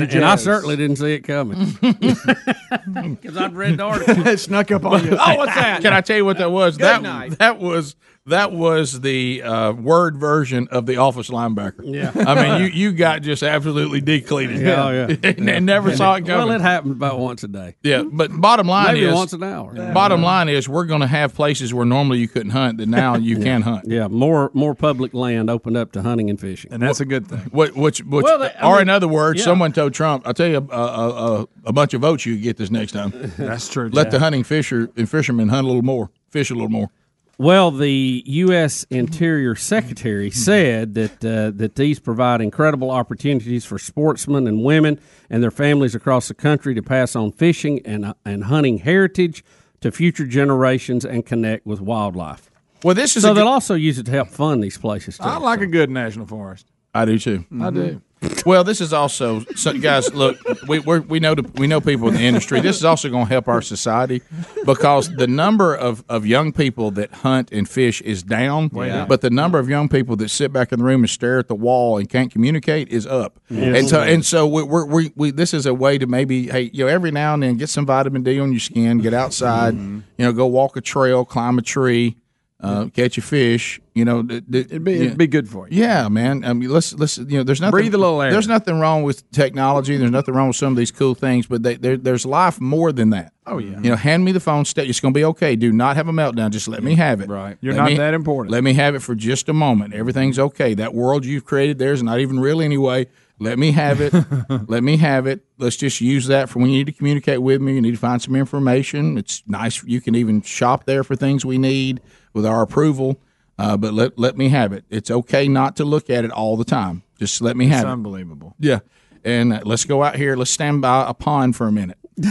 [SPEAKER 4] and I
[SPEAKER 2] Refugees.
[SPEAKER 4] certainly didn't see it coming. Because I'd read the article.
[SPEAKER 6] it snuck up on you.
[SPEAKER 2] oh, what's that? Can I tell you what that was?
[SPEAKER 4] Good
[SPEAKER 2] that
[SPEAKER 4] night.
[SPEAKER 2] that was that was the uh, word version of the office linebacker.
[SPEAKER 4] Yeah.
[SPEAKER 2] I mean you you got just absolutely decleated.
[SPEAKER 4] Yeah, oh, yeah.
[SPEAKER 2] and, and never saw it coming.
[SPEAKER 4] Well, it happened about once a day.
[SPEAKER 2] yeah, but bottom line
[SPEAKER 4] Maybe
[SPEAKER 2] is
[SPEAKER 4] once an hour. Yeah.
[SPEAKER 2] Bottom line is we're going to have places where normally you couldn't hunt that now you can hunt.
[SPEAKER 4] Yeah, more more public land opened up to hunting and fishing.
[SPEAKER 3] And that's a good thing.
[SPEAKER 2] What, which, which,
[SPEAKER 4] Well, they- I
[SPEAKER 2] or
[SPEAKER 4] mean,
[SPEAKER 2] in other words,
[SPEAKER 4] yeah.
[SPEAKER 2] someone told Trump, "I'll tell you a, a, a, a bunch of votes you get this next time."
[SPEAKER 3] That's true.
[SPEAKER 2] Let
[SPEAKER 3] too.
[SPEAKER 2] the hunting fisher and fishermen hunt a little more, fish a little more.
[SPEAKER 4] Well, the U.S. Interior Secretary said that uh, that these provide incredible opportunities for sportsmen and women and their families across the country to pass on fishing and uh, and hunting heritage to future generations and connect with wildlife.
[SPEAKER 2] Well, this is
[SPEAKER 4] so
[SPEAKER 2] a
[SPEAKER 4] they'll
[SPEAKER 2] good-
[SPEAKER 4] also use it to help fund these places too.
[SPEAKER 3] I like a good national forest.
[SPEAKER 2] I do too.
[SPEAKER 3] I do.
[SPEAKER 2] Well, this is also so guys. Look, we we're, we know the, we know people in the industry. This is also going to help our society because the number of, of young people that hunt and fish is down,
[SPEAKER 3] Way down.
[SPEAKER 2] but the number of young people that sit back in the room and stare at the wall and can't communicate is up.
[SPEAKER 3] Yes.
[SPEAKER 2] And so and so we, we're, we we this is a way to maybe hey you know every now and then get some vitamin D on your skin, get outside,
[SPEAKER 3] Mm-hmm.
[SPEAKER 2] you know, go walk a trail, climb a tree, uh, catch a fish. You know, it'd
[SPEAKER 3] It'd be, it'd be good for you.
[SPEAKER 2] yeah, man. I mean, let's let's you know, there's nothing.
[SPEAKER 3] Breathe a little air.
[SPEAKER 2] There's nothing wrong with technology. There's nothing wrong with some of these cool things, but they, there, there's life more than that.
[SPEAKER 3] Oh yeah.
[SPEAKER 2] You know, hand me the phone. Stay. It's going to be okay. Do not have a meltdown. Just let me have it.
[SPEAKER 3] Right. You're
[SPEAKER 2] Let
[SPEAKER 3] not
[SPEAKER 2] me-
[SPEAKER 3] that important.
[SPEAKER 2] Let me have it for just a moment. Everything's okay. That world you've created there is not even real anyway. Let me have it. let me have it. Let's just use that for when you need to communicate with me. You need to find some information. It's nice. You can even shop there for things we need with our approval. Uh, but let let me have it. It's okay not to look at it all the time. Just let me
[SPEAKER 3] It's
[SPEAKER 2] have it.
[SPEAKER 3] unbelievable.
[SPEAKER 2] Yeah. And uh, let's go out here. Let's stand by a pond for a minute.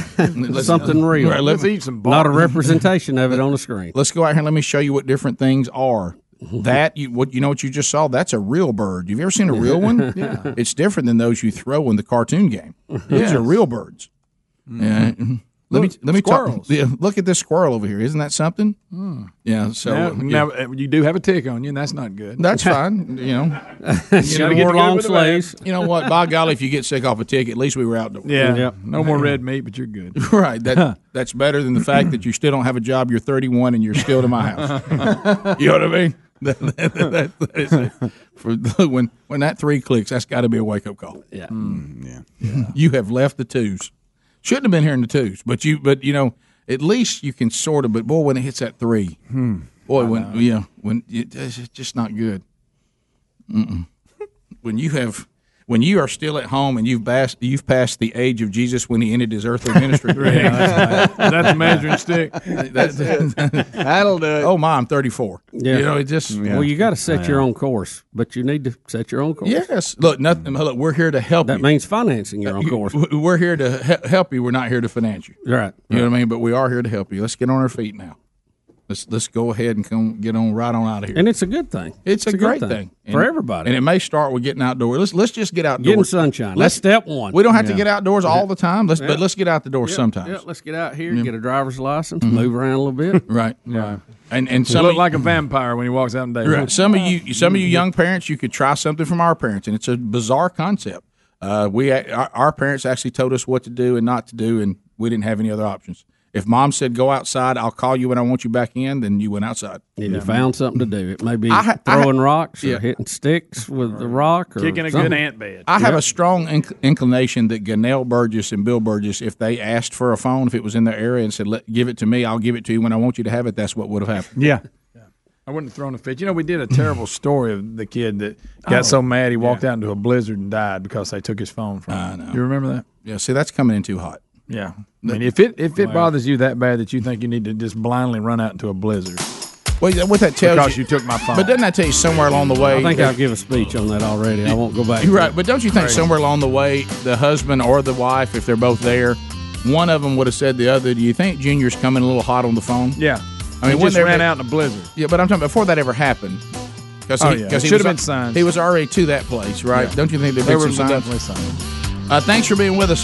[SPEAKER 2] Let's-
[SPEAKER 4] Something real.
[SPEAKER 2] Right, let
[SPEAKER 3] Let's
[SPEAKER 2] me-
[SPEAKER 3] eat some.
[SPEAKER 4] Not a
[SPEAKER 3] bark.
[SPEAKER 4] representation of it on the screen.
[SPEAKER 2] let's go out here and let me show you what different things are.
[SPEAKER 3] Mm-hmm.
[SPEAKER 2] That you what you know what you just saw? That's a real bird. You've ever seen a real one? yeah. It's different than those you throw in the cartoon game. These are real birds. Yeah. mm-hmm. Let me
[SPEAKER 3] Mm-hmm. Look,
[SPEAKER 2] let me talk.
[SPEAKER 3] squirrels. Hmm.
[SPEAKER 2] Yeah, look at this squirrel over here. Isn't that something? Yeah. So
[SPEAKER 3] now,
[SPEAKER 2] yeah.
[SPEAKER 3] now, uh, you do have a tick on you, and that's not good.
[SPEAKER 2] that's fine. You know.
[SPEAKER 4] Should
[SPEAKER 2] know,
[SPEAKER 4] have
[SPEAKER 2] we're
[SPEAKER 4] wore long
[SPEAKER 3] with the man.
[SPEAKER 4] sleeves.
[SPEAKER 2] You know what? By golly, if you get sick off a tick, at least we were outdoors.
[SPEAKER 3] Yeah.
[SPEAKER 4] Yeah.
[SPEAKER 3] No more red meat, but you're good.
[SPEAKER 2] Right. That that's better than the fact that you still don't have a job. You're 31 and you're still to my house. you know what I mean? That- that- that- that is- for the- when when that three clicks, that's got to be a wake up call. Mm.
[SPEAKER 4] Yeah.
[SPEAKER 2] You have left the twos. Shouldn't have been here in the twos, but you but you know at least you can sort of. But boy, when it hits that three,
[SPEAKER 3] Hmm.
[SPEAKER 2] boy, when yeah, when it, it's just not good. Mm-mm. When you have. When you are still at home and you've passed, you've passed the age of Jesus when he ended his earthly ministry.
[SPEAKER 3] that's a measuring stick.
[SPEAKER 2] That's
[SPEAKER 6] That'll do it.
[SPEAKER 2] oh my, I'm 34.
[SPEAKER 4] Yeah.
[SPEAKER 2] You know, it just
[SPEAKER 4] Well, you got to set your own course, but you need to set your own course.
[SPEAKER 2] yes. Look, nothing. Look, we're here to help
[SPEAKER 4] That
[SPEAKER 2] you.
[SPEAKER 4] means financing your own course.
[SPEAKER 2] W- We're here to he- help you. We're not here to finance you.
[SPEAKER 4] Right.
[SPEAKER 2] You know what I mean? But we are here to help you. Let's get on our feet now. Let's let's go ahead and come get on right on out of here.
[SPEAKER 4] And it's a good thing.
[SPEAKER 2] It's, a,
[SPEAKER 4] good
[SPEAKER 2] great
[SPEAKER 4] thing
[SPEAKER 2] thing,
[SPEAKER 4] for
[SPEAKER 2] And-
[SPEAKER 4] everybody.
[SPEAKER 2] And it may start with getting outdoors. Let's let's just get outdoors.
[SPEAKER 4] Getting sunshine. That's step one.
[SPEAKER 2] We don't have to
[SPEAKER 4] Yeah.
[SPEAKER 2] get outdoors all the time. Let's
[SPEAKER 4] Yeah.
[SPEAKER 2] but let's get out the door
[SPEAKER 4] Yeah,
[SPEAKER 2] sometimes.
[SPEAKER 4] yeah, let's get out here,
[SPEAKER 2] Yeah. Mm-hmm.
[SPEAKER 4] get a driver's license, move around a little bit.
[SPEAKER 2] Right.
[SPEAKER 4] Yeah.
[SPEAKER 2] And and
[SPEAKER 4] You
[SPEAKER 2] some
[SPEAKER 4] look
[SPEAKER 2] of you-
[SPEAKER 3] like a vampire when he walks out in the day.
[SPEAKER 2] Right. Some of you, some of
[SPEAKER 4] Mm-hmm.
[SPEAKER 2] you young parents, you could try something from our parents, and it's a bizarre concept. Uh, we, our, our parents actually told us what to do and not to do, and we didn't have any other options. If mom said go outside, I'll call you when I want you back in, then you went outside.
[SPEAKER 4] And you found something to do. It may be
[SPEAKER 2] I ha- I ha-
[SPEAKER 4] throwing rocks or
[SPEAKER 2] Yeah.
[SPEAKER 4] hitting sticks with the rock or something.
[SPEAKER 2] I have
[SPEAKER 4] Yeah.
[SPEAKER 2] a strong inc- inclination that Gunnell Burgess and Bill Burgess, if they asked for a phone, if it was in their area, and said, Let, "Give it to me, I'll give it to you when I want you to have it," that's what would have happened.
[SPEAKER 3] Yeah. I wouldn't have thrown a fit. You know, we did a terrible story of the kid that got
[SPEAKER 2] Oh.
[SPEAKER 3] so mad he walked out into a blizzard and died because they took his phone from him. You remember that?
[SPEAKER 2] Yeah. See, that's coming in too hot.
[SPEAKER 3] Yeah. I mean, if it if it bothers you that bad that you think you need to just blindly run out into a blizzard,
[SPEAKER 2] well, what that tells
[SPEAKER 3] because
[SPEAKER 2] you-
[SPEAKER 3] you took my phone.
[SPEAKER 2] But doesn't I tell you somewhere along the way?
[SPEAKER 4] I think
[SPEAKER 2] that-
[SPEAKER 4] I'll give a speech on that already. I won't go back.
[SPEAKER 2] You're
[SPEAKER 4] to
[SPEAKER 2] right, but don't you think
[SPEAKER 4] Crazy.
[SPEAKER 2] somewhere along the way, the husband or the wife, if they're both there, one of them would have said to the other, "Do you think Junior's coming a little hot on the phone?"
[SPEAKER 3] Yeah,
[SPEAKER 2] I mean,
[SPEAKER 3] He just
[SPEAKER 2] wasn't there-
[SPEAKER 3] ran out in a blizzard.
[SPEAKER 2] Yeah, but I'm talking before that ever happened. Because
[SPEAKER 3] Oh,
[SPEAKER 2] he,
[SPEAKER 3] yeah.
[SPEAKER 2] 'cause
[SPEAKER 3] It
[SPEAKER 2] he
[SPEAKER 3] should
[SPEAKER 2] was
[SPEAKER 3] have
[SPEAKER 2] al-
[SPEAKER 3] been signs.
[SPEAKER 2] He was already to that place, right?
[SPEAKER 3] Yeah.
[SPEAKER 2] Don't you think there'd
[SPEAKER 3] There
[SPEAKER 2] been some
[SPEAKER 3] were
[SPEAKER 2] signs?
[SPEAKER 3] definitely
[SPEAKER 2] Uh, thanks for being with us.